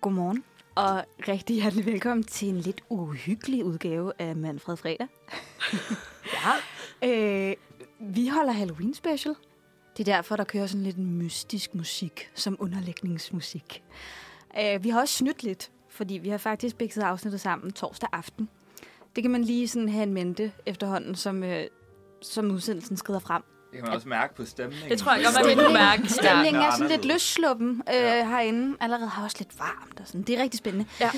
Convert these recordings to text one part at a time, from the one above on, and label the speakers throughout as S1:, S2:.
S1: Godmorgen, og rigtig hjertelig velkommen til en lidt uhyggelig udgave af Manfred Fredag. ja. Øh, vi holder Halloween special. Det er derfor, der kører sådan lidt mystisk musik, som underlægningsmusik. Øh, vi har også snydt lidt, fordi vi har faktisk bikset afsnittet sammen torsdag aften. Det kan man lige sådan have en mente efterhånden, som, øh, som udsendelsen skrider frem.
S2: Det kan man også mærke på stemningen.
S3: Det tror jeg godt, man kan mærke.
S2: Stemning.
S1: Stemningen er sådan lidt
S2: Anderledes.
S1: løssluppen øh,
S2: Ja.
S1: herinde. Allerede har også lidt varmt og sådan. Det er rigtig spændende.
S3: Ja.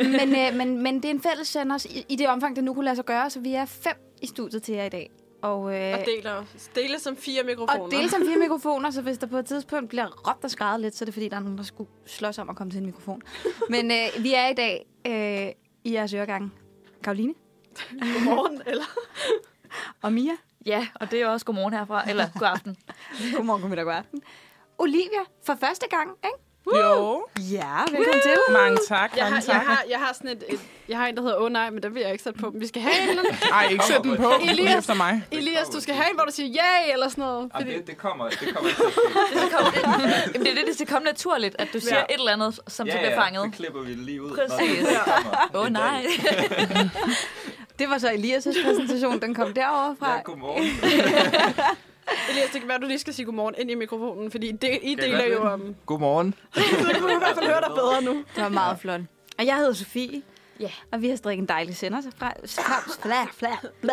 S1: øh, men, øh, men, men det er en fælles sender os i, i det omfang, det nu kunne lade sig gøre. Så vi er fem i studiet til jer i dag. Og, øh,
S3: Og deler, dele som fire mikrofoner.
S1: og dele som fire mikrofoner, så hvis der på et tidspunkt bliver råbt og skrevet lidt, så er det fordi, der er nogen, der skulle slås om at komme til en mikrofon. Men øh, vi er i dag øh, i jeres øregange. Karoline
S3: morgen, eller?
S1: og Mia.
S4: Ja, og det er også godmorgen herfra, eller god aften.
S1: Godmorgen, godmiddag, god aften. Olivia, for første gang, ikke?
S5: Jo,
S1: Ja, velkommen til.
S5: mange tak,
S3: Jeg
S5: mange
S3: har,
S5: tak.
S3: jeg, har, jeg har sådan et, et, jeg har en, der hedder Åh oh, nej, men den vil jeg ikke sætte på. Men vi skal have en eller anden.
S5: Ej, ikke sæt den på. Elias.
S3: Elias.
S5: efter mig.
S3: Elias, du skal have en, hvor du siger ja, eller sådan noget.
S2: Jamen,
S3: Fordi,
S2: det, det kommer, det kommer til at ske.
S4: Det, kom, det, jamen, det er det, det skal komme naturligt, at du siger
S3: Ja.
S4: ja. et eller andet, som ja, så bliver fanget.
S2: så klipper vi det lige ud.
S4: Præcis. Åh oh, nej.
S1: Det var så Elias' præsentation, den kom derovre fra.
S2: Ja, godmorgen.
S3: Elias, det kan være, du lige skal sige godmorgen ind i mikrofonen, fordi det, I
S2: jeg
S3: deler
S2: godt
S3: jo
S2: det?
S3: om...
S2: Godmorgen.
S3: Så kunne du i hvert fald høre dig bedre nu.
S1: Det var meget flot. Og jeg hedder Sofie.
S4: Ja.
S1: Og vi har strikket en dejlig sender sig fra. Frem, fla, fla, fla.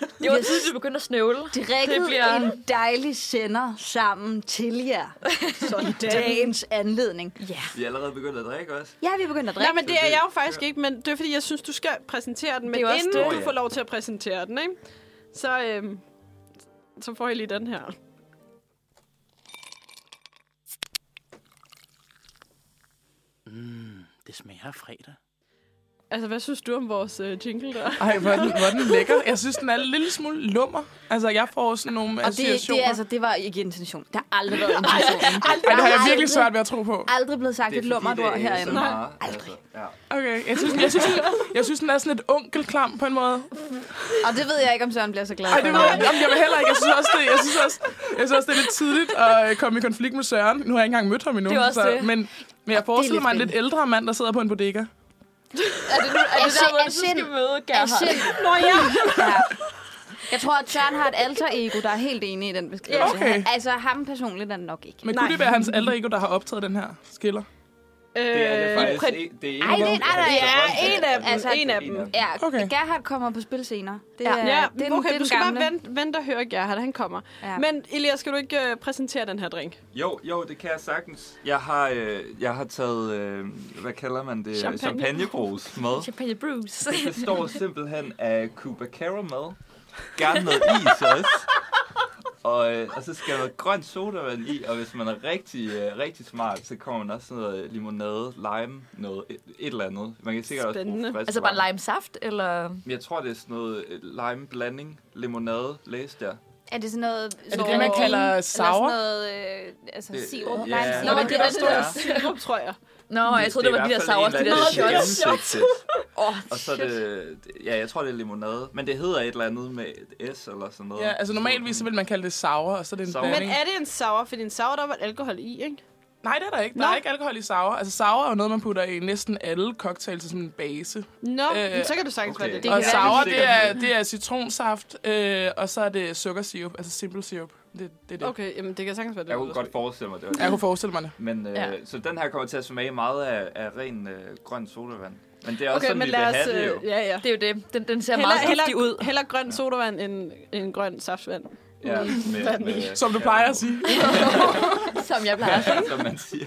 S4: Det var tidligt, du begyndte at snøvle.
S1: Strikket
S4: Det bliver-
S1: en dejlig sender sammen til jer. I dagens anledning. Ja.
S2: Vi er allerede begyndt at drikke også.
S1: Ja, vi er begyndt at drikke.
S3: Nej, men det er jeg jo faktisk ikke, men det er fordi, jeg synes, du skal præsentere den. Men
S4: Det er jo også
S3: inden
S4: det.
S3: du får lov til at præsentere den, ikke? så, øhm, så får jeg lige den her.
S6: Det smager af fredag.
S3: Altså, hvad synes du om vores øh, jingle der?
S5: Ej, hvor er, den, hvor er den lækker. Jeg synes, den er en lille smule lummer. Altså, jeg får sådan nogle
S1: og det,
S5: associationer.
S1: det, er altså, det var ikke intention. Der har aldrig været intention.
S5: Ej, det har jeg
S1: aldrig-
S5: virkelig svært ved at tro på.
S1: aldrig blevet sagt et lummert ord herinde.
S2: Nej, aldrig. Altså, Ja.
S5: Okay, jeg synes, jeg synes, jeg synes, jeg synes den er sådan lidt onkelklam på en måde.
S1: Og det ved jeg ikke, om Søren bliver så glad
S5: Ej,
S1: for.
S5: det ved jeg, jamen, jeg vil heller ikke. Jeg synes også, det, jeg synes også, jeg synes også, det er lidt tidligt at øh, komme i konflikt med Søren. Nu har jeg ikke engang mødt ham endnu.
S4: Det er også det.
S5: Men, men jeg forestiller
S1: lidt
S5: mig en lidt ældre mand, der sidder på en bodega.
S4: Er det, nu, er det
S1: sind-
S4: der, hvor
S1: er
S4: du så skal
S1: sind-
S4: møde
S1: Jeg
S4: Gerhard?
S1: Nå ja. ja. Jeg tror, at Søren har et alter ego, der er helt enig i den beskrivelse.
S5: Ja, okay.
S1: Han- Altså, ham personligt er det nok ikke.
S5: Men kunne det være hans alter ego, der har optaget den her skiller?
S2: Det er
S3: Øh,
S2: det faktisk.
S3: præ-
S2: en- Det er en
S1: Ej, det er- nej, nej,
S3: Ja,
S2: det-
S3: en af dem.
S1: Altså,
S3: Altså, en af dem.
S1: Ja, okay.
S5: Okay.
S1: Gerhard kommer på spil senere. Det
S4: Ja.
S1: er,
S3: Ja,
S1: det er den, det
S3: okay,
S1: er
S3: du
S1: den
S3: skal
S1: gamle.
S3: bare vente, vente og høre Gerhard, han kommer.
S1: Ja.
S3: Ja. Men Elias, skal du ikke øh, præsentere den her drink?
S2: Jo, jo, det kan jeg sagtens. Jeg har, øh, jeg har taget, øh, hvad kalder man det?
S3: Champagne.
S2: Champagnebrus med.
S4: Champagne Bruce.
S2: Det består simpelthen af Cuba Caramel, gerne noget is også. Og, øh, og så skal der noget grønt sodavand i, og hvis man er rigtig, øh, rigtig smart, så kommer man også sådan noget limonade, lime, noget, et, et eller andet. Man kan sikkert
S3: Spændende.
S2: også bruge frisk
S4: Altså bare lime saft, eller...
S2: Men jeg tror, det er sådan noget øh, lime blanding, limonade, læste jeg.
S1: Er det sådan noget...
S5: Er det det, man kalder sour?
S1: Eller sådan noget... Øh, altså,
S2: Det-
S1: sirup. lime
S2: ja. Nå,
S1: sirup.
S3: Nå, det,
S2: det
S3: det
S2: er
S3: var
S2: det
S3: sådan noget
S2: der.
S3: sirup, tror jeg.
S4: Nå, jeg troede, det var
S2: i
S4: de
S2: hvert
S4: der
S2: fald
S4: sauer,
S2: en
S4: de
S2: eller
S4: der
S3: anden
S4: shots.
S3: shots.
S2: gennemsigtigt.
S4: Åh,
S2: Og så er det, ja, jeg tror, det er limonade, men det hedder et eller andet med et S eller sådan noget.
S5: Ja, altså normalvis så vil man kalde det sour, og så er det en
S2: Sour.
S3: Men
S5: blanding.
S3: er det en sour? Fordi en sour, der var alkohol i, ikke?
S5: Nej, det er der ikke. Der
S3: Nå.
S5: er ikke alkohol i sour. Altså sour er jo noget, man putter i næsten alle cocktails som en base.
S3: Nå,
S5: Øh,
S3: så kan du sagtens
S2: okay.
S3: være
S2: Det
S3: det. det.
S2: kan
S5: Og
S2: være,
S5: sour,
S2: vi
S5: det
S2: stikker
S5: er,
S2: den.
S5: det er citronsaft, øh, og så er det sukkersirup, altså simple sirup. Det, det er det. Okay.
S3: Okay, jamen det kan sagtens være det.
S2: Jeg kunne godt forestille mig, det var det.
S5: Jeg kunne forestille mig det.
S2: Men øh, ja.
S4: Ja.
S2: så den her kommer til at smage meget af, af ren øh, grøn sodavand. Men det er også okay,
S3: Okay,
S2: sådan,
S3: men
S2: vi vil
S3: lad os...
S2: have det jo.
S3: øh, Ja, ja.
S4: Det er jo det. Den, den ser
S3: Heller,
S4: meget giftig ud.
S3: heller, heller grøn sodavand end, end grøn saftvand.
S2: Ja, med, med,
S5: Som du plejer at sige.
S4: Som jeg plejer.
S2: Ja, som man siger.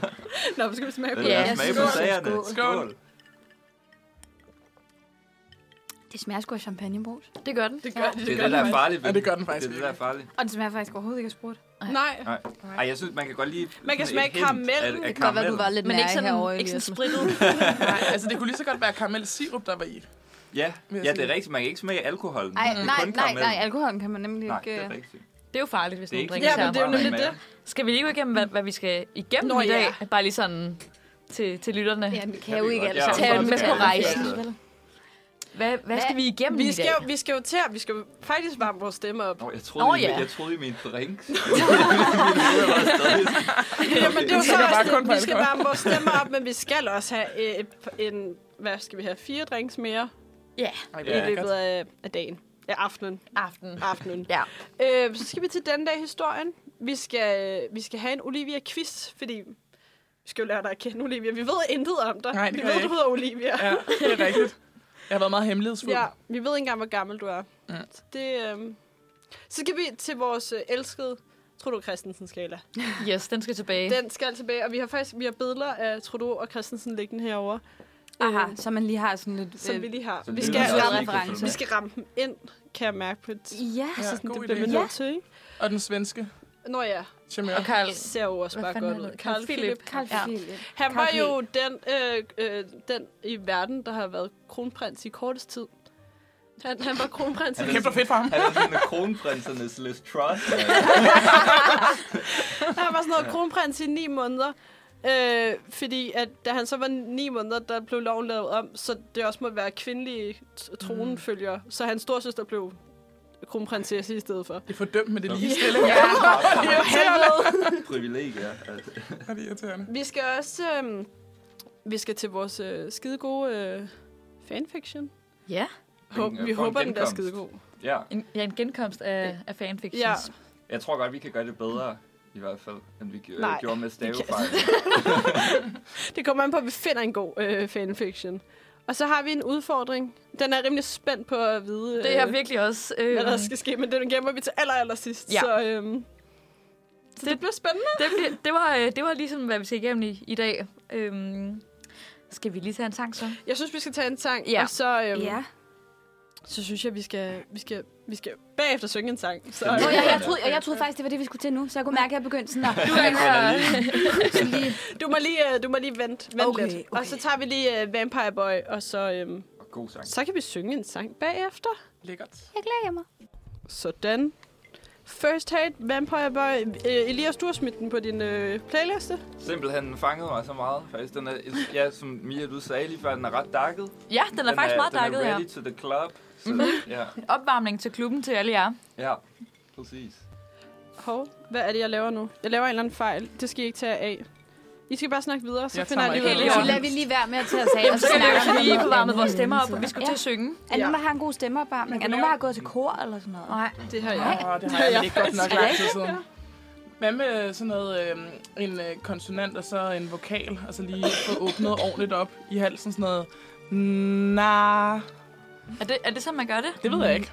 S3: Nå, skal vi smage på
S2: Men
S4: Ja,
S2: lad os smage på
S4: skål.
S2: sagerne.
S1: Skål.
S2: Skål.
S1: Det smager sgu af champagnebrus.
S4: Det gør den.
S3: Det gør,
S2: Det er det, der er farligt. ved
S5: Ja, det gør den faktisk
S2: Det er det, der er farligt.
S1: Og det smager faktisk overhovedet ikke af sprut. Det
S3: Nej.
S2: Nej. Ej, jeg synes, man kan godt lige...
S3: Man kan
S2: sådan et
S3: smage
S2: hint
S3: karamellen.
S2: af- af
S3: Det kan godt
S1: kan godt være, du
S2: karamellen.
S1: var lidt
S4: Men ikke
S1: nære herovre.
S4: sådan, ikke sådan
S1: Elias.
S4: sprittet.
S5: Nej, altså det kunne lige så godt være karamelsirup, der var i.
S2: Ja,
S5: vil jeg
S2: ja,
S5: sige.
S2: det er rigtigt. Man kan ikke smage alkoholen.
S1: Ej,
S2: Det er
S1: nej,
S2: Mm, kun
S1: nej,
S2: karamellen.
S1: nej. Alkoholen kan man nemlig
S2: Nej,
S1: ikke...
S2: det er
S1: øh,
S2: rigtigt.
S4: Det er jo farligt, hvis
S2: Det er
S4: nogen
S2: ikke
S4: drikker
S3: Ja, men
S4: sig.
S3: det er jo nemlig
S2: Mad.
S3: det.
S4: Skal vi lige gå igennem, hvad, hvad vi skal igennem
S3: Nå,
S4: Nå, i dag?
S3: ja.
S4: Ja. Bare lige sådan til, til lytterne.
S1: Ja,
S4: Ja.
S1: vi kan jo
S2: vi
S1: ikke
S2: godt.
S1: alt
S2: Ja,
S1: sammen.
S4: Tag den med på
S1: Ja,
S4: rejsen.
S1: det er det.
S4: Hvad, hvad skal vi igennem
S3: Vi
S4: i
S3: skal,
S4: dag?
S3: jo, vi skal jo til, at- vi skal jo faktisk varme vores stemme op.
S2: Nå, jeg troede,
S4: Nå,
S2: oh, ja.
S4: ja.
S2: jeg troede, I mente drinks. Min øre var stadig sådan-
S3: Jamen, det er jo
S5: Vi
S3: så
S5: skal
S3: også
S5: bare
S3: det.
S5: kun på
S3: Vi skal
S5: alkohol.
S3: varme vores stemmer op, men vi skal også have øh, et, en, hvad skal vi have, fire drinks mere
S4: Ja,
S3: ja, i løbet af, af dagen. Ja, aftenen.
S4: aften.
S3: aftenen.
S4: Ja.
S3: Øh, så skal vi til den dag i historien. Vi skal, vi skal have en Olivia-quiz, fordi vi skal jo lære dig at kende, Olivia. Vi ved intet om dig.
S5: Nej, det
S3: vi
S5: gør
S3: ved,
S5: jeg
S3: du
S5: ikke.
S3: hedder Olivia.
S5: Ja, det er rigtigt. Jeg har været meget hemmelighedsfuld.
S3: Ja, vi ved ikke engang, hvor gammel du er.
S5: Ja.
S3: Så det, øhm, så skal vi til vores øh, elskede Trudeau Christensen skala.
S4: Yes, den skal tilbage.
S3: Den skal tilbage, og vi har faktisk vi har billeder af Trudeau og Christensen liggende herovre, øhm,
S1: Aha, så man lige har sådan lidt...
S3: som
S1: øh,
S3: vi lige har.
S2: Så
S3: Vi
S2: det
S3: skal,
S2: lyder som
S3: ramme,
S2: om, I kan
S1: reference.
S2: følge
S3: vi
S2: med.
S3: skal ramme dem ind, kan jeg mærke på et
S1: Ja,
S5: Ja,
S3: altså sådan,
S5: god
S3: det bliver
S5: idé.
S3: vi
S1: Ja.
S3: nødt til, ikke?
S5: Og den svenske
S3: Nå ja,
S5: charmeur.
S4: Og Karl...
S3: ser jo også
S4: Hvad
S3: bare
S4: fanden
S3: godt
S4: er
S3: ud.
S4: det?
S3: Carl
S4: Carl Philip.
S3: Philip.
S1: Carl
S4: Ja.
S1: Philip.
S3: Han
S1: Carl
S3: var
S1: P.
S3: jo den, øh, øh, den i verden, der har været kronprins i kortest tid. Han, han var kronprins. i-
S2: Han er
S5: Kæft, hvor fedt for ham.
S2: Han er sådan en af kronprinsernes Liz Truss.
S3: Han var sådan noget kronprins i ni måneder. Øh, fordi at da han så var ni måneder, der blev loven lavet om, så det også måtte være kvindelige t- tronfølger. Mm. Så hans storsøster blev kronprinsesse i stedet for.
S5: Det er fordømt med det
S2: Nå.
S5: ligestilling.
S2: Privilegier. Altså,
S5: Ja, det er irriterende.
S3: Vi skal også øh, vi skal til vores øh, skide gode øh, fanfiction.
S4: Ja.
S2: Men,
S3: Hå-
S2: øh,
S3: vi
S2: får en
S3: håber, den er
S2: genkomst.
S3: skide god.
S2: Ja,
S4: En, ja, en genkomst af, af fanfictions.
S3: Ja.
S2: jeg tror godt, vi kan gøre det bedre. I hvert fald, end vi gjorde,
S3: Nej,
S2: gjorde med stavefejl.
S3: Det kommer an på, at vi finder en god øh, fanfiction. Og så har vi en udfordring. Den er rimelig spændt på at vide,
S4: Det er
S3: øh,
S4: virkelig også... Øh,
S3: hvad der skal ske, men den gemmer vi til aller, aller sidst.
S4: Ja.
S3: Så, øhm, så det, det
S4: Det-
S3: bliver spændende.
S4: det, bliver- det, var, øh, det var ligesom, hvad vi skal igennem i, i dag. Øhm, skal vi lige tage en sang så?
S3: Jeg synes, vi skal tage en sang,
S4: Ja.
S3: og så, øhm,
S1: Ja.
S3: så synes jeg, vi skal, vi skal, vi skal bagefter synge en sang. Så,
S2: Nå,
S1: Nå,
S3: øh,
S1: jeg, jeg, troede, og jeg troede faktisk, det var det, vi skulle til nu, så jeg kunne mærke, at jeg begyndte sådan at...
S4: Du er her.
S1: lige,
S3: du, må lige, øh, du må lige vente, vente
S1: Okay,
S3: lidt.
S1: okay.
S3: Og så tager vi lige øh, Vampire Boy, og så, øhm,
S2: God sang.
S3: så kan vi synge en sang bagefter.
S5: Lækkert.
S1: jeg glæder mig.
S3: Sådan. First Hate, Vampire Boy. Øh, Elias, du har smidt den på din øh, playliste.
S2: Simpelthen fangede mig så meget. Faktisk, den er, ja, som Mia, du sagde lige før, den er ret dakket.
S4: Ja, den er faktisk meget dakket
S2: Den er
S4: her.
S2: ready to the club. Så, ja,
S4: Opvarmning til klubben til alle jer.
S2: ja, præcis.
S3: Hov, hvad er det, jeg laver nu? Jeg laver en eller anden fejl. Det skal I ikke tage af. I skal bare snakke videre, så
S5: Jeg
S3: jeg finder jeg
S5: tager mig
S3: lige ud af
S4: ikke
S3: det.
S4: af
S1: Så
S4: det.
S1: lader vi lige være med at tage os af, og
S4: Så kan vi
S1: snakker
S4: også
S1: vi
S4: lige
S1: om
S4: få
S1: noget
S4: varmet vores
S1: andet
S4: stemmer
S1: inden
S4: op, og vi
S1: tiden.
S4: skulle til at synge.
S1: Er nogen, der har en god stemmeopvarmning? Er nogen, der har gået til kor eller sådan noget?
S4: Nej.
S3: Det her, ja.
S5: Åh, det har jeg ikke godt nok
S4: Ja.
S5: lang tid siden. Hvad med sådan noget, øh, en øh, konsonant og så en vokal, og så lige få åbnet ordentligt op i halsen, sådan noget, nah,
S4: Er det, er det sådan, man gør det?
S5: det ved jeg ikke.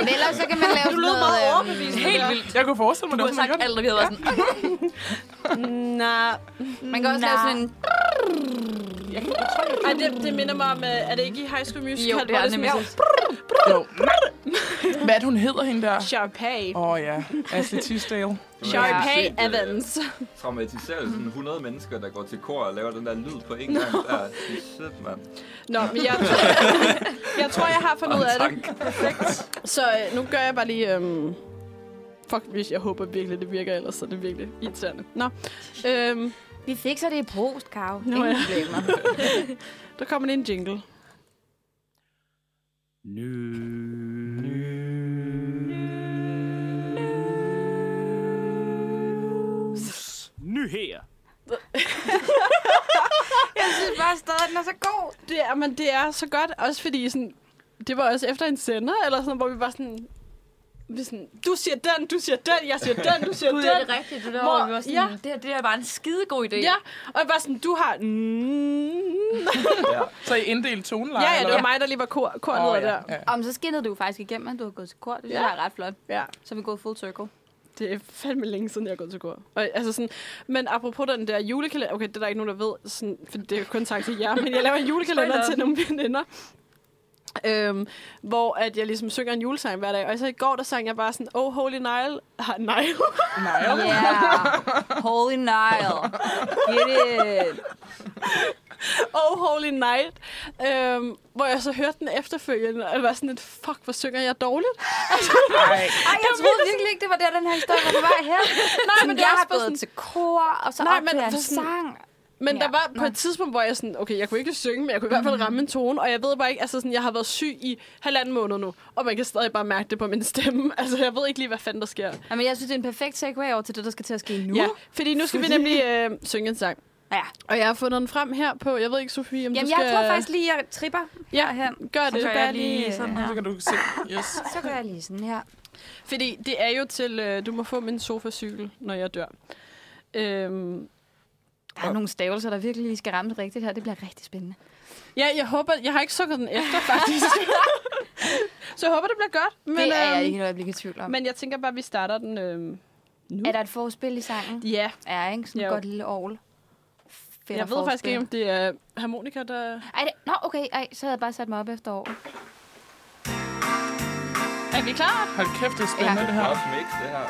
S1: Men ellers så kan man lave
S3: Du
S1: sådan
S3: lød
S1: noget...
S3: meget
S1: øhm,
S3: overbevist.
S4: Helt vildt.
S5: Jeg kunne forestille mig,
S4: Du
S5: det var
S4: har
S5: sådan,
S4: sagt alt, og vi
S5: man
S4: havde været sådan,
S3: Nej.
S1: Man kan også lave sådan en...
S3: Ej, det, det minder mig om, øh, er det ikke i High School Musical?
S4: Jo, det
S3: hvor
S4: er
S3: sådan-
S4: nemlig.
S5: gør det. Jo. Hvad er det, hun hedder, hende der?
S3: Sharpay.
S5: Åh oh, ja, Ashley Tisdale.
S3: Sharpay
S2: Set, øh,
S3: Evans.
S2: Traumatiserer jo sådan 100 mennesker, der går til kor og laver den der lyd på en gang. Der. Shit, mand.
S3: Nå, men jeg, jeg tror, jeg har fundet ud af det.
S2: Tank.
S3: Så øh, nu gør jeg bare lige... Øhm, fuck, hvis jeg håber virkelig, det virker, ellers så er det virkelig irriterende. Nå, øhm,
S1: Vi fikser det i prost, Karo. Ingen
S3: ja.
S1: problemer.
S3: der kommer lige en jingle.
S6: Nyheder.
S1: Jeg synes bare stadig, den er så god.
S3: Det er, men det er så godt, også fordi sådan, det var også efter en sender, eller sådan, hvor vi var sådan, vi sådan, du siger den, du siger den, jeg siger den, du siger
S4: Gud, er det
S3: den.
S4: rigtigt? Det der,
S3: Hvor-
S4: hvor, vi var sådan,
S3: ja.
S4: ja. det, her, det her var en skidegod idé.
S3: Ja, og jeg var sådan, du har... Mm.
S2: Ja.
S5: Så I inddelt toneleje?
S3: Ja, ja, det
S5: eller
S3: var
S5: hvad?
S3: mig, der lige var kor, kornet oh,
S5: Åh, ja,
S3: der.
S5: ja.
S1: Om så skinnede du jo faktisk igennem, at du har gået til kor. Det synes
S3: Ja.
S1: jeg er ret flot.
S3: Ja.
S1: Så er vi gået full circle.
S3: Det er fandme længe siden, jeg er gået til kor. Og, altså sådan, men apropos den der julekalender... Okay, det er der ikke nogen, der ved, sådan, for det er jo kun tak til jer, men jeg laver en julekalender
S4: Spoiler.
S3: til nogle veninder. Øhm, hvor at jeg ligesom synger en julesang hver dag. Og så i går, der sang jeg bare sådan, Oh, holy Nile. Ah, Nile.
S5: Nej,
S1: Ja. Yeah. Holy Nile. Get it.
S3: Oh Holy Night, øhm, hvor jeg så hørte den efterfølgende, og jeg var sådan lidt, fuck, hvor synger jeg dårligt.
S5: nej.
S1: Ej, jeg troede virkelig ikke, det var der, den her historie var på vej her. Nej,
S3: men
S1: men
S3: det er
S1: jeg
S3: også
S1: har
S3: bare
S1: gået til kor, og så
S3: Nej,
S1: Nej, op
S3: men
S1: til en
S3: for sådan-
S1: sang.
S3: Men
S1: Ja,
S3: ja, der var på
S1: nå. Mm-hmm.
S3: et tidspunkt, hvor jeg sådan, okay, jeg kunne ikke synge, men jeg kunne i hvert fald ramme en tone, og jeg ved bare ikke, altså sådan, jeg har været syg i halvanden måned nu, og man kan stadig bare mærke det på min stemme. Altså, jeg ved ikke lige, hvad fanden der sker.
S1: Jamen, jeg synes, det er en perfekt segue over til det, der skal til at ske nu.
S3: Ja, fordi nu skal vi nemlig øh, synge en sang.
S1: ja.
S3: Og jeg har fundet den frem her på, jeg ved ikke, Sofie, om
S1: Jamen,
S3: du skal...
S1: jeg tror faktisk lige, jeg tripper
S3: Ja,
S1: herhen.
S3: gør det.
S4: Så gør
S3: bare
S4: jeg lige sådan
S5: Så
S4: her.
S5: kan du se. Yes.
S1: Så gør jeg lige sådan her.
S3: Fordi det er jo til, øh, du må få min sofacykel, når jeg dør. Øhm,
S1: Der er nogle stavelser, der virkelig lige skal ramme det rigtigt her. Det bliver rigtig spændende.
S3: ja, jeg håber, jeg har ikke sukket den efter, faktisk. så jeg håber, det bliver godt. Men,
S1: Men, det er jeg
S3: øhm,
S1: ikke noget øjeblik i tvivl om. Men,
S3: Men jeg tænker bare, at vi starter den øhm, nu.
S1: er der et forspil i sangen?
S3: Ja,
S1: Ja, ikke? Sådan et
S3: Jo.
S1: godt lille ovl. Fedt
S3: jeg ved faktisk ikke, om det er harmonika, der...
S1: Ej, det, nå, okay. Ej, så havde jeg bare sat mig op efter ovl.
S3: Er vi klar?
S5: Hold kæft, det er spændende,
S1: Ja.
S5: det her.
S2: Godt mix, det her.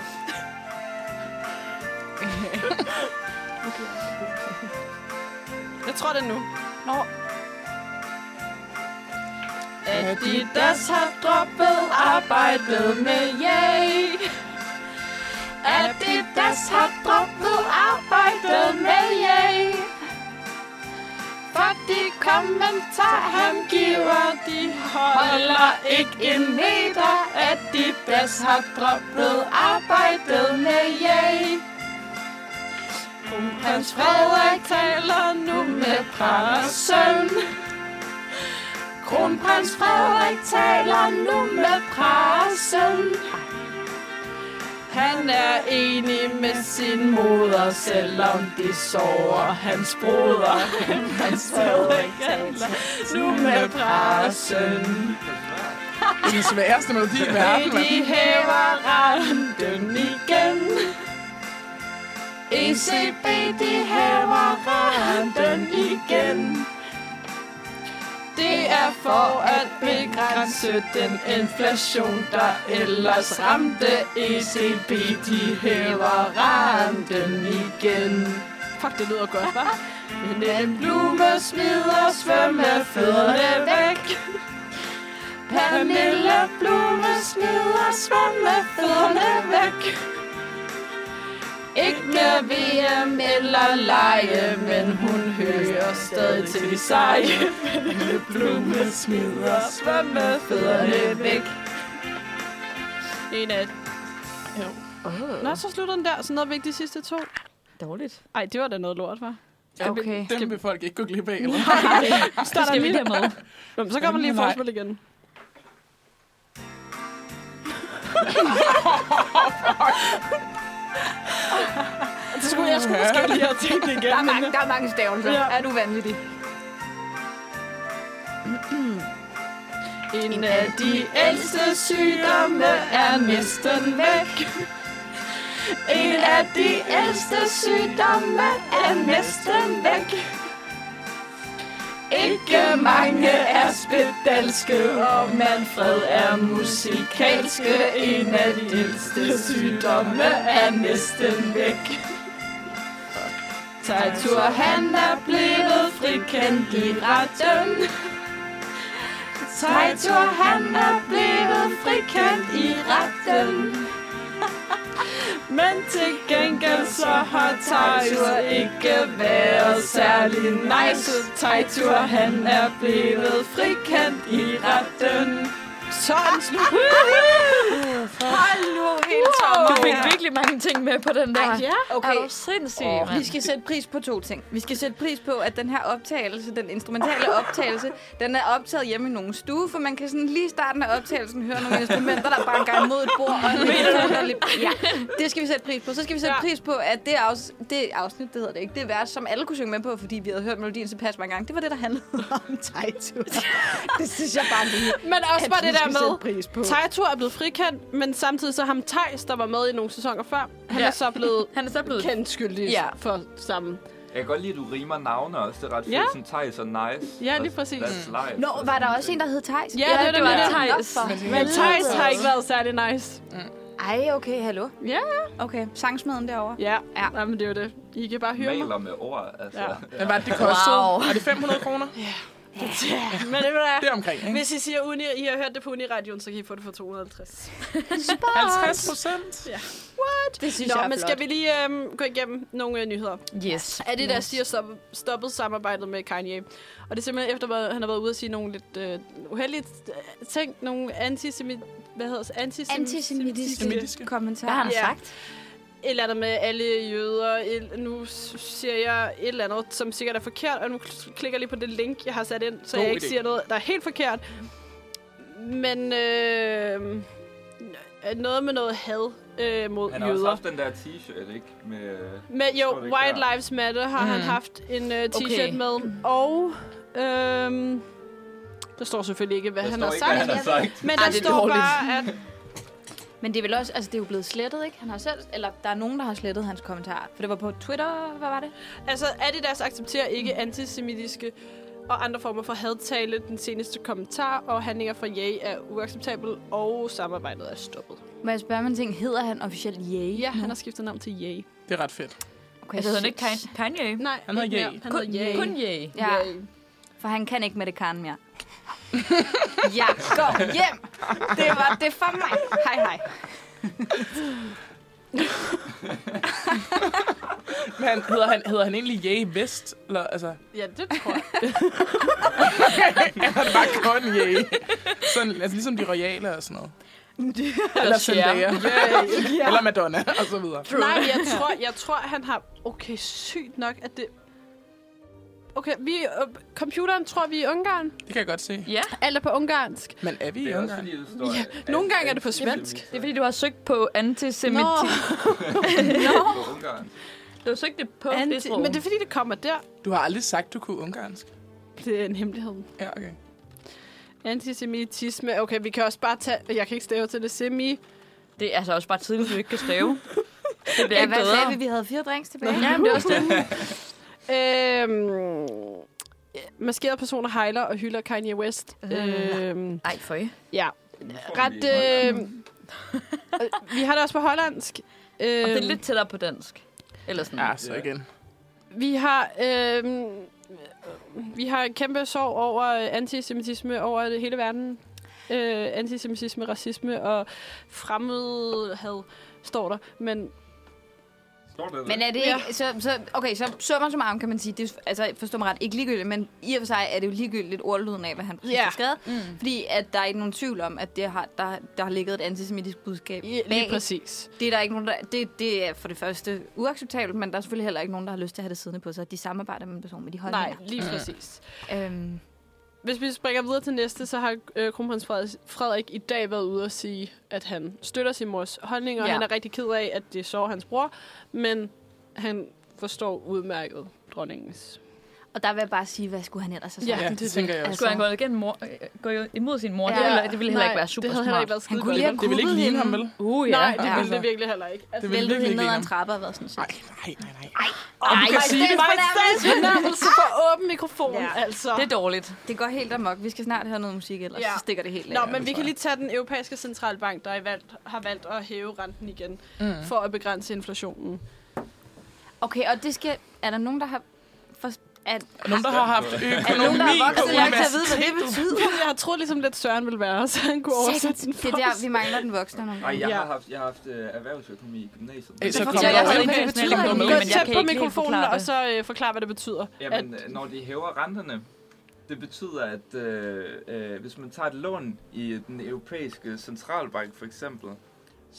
S3: Jeg tror det er nu.
S1: Nå,
S3: Adidas har droppet arbejdet med yay. Adidas har droppet arbejdet med yay. For de kommentar, han giver, de holder ikke en meter. Adidas har droppet arbejdet med yay. Kronprins Frederik taler nu med Pranders søn. Kronprins Frederik taler nu med pressen. Han er enig med sin moder, selvom det sover hans broder. Kronprins Frederik taler nu med pressen.
S5: Det er den sværeste melodi i verden, altså. mand.
S3: De hæver renten igen. E ECB, de hæver renten igen. Det er for at begrænse den inflation, der ellers ramte ECB. De hæver renten igen. Fuck, det lyder godt, hva'? Men en blume smider svømmefødderne væk. Pernille Blume smider svømmefødderne væk. Ikke mere VM eller lege, men hun hører stadig til sig. Pernille Blume smider svømmefødderne væk. En af
S5: Jo.
S3: Nå, så slutter den der. Så nåede vi ikke de sidste to.
S4: Dårligt.
S3: Ej, det var da noget lort, var.
S1: okay.
S5: Dem vil folk ikke gå glip af, eller?
S4: Så skal vi lige have med.
S3: Så kommer lige
S5: Nej.
S3: forspil igen. det skulle jeg skulle måske lige have tænkt igen.
S1: Der er mange, der er mange stavelser.
S3: Ja.
S1: Ja. Er du vanvittig?
S3: En af de ældste sygdomme er næsten væk. En af de ældste sygdomme er næsten væk. Ikke mange er spedalske, og Manfred er musikalske. En af de ældste sygdomme er næsten væk. Tejtur, han er blevet frikendt i retten. Tejtur, han er blevet frikendt i retten. Men til gengæld så har Tejtur ikke været særlig nice. Tejtur, han er blevet frikendt i retten. Sådan slut.
S1: Hold nu helt
S4: Du
S1: tommer.
S4: fik virkelig mange ting med på den der.
S3: ja.
S4: Okay.
S1: Okay,
S4: Er du sindssyg, oh,
S1: Vi skal sætte pris på to ting. Vi skal sætte pris på, at den her optagelse, den instrumentale optagelse, den er optaget hjemme i nogen stue, for man kan sådan lige i starten af optagelsen høre nogle instrumenter, der banker imod et bord. Og en der lidt, ja, det skal vi sætte pris på. Så skal vi sætte
S3: Ja.
S1: pris på, at det, afs- det afsnit, det hedder det ikke, det vers, som alle kunne synge med på, fordi vi havde hørt melodien tilpas mange gange, det var det, der handlede om Taito. Det synes jeg bare lige,
S3: Men også bare
S1: at vi
S3: det der
S1: skal sætte
S3: med,
S1: pris på.
S3: Tejtur er blevet frikendt, men samtidig så ham Tejs, der var med i nogle sæsoner før, han
S4: Ja.
S3: er så blevet
S4: Han er så blevet...
S3: kendt skyldig
S1: Ja.
S3: for sammen.
S2: Jeg kan godt lide, at du rimer navne også. Det er ret fedt.
S3: Ja.
S2: Sådan Thijs og Nice.
S3: Ja, lige
S2: Og
S3: præcis.
S2: That's life.
S1: Nå, var
S2: og sådan
S1: der
S2: nogle
S1: også
S2: ting.
S1: en, der hed Thejs?
S3: Ja, det var
S4: det var
S3: det.
S4: Thijs.
S3: Men Thijs har ikke været særlig nice.
S1: Ej, okay, hallo.
S3: Ja,
S1: Okay, sangsmeden derovre.
S3: ja.
S1: Ja.
S3: ja. Nej, men det er jo det. I kan bare høre mig.
S2: Maler med ord, altså.
S3: Ja.
S2: Ja.
S5: Hvad var det, det kostede?
S4: Wow.
S5: Var det 500 kroner?
S3: Men det er,
S5: Det er omkring, ikke?
S3: hvis I siger, uni, I har hørt det på Uniradioen, så kan I få det for 250.
S5: 50 procent?
S1: Det synes
S3: Nå,
S1: jeg er
S3: men
S1: flot.
S3: skal vi lige øhm, gå igennem nogle øh, nyheder?
S4: Yes.
S3: Er det der siger stoppet, stoppet samarbejdet med Kanye? Og det er simpelthen efter, at han har været ude og sige nogle lidt øh, uheldige øh, ting. Nogle antisemit... Hvad hedder det? Antisem-
S1: Antisemitiske
S5: Semitiske.
S1: kommentarer.
S4: Hvad har han
S3: Ja.
S4: sagt?
S3: Et eller andet med alle jøder. Et, nu s- siger jeg et eller andet, som sikkert er forkert, og nu kl- klikker jeg lige på det link, jeg har sat ind, så
S5: God
S3: jeg ikke
S5: idé.
S3: siger noget, der er helt forkert. Men øh, noget med noget had øh, mod
S2: Han har også
S3: jøder.
S2: haft den der t-shirt, ikke? Med, øh,
S3: Med,
S2: Jeg
S3: jo,
S2: tror, det er
S3: White
S2: klar.
S3: Lives Matter har mm.
S4: Mm.
S3: han haft en uh, t-shirt
S4: Okay.
S3: med, og øhm, der står selvfølgelig ikke, hvad
S2: der
S3: han
S2: står
S3: har
S2: ikke, hvad
S3: sagt,
S2: han har sagt.
S3: men
S4: Ej,
S3: der
S4: det er
S3: står
S4: dårligt.
S3: bare, at
S1: Men det er vel også, altså det er jo blevet slettet, ikke? Han har selv, eller der er nogen, der har slettet hans kommentar. For det var på Twitter, hvad var det?
S3: altså, Adidas accepterer ikke antisemitiske og andre former for hadtale. Den seneste kommentar og handlinger fra Ye er uacceptabel, og samarbejdet er stoppet.
S1: Må jeg spørge mig en ting? Hedder han officielt Yay?
S3: Ja, han har skiftet navn til Ye.
S5: Det er ret fedt.
S1: Okay,
S4: Altså, hedder han ikke
S1: shit.
S4: Kan- Kanye?
S3: Nej,
S5: Han hedder
S3: ikke
S5: Ye.
S3: mere. Han hedder Ye.
S4: Kun Ye.
S1: Ja,
S3: Ye.
S1: for han kan ikke med det kan mere. jeg går hjem! Det var det for mig. Hej, hej.
S5: Men han, hedder, han, hedder han egentlig Ye Vest? Eller, altså,
S3: Ja, det tror jeg.
S5: han er bare kun Ye. Sådan, altså, ligesom de royale og sådan noget. Eller Zendaya. Eller Madonna, og så videre.
S3: Nej, jeg tror, jeg tror, han har... Okay, sygt nok, at det... Okay, vi, øh, computeren tror, vi er i Ungarn.
S5: Det kan jeg godt se.
S4: Ja,
S3: Alt er på ungarsk.
S5: Men er vi
S2: Det
S5: i
S2: er også
S5: Ungarn?
S2: fordi, det står...
S3: Ja,
S2: at-
S3: nogle
S2: at-
S3: gange er
S2: at-
S3: det på svensk.
S2: at-
S4: det er fordi, du har søgt på antisemitik.
S2: På Ungarn.
S4: Du har søgt det på det
S3: Anti-
S4: sprog.
S3: men det er, fordi det kommer der.
S5: Du har aldrig sagt, du kunne ungarsk.
S3: Det er en hemmelighed.
S5: Ja, okay.
S3: Antisemitisme. Okay, vi kan også bare tage... Jeg kan ikke stave til det. Semi.
S4: det er altså også bare tidligt, at du ikke kan stave. Det bliver
S1: Ja,
S4: ikke
S1: hvad
S4: bedre.
S1: sagde vi? Vi havde fire drinks tilbage.
S4: Ja, men det er også det.
S3: Øhm, ja, maskerede personer hejler og hylder Kanye West.
S4: Øh.
S3: Øhm,
S4: Ej, for I.
S3: ja.
S2: Nu får vi
S3: Ret...
S2: lige Ungarn.
S3: Øh, vi har det også på hollandsk.
S4: Og det
S3: Øhm,
S4: er lidt tættere på dansk. Eller sådan.
S5: Ja, så igen.
S3: Vi har, øh, vi har en kæmpe sorg over øh, antisemitisme over det hele verden. Øh, antisemitisme, racisme og fremmedhad står der. Men
S2: Står der det?
S1: Men øh, er det
S3: Ja.
S1: ikke, så, så, okay, så summer som arm kan man sige, det, er- altså forstår mig ret, ikke ligegyldigt, men i og for sig er det jo ligegyldigt ordlyden af, hvad han præcis
S3: Ja.
S1: yeah. har skrevet. Mm. Fordi at der er ikke nogen tvivl om, at det har, der, der har ligget et antisemitisk budskab
S3: ja, lige
S1: bag.
S3: præcis.
S1: Det er der ikke nogen, der, det, det er for det første uacceptabelt, men der er selvfølgelig heller ikke nogen, der har lyst til at have det siddende på sig, at de samarbejder med en person med de
S3: Nej,
S1: holdninger.
S4: Mm.
S3: lige præcis.
S1: Øhm,
S3: Hvis vi springer videre til næste, så har øh, kronprins Frederik, Frederik i dag været ude og sige, at han støtter sin mors holdning, og ja.
S4: Ja.
S3: han er rigtig ked af, at det sår hans bror. Men han forstår udmærket dronningens.
S1: og der vil jeg bare sige, hvad skulle han ellers have
S3: Ja,
S1: sagt?
S5: Ja,
S3: det
S5: det tænker jeg
S3: Altså.
S5: også.
S4: Skulle han gå, igen mor, øh, gå imod sin mor? Ja. Det,
S1: Ja.
S4: ville, det ville heller
S3: Nej,
S4: ikke være super
S3: det havde heller
S4: smart.
S3: ikke været skide
S1: Han kunne
S3: godt.
S1: lige have
S5: Det vil ikke
S1: kuppet
S5: ligne ham,
S1: hende.
S5: vel?
S4: Uh, ja.
S3: Nej, det
S5: Ja,
S3: ville
S5: altså.
S3: det virkelig heller ikke. Altså,
S5: Det ville
S1: Væltet
S5: virkelig
S1: hende
S5: ikke
S1: ned ad en
S5: ligne ham.
S1: trappe og været sådan
S5: Nej,
S1: sådan.
S5: nej, nej, nej.
S1: Ej,
S5: kan sige det.
S3: fornærmelse for åben mikrofon,
S1: Ja.
S3: altså.
S4: Det er dårligt.
S1: Det går helt amok. Vi skal snart høre noget musik, ellers
S3: Ja.
S1: ja. så stikker det helt af.
S3: Nå, men vi kan lige tage den europæiske centralbank, der er valgt, har valgt at hæve renten igen, mm. for at begrænse inflationen.
S1: Okay, og det skal... Er der nogen, der har... For, er,
S5: Nogen, der har haft
S1: er nogen, der
S5: økonomi
S1: har
S5: på
S1: vokset nok til at
S5: universitetet.
S1: vide, hvad det betyder?
S3: Jeg har troet ligesom lidt Søren ville være, så han kunne oversætte den
S1: Sæt,
S3: for
S1: det er der,
S3: os.
S1: vi mangler den voksne nogle
S2: Nej,
S1: gange.
S2: jeg
S3: Ja.
S2: har haft, jeg har haft øh, erhvervsøkonomi i gymnasiet.
S5: Øh, så
S1: Det
S5: kom
S1: fortæller
S5: der
S1: jeg
S5: også-
S1: heller ikke, hvad det
S5: kom der
S1: betyder.
S5: med.
S3: Gå
S4: men jeg
S3: tæt
S4: kan
S3: på
S4: ikke helt
S3: mikrofonen,
S4: forklare
S3: og
S4: det.
S3: så øh, forklar, hvad det betyder.
S2: Jamen, at... når de hæver renterne, det betyder, at øh, øh, hvis man tager et lån i den europæiske centralbank for eksempel,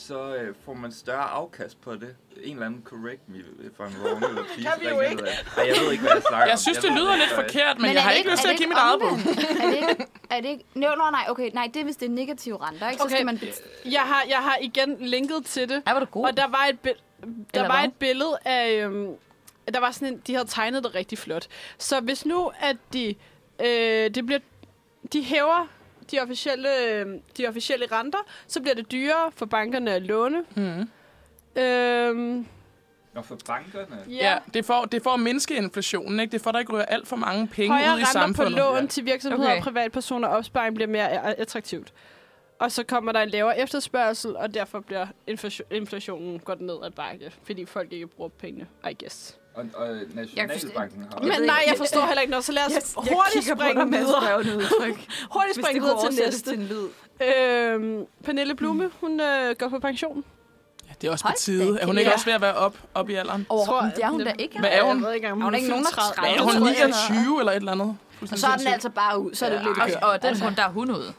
S2: så øh, får man større afkast på det. En eller anden correct me if I'm wrong. Eller please,
S3: vi jo
S2: ring
S3: ikke.
S2: ned ad. Ej, jeg ved ikke, hvad jeg snakker om.
S5: Jeg synes, det
S2: ved
S5: lyder
S2: ikke,
S5: lidt
S2: hvad jeg-
S5: forkert, men jeg har ikke lyst til at give mit eget bud.
S1: Er det ikke... Er det ikke... Nå, nå, nej, okay. Nej, det er, hvis det er negative renter, ikke? Så
S3: Okay.
S1: skal man... bet-
S3: Jeg har, jeg har igen linket til det,
S4: Ej, var du god.
S3: og der var et, bi- der
S4: Oh. Eller
S3: var
S4: hvad?
S3: et billede af... Øhm, der var sådan en, de havde tegnet det rigtig flot. Så hvis nu, at de, øh, det bliver, de hæver de officielle, øh, de officielle renter, så bliver det dyrere for bankerne at låne.
S5: Mhm.
S4: Mm.
S3: Øhm,
S2: Nå, for bankerne.
S5: Ja, det får, det får at mindske inflationen, ikke? Det får der ikke ryger alt for mange penge
S3: Højere
S5: ud i
S3: renter på
S5: samfundet.
S3: lån
S2: Ja.
S3: til virksomheder okay.
S4: Okay.
S3: og privatpersoner og opsparing bliver mere attraktivt. Og så kommer der en lavere efterspørgsel, og derfor bliver inflation- inflationen godt ned ad bakke, fordi folk ikke bruger pengene, I guess.
S2: Og, og øh, Nationalbanken har...
S4: Jeg
S3: Men
S4: ved
S3: nej,
S4: ikke.
S3: jeg forstår heller ikke noget, så lad os yes, hurtigt
S1: kigger på dig
S3: springe
S1: med et
S3: videre.
S1: skrevne udtryk,
S3: Hurtigt
S1: hvis det
S3: springe
S1: kunne
S3: videre til
S1: oversættes
S3: næste.
S1: til en lyd.
S3: Øhm, Pernille Blume, hun øh, går på pension.
S5: Ja, det er også
S4: Hold
S5: på
S4: da
S5: tide. Er hun
S4: kæft.
S5: ikke
S3: Ja.
S5: også ved at være op, op i alderen?
S4: Overhovedet,
S3: Tror
S4: men det er hun da
S3: jeg-
S4: ikke.
S5: Hvad er hun?
S3: Jeg ved ikke, om
S1: Er
S3: hun
S1: hun ikke nogen, der
S3: fyldt 30.
S5: Er
S1: det
S5: hun
S1: tror jeg,
S5: 29 eller et eller andet?
S1: Og så er den altså bare ud, så er det
S5: Ja.
S1: lidt
S5: Okay.
S4: Og, og
S3: Altså-
S4: den grund, der er hun ude.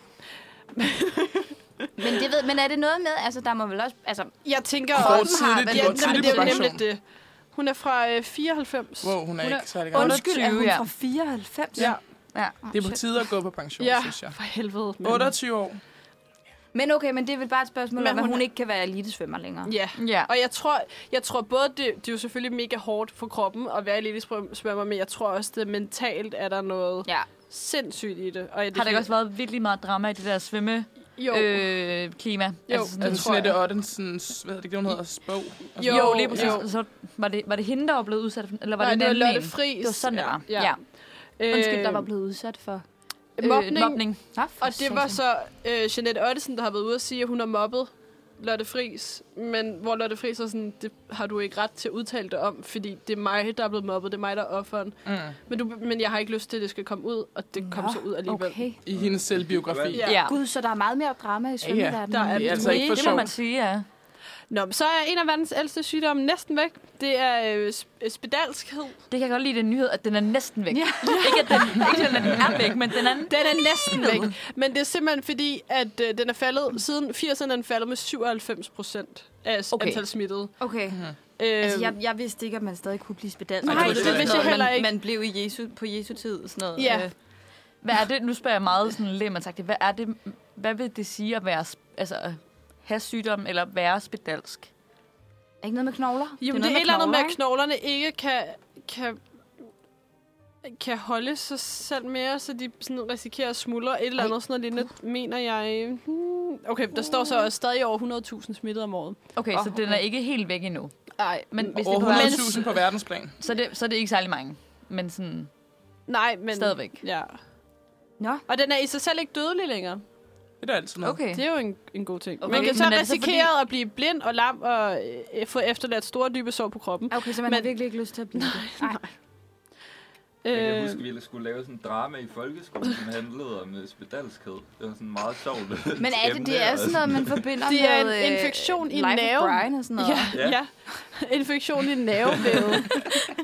S1: Men, det ved, men er det noget med, altså der må vel også, altså
S3: Jeg tænker
S5: Hun går
S3: også...
S5: tidligt,
S1: vel-
S5: hun
S3: Ja,
S5: går
S1: nej,
S3: nej,
S5: tidligt
S3: det er
S5: på
S3: jo
S5: pension.
S3: nemlig det. Hun er fra øh, 94.
S5: Wow, hun er
S4: Hun er
S5: ikke særlig gammel.
S1: undskyld, er hun
S4: 28, ja.
S1: fra 94?
S5: Ja,
S4: Ja.
S5: det er på tide at gå på pension,
S3: Ja,
S5: synes jeg.
S3: for helvede. men-
S5: 28 år.
S1: Men okay, men det er vel bare et spørgsmål
S3: Men
S1: om, at
S3: hun
S1: hun
S3: er-
S1: ikke kan være elitesvømmer længere.
S3: Ja.
S4: Ja.
S3: Og jeg tror, jeg tror både, det, det er jo selvfølgelig mega hårdt for kroppen at være elitesvømmer, men jeg tror også, det mentalt er der noget
S1: Ja.
S3: sindssygt i det. Og det
S4: Har der ikke også været virkelig meget drama i det der svømme
S3: Jo, øh,
S4: øh, klima?
S3: Jo,
S5: Altså
S3: tror jeg.
S5: Slette Ottensens, hvad hedder det, det hun hedder, spog. Altså-
S4: jo,
S5: Og sådan
S4: jo,
S5: noget.
S4: lige præcis.
S3: jo.
S4: Jo. Så var det, var det hende, der var blevet udsat for Eller var
S3: nej,
S4: det,
S3: det var
S4: en anden
S3: Lotte
S4: en?
S3: Friis.
S4: Det var sådan, det var.
S3: Ja.
S4: Ja. ja.
S1: Undskyld, der var
S3: Øh,
S1: blevet udsat for...
S3: mobning.
S4: Øh, mobning.
S1: Ah,
S3: Og det var så øh, Jeanette Ottesen, der har været ude og sige, at hun har mobbet Lotte Friis. Men hvor Lotte Friis er sådan, det har du ikke ret til at udtale dig om, fordi det er mig, der er blevet mobbet, det er mig, der er offeren.
S5: Mm.
S3: Men, du, men jeg har ikke lyst til, at det skal komme ud, og det kom
S1: Nå,
S3: så ud alligevel.
S1: Okay.
S5: I hendes selvbiografi.
S3: Ja.
S4: Ja.
S1: Gud, så der er meget mere drama i svømmeverdenen.
S3: der er
S5: Det er altså ikke for
S4: Det må man
S5: sjovt.
S4: sige, ja.
S3: Nå, men så er en af verdens ældste sygdomme næsten væk. Det er øh, sp- spedalskhed.
S4: Det kan jeg godt lide, den nyhed, at den er næsten væk. Ja. ikke, at den, ikke at den er væk, men den er...
S3: Den er næsten væk. Men det er simpelthen fordi, at øh, den er faldet, siden 80'erne er den faldet med 97 procent af okay.
S4: Okay.
S3: antal smittede.
S1: Okay.
S3: Øh,
S1: Altså, jeg, jeg vidste ikke, at man stadig kunne blive spedalsk.
S5: Nej, det vidste jeg
S3: heller
S1: man,
S3: ikke.
S1: Man blev i Jesu, på Jesu tid sådan noget.
S3: Ja.
S1: øh,
S4: Hvad er det? Nu spørger jeg meget sådan lemmertagtigt. Hvad, er det, hvad vil det sige at være, sp- altså, at have sygdom eller være spedalsk?
S1: er ikke noget med knogler?
S3: Jamen, det er,
S1: noget
S3: et eller andet med, at
S1: ikke?
S3: knoglerne ikke kan, kan, kan holde sig selv mere, så de sådan risikerer at smuldre. Et eller andet sådan noget lignende, mener jeg. Hmm. Okay, der står så også stadig over 100.000 smittede om året.
S4: Okay, oh, så den er ikke helt væk endnu.
S3: Nej,
S4: Men hvis det
S5: Over
S4: er på vej,
S5: 100.000 på verdensplan.
S4: så er det, så er det ikke særlig mange. Men sådan,
S3: nej, men...
S4: Stadigvæk.
S3: Ja.
S1: Nå.
S3: Og den er i sig selv ikke dødelig længere.
S5: Det er altid noget.
S4: okay.
S3: Det er jo en, en god ting. Okay,
S4: Okay,
S3: Man kan
S4: men
S3: så
S4: er det så
S3: risikere fordi... at blive blind og lam og øh, få efterladt store dybe sår på kroppen.
S1: Okay, så man
S3: Men-
S1: har virkelig ikke lyst til at blive det. Nej.
S2: Jeg
S3: Øh,
S2: kan
S1: øh,
S2: huske, at vi skulle lave sådan en drama i folkeskolen, som handlede om øh, spedalskhed. Det var sådan meget sjovt.
S1: Men er det, det er sådan noget, man forbinder
S3: Det er en
S1: med... øh,
S3: infektion i
S1: Life of
S3: nerven.
S1: Brian og sådan noget.
S3: Ja,
S2: Ja.
S3: ja. Infektion i nervevævet,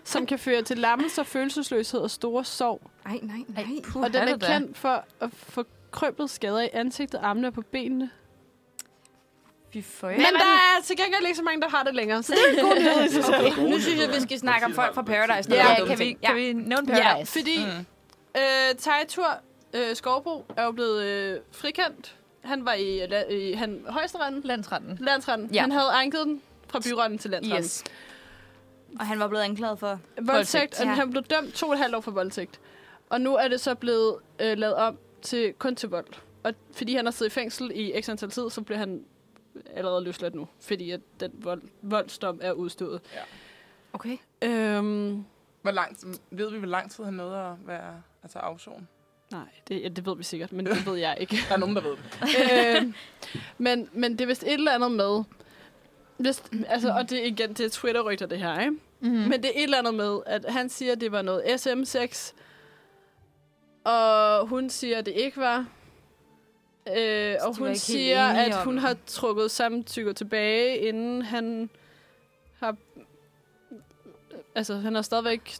S3: som kan føre til lammelse, følelsesløshed og store sår.
S1: Ej, nej, nej.
S4: Ej, puh,
S3: Og den er
S4: det da.
S3: kendt for at få krøblet skader i ansigtet, armene og på benene.
S4: Fy for
S3: Men der er til gengæld ikke så mange, der har det længere. Så det er en god nyhed i sig selv.
S1: Okay, nu synes jeg, vi skal snakke om folk fra Paradise.
S3: Ja,
S1: der er
S4: Ja,
S1: dumme
S4: kan vi,
S1: ting.
S4: kan vi nævne
S3: Ja,
S4: Paradise?
S3: fordi
S5: Mm.
S3: øh, Tejtur øh, Skovbro er jo blevet øh, frikendt. Han var i, øh, la- i han, højesteretten,
S4: Landsretten.
S3: landsretten. Ja.
S4: Ja.
S3: Han havde anket den fra byretten til landsretten.
S4: Yes.
S1: Og han var blevet anklaget for...
S3: Voldtægt,
S4: Voldtægt,
S3: og
S1: ja.
S3: han blev dømt to og et halvt år for voldtægt. Og nu er det så blevet øh, lavet om til kun til vold. Og fordi han har siddet i fængsel i x antal tid, så bliver han allerede løsladt nu. Fordi at den vold, voldsdom er udstået.
S1: Okay.
S3: Øhm,
S5: Hvor langt, ved vi, hvor lang tid han nåede at være altså afsoven?
S3: nej, det, ja, det ved vi sikkert, men det ved jeg ikke.
S5: Der er nogen, der ved det.
S3: øhm, men, men det er vist et eller andet med... Hvis, altså, og det er igen, det er Twitter-rygter, det her, ikke?
S1: Mm.
S4: Mm-hmm.
S3: Men det er et eller andet med, at han siger, at det var noget SM-sex, og hun siger, at det ikke var. Øh, og
S1: de var
S3: hun
S1: ikke helt
S3: siger,
S1: enige
S3: at
S1: om
S3: hun
S1: det.
S3: har trukket samtykket tilbage, inden han har... Altså, han har stadigvæk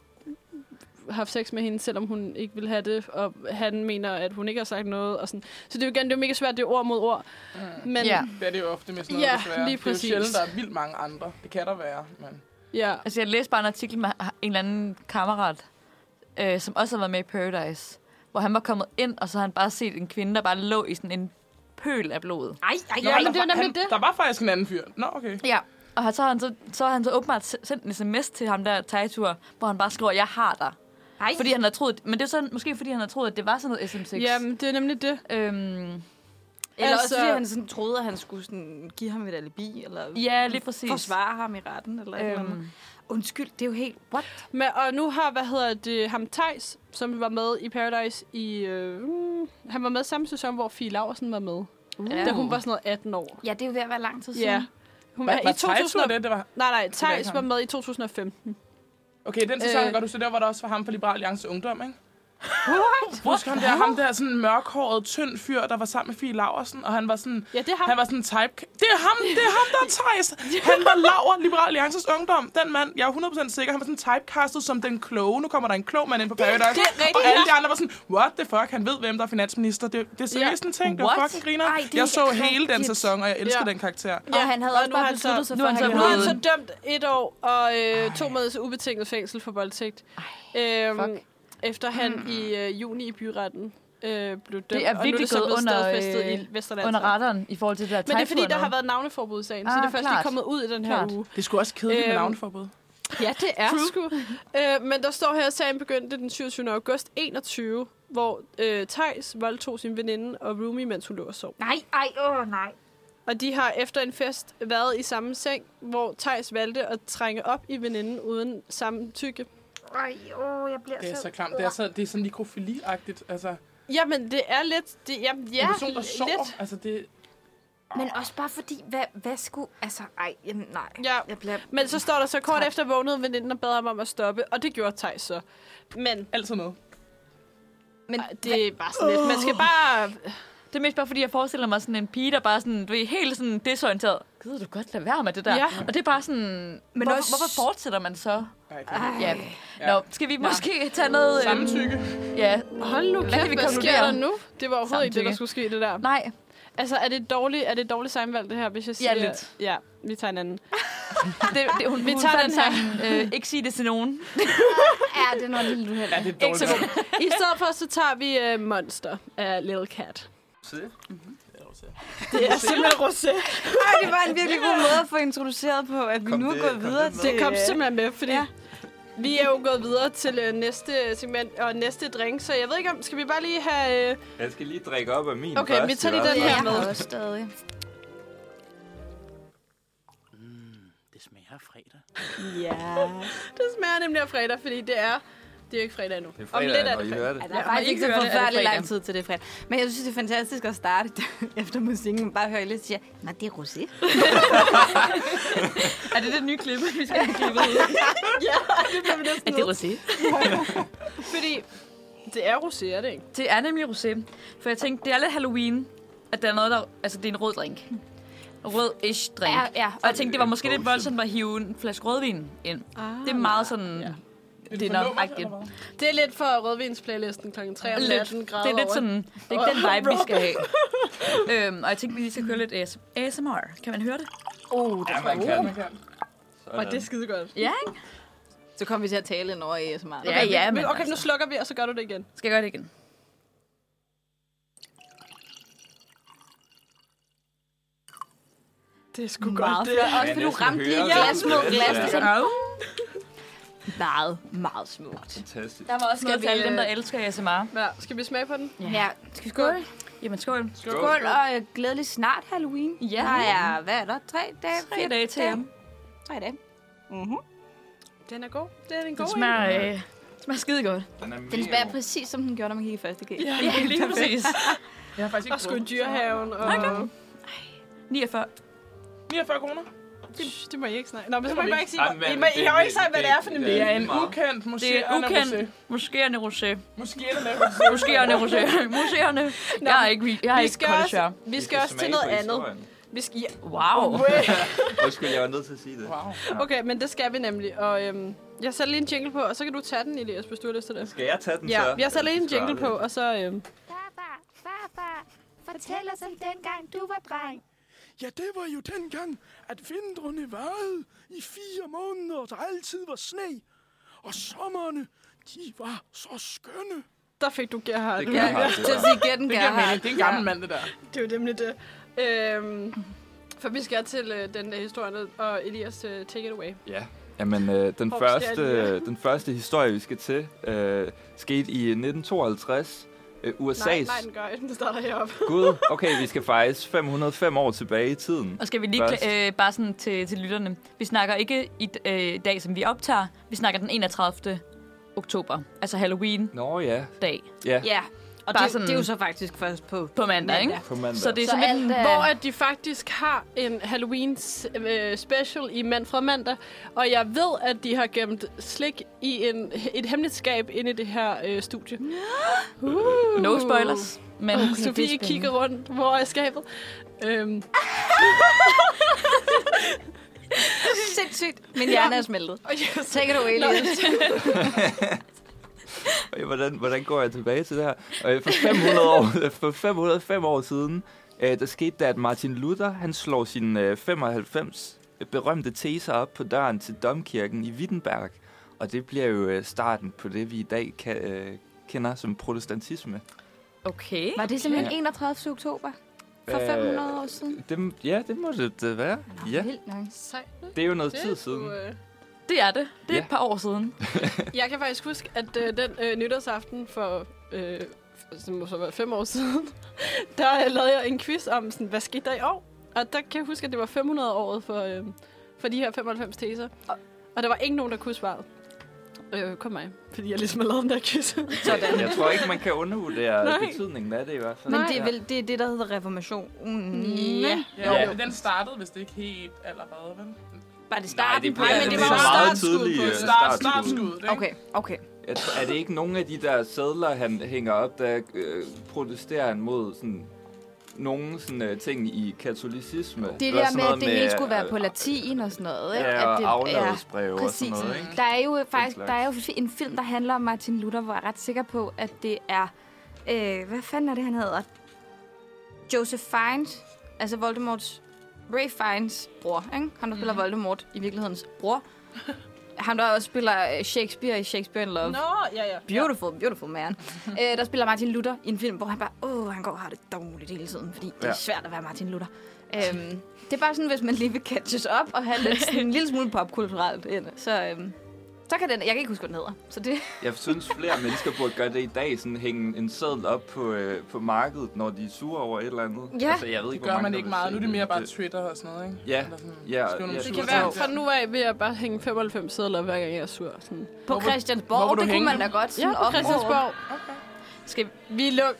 S3: haft sex med hende, selvom hun ikke vil have det, og han mener, at hun ikke har sagt noget. Og sådan. Så det er jo igen, det er jo mega svært, det er ord mod ord.
S5: Mm.
S3: Men
S4: Ja.
S3: ja.
S5: Det er det jo ofte med sådan noget,
S3: Ja,
S5: desværre.
S3: lige
S5: Det
S3: præcis.
S5: er jo sjældent, der er vildt mange andre. Det kan der være, men...
S3: ja.
S4: Altså, jeg læste bare en artikel med en eller anden kammerat, øh, som også har været med i Paradise, hvor han var kommet ind, og så har han bare set en kvinde, der bare lå i sådan en pøl af blod.
S1: Ej, ej,
S5: Nå,
S1: ej.
S3: det
S5: der
S3: var
S5: var-
S3: nemlig
S5: han,
S3: det.
S5: Der var faktisk en anden fyr. Nå, okay.
S4: Ja. Og har- så har han så, så, har han så åbenbart se- sendt en sms til ham der Tejtur, hvor han bare skriver, jeg har dig.
S1: Ej.
S4: Fordi han har troet, men det er så måske fordi han har troet, at det var sådan noget SM6.
S3: Jamen, det er nemlig det.
S4: Øhm,
S1: Eller
S3: Altså-
S1: også fordi han sådan troede, at han skulle sådan give ham et alibi, eller
S4: ja, lige præcis.
S1: forsvare ham i retten, eller øhm. et eller andet.
S4: Øhm,
S1: Undskyld, det er jo helt... What?
S3: Men, og nu har, hvad hedder det, ham Thijs, som var med i Paradise i... Øh, mm, han var med samme sæson, hvor Fie Laversen var med. Uh. Da hun var sådan noget 18 år.
S1: Ja, det er jo ved at være lang tid siden.
S3: Ja. Hun
S5: Var,
S3: var,
S5: var
S3: i 2000...
S5: det, det var...
S3: Nej, nej,
S5: var ikke
S3: Thijs
S5: ham.
S3: var med i 2015.
S5: Okay, den sæson
S3: Øh.
S5: øh. gør du så der, hvor der også var ham fra Liberal Alliance Ungdom, ikke?
S1: What?
S5: Husk ham der, ham der sådan mørkhåret, tynd fyr, der var sammen med Fie Laversen, og han var sådan...
S3: Ja, det har
S5: Han var sådan type... Det er ham, det er ham, der er Thijs. Han var Laver, Liberal Alliances Ungdom. Den mand, jeg er 100% sikker, han var sådan typecastet som den kloge. Nu kommer der en klog mand ind på Paradise.
S3: det er rigtigt,
S5: og alle de andre var sådan, what the fuck, han ved, hvem der er finansminister. Det, det er seriøst en ting, det var
S4: What?
S5: fucking griner.
S1: Ej, det er
S5: jeg så
S1: rigtigt.
S5: hele den sæson, og jeg elsker
S3: Ja.
S5: den karakter.
S1: Ja, og han havde
S3: og
S1: også
S3: nu har
S1: bare
S3: han så-
S1: besluttet sig
S4: nu
S1: for,
S4: er han så
S1: at
S3: Nu er han
S1: ville-
S3: så dømt et år og øh, to måneders ubetinget fængsel for voldtægt. Øhm,
S4: fuck.
S3: efter han i øh, juni i byretten øh, blev dømt.
S4: Det er
S3: og nu er
S4: virkelig
S3: det så
S4: gået
S3: blevet
S4: under,
S3: stadfæstet i
S4: øh,
S3: Vesterland.
S4: Under retteren i forhold til det der
S3: altså. Men det er fordi,
S4: typefoder
S3: der har
S4: noget.
S3: været navneforbud i sagen, så
S4: Ah,
S3: det er først lige
S4: klart.
S3: kommet ud i den her
S4: Klart.
S3: uge.
S5: Det skulle også kedeligt øhm, med
S3: Øhm,
S5: navneforbud.
S3: Ja, det er sgu. Øh, men der står her, at sagen begyndte den 27. august 21, hvor øh, Tejs voldtog sin veninde og roomie, mens hun lå og sov.
S1: Nej, ej, åh oh, nej.
S3: Og de har efter en fest været i samme seng, hvor Tejs valgte at trænge op i veninden uden samtykke.
S1: Ej, åh, oh, jeg bliver
S5: Det er så klamt. Det er, så, det er sådan mikrofili-agtigt. Altså,
S3: Jamen, det er lidt... Det, jamen, ja,
S5: en person, der sover.
S3: lidt.
S5: Altså, det,
S1: Men også bare fordi, hvad, hvad skulle... Altså, ej, jamen, nej.
S3: Ja.
S1: Jeg bliver...
S3: Men så står der så kort
S1: Træt.
S3: efter vågnede veninden og bad ham om at stoppe, og det gjorde Tejs så. Men
S5: altid noget.
S1: Men
S3: ej, det er bare sådan lidt... Man skal bare...
S4: Det er mest bare fordi, jeg forestiller mig sådan en pige, der bare sådan, du er helt sådan desorienteret. Gider du godt lade være med det der?
S3: Ja.
S4: Og det er bare sådan, Men hvorfor,
S1: også-
S4: hvorfor fortsætter man så?
S5: Ej,
S3: Ah,
S5: okay.
S4: Ja.
S5: Ja.
S4: Nå, skal vi måske tage noget... øhm,
S5: Samtykke.
S4: ja.
S3: Hold nu
S4: Hvad
S3: kæft,
S4: kan vi
S3: hvad sker
S4: konkludere?
S3: der nu? Det var overhovedet ikke det,
S4: Samtykke.
S3: der skulle ske, det der.
S4: Nej,
S3: Altså, er det dårligt, er det dårligt sammenvalg, det her, hvis jeg siger...
S4: Ja, lidt.
S3: Ja, vi tager en anden.
S4: det, det, hun,
S3: Vi
S4: hun
S3: tager
S4: fandt
S3: den her.
S4: sangen, øh, ikke sig det til nogen.
S1: ja, det er noget lille uheld.
S5: Ja, det er
S3: Ikke så
S5: dårligt.
S3: god. I stedet for, så tager vi øh, Monster af Lil Cat.
S2: Se.
S3: Det er simpelthen rosé.
S1: Ej, det var en virkelig god måde at få introduceret på, at vi
S2: Kom
S1: nu er
S2: det-
S1: gået
S2: kom
S1: videre
S2: det med?
S1: til... øh,
S3: Det kom simpelthen med, fordi...
S1: Ja.
S3: Vi er jo gået videre til øh, næste segment og næste drink, så jeg ved ikke om... Skal vi bare lige have... Øh,
S2: Jeg skal lige drikke op af min
S3: Okay,
S2: først,
S3: vi tager lige
S2: i hvert
S3: den
S1: Ja, jeg
S2: fald.
S3: her med.
S1: har også stadig.
S2: Mm,
S6: Det smager af fredag.
S3: det smager nemlig af fredag, fordi det er... Det er jo ikke fredag endnu.
S2: Det er
S3: om
S2: fredag,
S3: lidt er
S2: når
S3: det
S2: I
S3: fredag.
S2: hører det.
S1: Ja, der er
S4: Ja, og
S1: faktisk
S4: I
S1: ikke så
S4: kan høre det, er det
S1: forfærdelig
S4: fredag.
S1: lang tid til det er fredag. Men jeg synes, det er fantastisk at starte efter musikken. Bare høre Elis sige, nej, det er rosé.
S4: Er det det nye klip, vi skal have klippet ud?
S3: Ja, det bliver vi næsten
S4: er
S3: nødt
S4: rosé?
S3: til, Fordi det er rosé, er det ikke?
S4: Det er nemlig rosé. For jeg tænkte, det er lidt Halloween, at der er noget, der... Altså, det er en rød drink. Rød-ish drink.
S1: Ja, ja.
S4: Og jeg tænkte, det var måske lidt voldsomt at hive en flaske rødvin ind.
S3: Ah.
S4: Det er meget sådan... Ja.
S5: Er
S4: Det er
S5: for
S4: nok
S5: lummert,
S4: rigtigt.
S5: eller hvad?
S3: Det er lidt for rødvinsplaylisten kl. 3 om
S4: Lidt.
S3: natten.
S4: Det er lidt sådan... Det er ikke den vibe, vi skal have. øhm, og jeg tænkte, vi lige skal køre lidt AS- ASMR. Kan man høre det?
S3: Uh,
S1: Oh, det
S2: Ja, man
S5: Ja,
S2: kan.
S5: man kan.
S2: Sådan.
S3: Og det er skide godt.
S4: Ja, ikke?
S1: Så kom vi til at tale ind over ASMR.
S4: Ja, ja, men
S3: Men okay, nu
S4: altså.
S3: slukker vi, og så gør du det igen.
S4: Skal jeg gøre det igen?
S3: Det er sgu
S1: Meget flot. Også fordi
S2: Ja,
S1: du
S2: næsten
S1: ramte lige
S2: høre
S1: glas
S2: det.
S1: små glas.
S2: Ja.
S1: Det er sådan, meget, meget smukt.
S2: Fantastisk.
S4: Der var også
S3: Skal
S4: noget til
S3: vi,
S4: alle dem,
S3: øh,
S4: der elsker ASMR.
S3: Ja, skal vi smage på den?
S1: Ja, skal vi skåle?
S4: Jamen, skål.
S1: Skål, og øh, glædelig snart Halloween.
S4: Ja.
S1: Der er, hvad er der, tre dage?
S4: Tre
S1: Fire
S4: dage til jer.
S1: Tre dage.
S3: Den er god. Den er en god
S4: Det
S3: en.
S4: smager, øh, det smager skide godt.
S2: Den er
S1: Den
S2: mega
S1: smager
S2: god.
S1: præcis, som den gjorde, når man gik i første G.
S4: Ja, lige præcis.
S5: Jeg har faktisk
S3: Og sgu i
S5: ikke
S3: dyrehaven. Og...
S4: 49.
S5: 49 kroner.
S3: Det, det må I ikke snakke. Nå, men så må I
S5: må
S3: bare
S5: vi
S3: ikke sige,
S2: Ej, men
S3: I, må, I
S2: det-
S3: har jo ikke sagt, hvad det er for en
S2: det-
S5: Det er en
S2: lige meget.
S5: ukendt
S4: Det er
S5: museerne
S4: ukendt
S5: rosé.
S4: moskéerne rosé.
S5: Måske er det lavet rosé.
S4: Moskéerne rosé. Moskéerne. Jeg er ikke, jeg er
S3: Vi
S4: ikke
S3: skal,
S4: college
S3: også, vi skal
S2: kan
S3: også til
S2: smage
S3: noget
S2: på
S3: andet.
S2: historien.
S3: Vi skal, ja.
S4: Wow.
S2: Undskyld, jeg var nødt til at sige det.
S5: Wow.
S3: Okay, men det skal vi nemlig. Og øhm, jeg sætter lige en jingle på, og så kan du tage den, Elias, hvis du har lyst til det.
S2: Skal jeg tage den så?
S3: Ja, jeg sætter lige en
S2: Skal
S3: jingle på,
S2: aldrig.
S3: og så... Øhm,
S7: Farfar, farfar, fortæl os om dengang du var dreng.
S8: Ja, det var jo dengang, at vintrene varede i fire måneder, og der altid var sne. Og sommerne, de var så skønne.
S3: der fik du Gerhard.
S2: Det
S3: Det,
S2: kan jeg
S1: Ja, til at sige gætten,
S5: Det giver mening. Det er en gammel mand, det der.
S3: det er jo nemlig det. Øhm, for vi skal til øh, den der historie, og Elias, øh, take it away.
S2: Ja, jamen øh, den,
S3: Hvor
S2: første,
S3: ser de?
S2: øh, den første historie, vi skal til, øh, skete i 1952. Øh, USA's...
S3: Nej, nej, den gør ikke. Den starter heroppe.
S2: Gud, okay, vi skal faktisk 505 år tilbage i tiden.
S4: Og skal vi lige
S2: Først.
S4: kla- øh, bare sådan til, til lytterne. Vi snakker ikke i d- øh, dag, som vi optager. Vi snakker den 31. oktober. Altså Halloween-dag.
S2: Nå ja, ja.
S1: Ja, Og
S4: Bare
S1: det,
S4: sådan-
S1: det er jo så faktisk først på...
S4: På mandag, ikke?
S2: På mandag.
S4: Så det er
S3: Så
S4: så sådan
S3: alt,
S4: lidt...
S3: øh... Hvor at de faktisk har en Halloween s- øh, special i Mand fra Mandag. Og jeg ved, at de har gemt slik i en, et hemmeligt skab inde i det her øh, studie. Uh.
S4: No spoilers. Men
S3: Okay, Sofie Uh, kigger rundt, hvor er skabet. Øhm,
S1: Sindssygt. Min hjerne er smeltet.
S3: og jeg
S1: Take it away, Lille.
S2: Ej, hvordan, hvordan går jeg tilbage til det her? Øh, For 500 år, for 505 år siden, øh, der skete der, at Martin Luther, han slår sin øh, 95 berømte teser op på døren til domkirken i Wittenberg. Og det bliver jo øh, starten på det, vi i dag kan, øh, kender som protestantisme.
S4: Okay.
S1: Var det simpelthen 31. oktober? For
S2: Øh,
S1: 500 år siden?
S2: Det, ja, det må det, det være. Ja,
S1: Vildt nok.
S3: Sejt.
S2: det er jo noget
S3: Det
S2: tid
S3: er
S2: siden.
S3: sgu, øh,
S4: Det er det. Det er
S2: Ja.
S4: et par år siden.
S3: Jeg kan faktisk huske, at øh, den øh, nytårsaften for, øh, for- som må så være fem år siden, der øh, lavede jeg en quiz om, sådan, hvad skete der i år? Og der kan jeg huske, at det var 500-året for, øh, for de her 95 teser. Og, og der var ikke nogen, der kunne svaret. Øh, kun mig, fordi jeg ligesom har lavet den der quiz.
S2: Sådan. Jeg tror ikke, man kan undervurdere
S3: Nej.
S2: betydningen af det i hvert fald.
S1: Men
S3: Nej.
S1: det er vel det, er det der hedder reformationen.
S3: Ja.
S5: Ja,
S2: Ja.
S5: ja. Men den startede vist ikke helt allerede, vel?
S1: Var det starten?
S2: bliver-
S3: men det
S2: det er
S3: var jo
S2: meget
S3: startskuddet på
S2: tidligt.
S3: det.
S2: øh,
S5: Start,
S2: startskud.
S5: startskuddet, ikke?
S1: Okay, okay.
S2: Jeg tror, er det ikke nogen af de der sædler, han hænger op, der øh, protesterer han mod sådan nogle sådan, øh, ting i katolicisme?
S1: Det
S2: var
S1: der
S2: sådan
S1: med,
S2: noget
S1: at det hele skulle være
S2: øh,
S1: på latin og sådan noget. Ikke?
S2: Ja,
S1: at det,
S2: og afladsbreve og
S1: præcis.
S2: sådan noget, ikke?
S1: Der er jo faktisk
S2: slags.
S1: der er jo en film, der handler om Martin Luther, hvor jeg er ret sikker på, at det er... Øh, hvad fanden er det, han hedder? Joseph Fiennes, altså Voldemorts... Ray Fiennes bror, ikke? Han, der spiller
S3: Mhm.
S1: Voldemort, i virkelighedens bror. Han, der også spiller øh, Shakespeare i Shakespeare in Love.
S3: Nå, ja, ja.
S1: Beautiful, beautiful man. øh, der spiller Martin Luther i en film, hvor han bare, åh, han går og har det dårligt hele tiden, fordi det er
S2: Ja.
S1: svært at være Martin Luther. Øhm, det er bare sådan, hvis man lige vil catches op og have lidt, sådan, en lille smule popkulturelt ind, så, øhm, så kan den, jeg kan ikke huske, hvad den hedder. Så det,
S2: Jeg synes, flere mennesker burde gøre det i dag, sådan hænge en sædel op på, øh, på markedet, når de er sure over et eller andet.
S1: Ja.
S2: altså, jeg ved
S5: Det
S2: ikke, hvor
S5: gør
S2: mange,
S5: man
S2: der
S5: ikke
S2: vil
S5: meget.
S2: se
S5: Nu er det mere bare Twitter og sådan noget, ikke?
S2: Ja.
S5: Eller sådan,
S2: Ja,
S5: skrive nogle
S2: ja.
S3: Det
S5: sure
S3: kan være,
S5: ting.
S3: fra nu af vil jeg bare hænge 95 sædler, hver gang jeg er sur. Sådan.
S1: på
S5: Hvor vil- hvor
S1: Christiansborg,
S5: vil du
S1: det kunne
S5: hænge
S1: man da
S5: dem?
S1: godt
S3: Ja,
S1: sådan
S3: på
S1: op
S3: Christiansborg.
S1: Skal,
S3: Vi luk-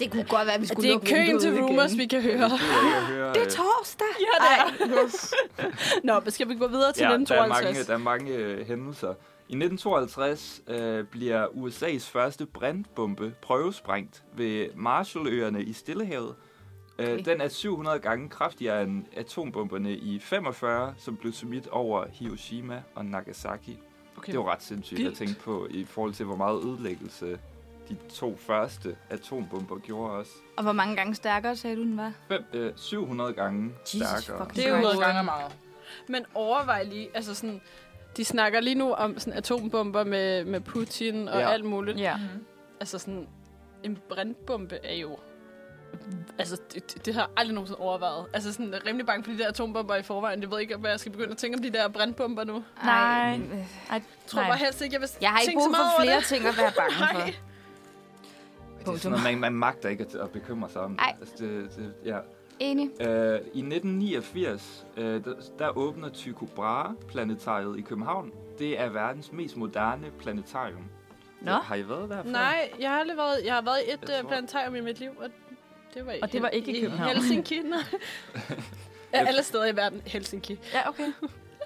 S1: det kunne godt være, at vi skulle
S3: det er
S1: lukke
S3: køen
S1: vinduet
S3: til
S1: igen.
S3: rumors, vi kan høre.
S2: Det gider jeg ikke at høre,
S1: Det er
S2: øh.
S1: torsdag.
S3: Ja, det er. Nå, men skal vi gå videre til ja,
S2: ja,
S3: den
S2: der er mange,
S3: 52?
S2: der er mange øh, hændelser. I 1952 øh, bliver USA's første brintbombe prøvesprængt ved Marshalløerne i Stillehavet. Okay. Øh, den er 700 gange kraftigere end atombomberne i 45, som blev smidt over Hiroshima og Nagasaki. Okay. Det var ret sindssygt Vildt. at
S3: Vildt.
S2: tænke på i forhold til, hvor meget ødelæggelse de to første atombomber gjorde os.
S1: Og hvor mange gange stærkere sagde du, den var?
S2: Fem, øh, 700 gange
S1: Jesus
S2: stærkere.
S1: fucking
S5: Det
S1: Christ.
S5: er jo noget gange meget.
S3: Men overvej lige, altså sådan, de snakker lige nu om sådan atombomber med, med Putin og
S2: Ja.
S3: ja. alt muligt.
S4: Ja.
S3: Altså sådan, en brintbombe er jo... Altså, det, det- det har jeg aldrig nogensinde overvejet. Altså sådan, jeg er rimelig bange for de der atombomber i forvejen. Jeg ved ikke, hvad jeg skal begynde at tænke om de der brintbomber nu. Jeg
S4: Nej.
S1: Ej, øh,
S3: tror
S4: Nej.
S3: bare helst ikke, jeg vil
S1: jeg har ikke
S3: tænke så
S1: brug
S3: meget
S1: for
S3: over
S1: flere
S3: det.
S1: ting at være bange for.
S3: Nej.
S2: Det er sådan noget, man, man magter ikke at, at bekymre sig om.
S1: Ej.
S2: Altså, det, det, ja.
S1: Enig.
S2: Øh, I 1989, øh, der, der åbner Tycho Brahe planetariet i København. Det er verdens mest moderne planetarium. Øh,
S4: Nå.
S2: Har I været der før?
S3: Nej, jeg har aldrig været, jeg har været i et
S2: Jeg tror-
S3: tror... planetarium i mit liv, og det var, i
S4: Og det var
S3: Hel-
S4: ikke i København.
S3: Helsinki, nej. Ja, alle steder i verden, Helsinki.
S4: Ja, okay.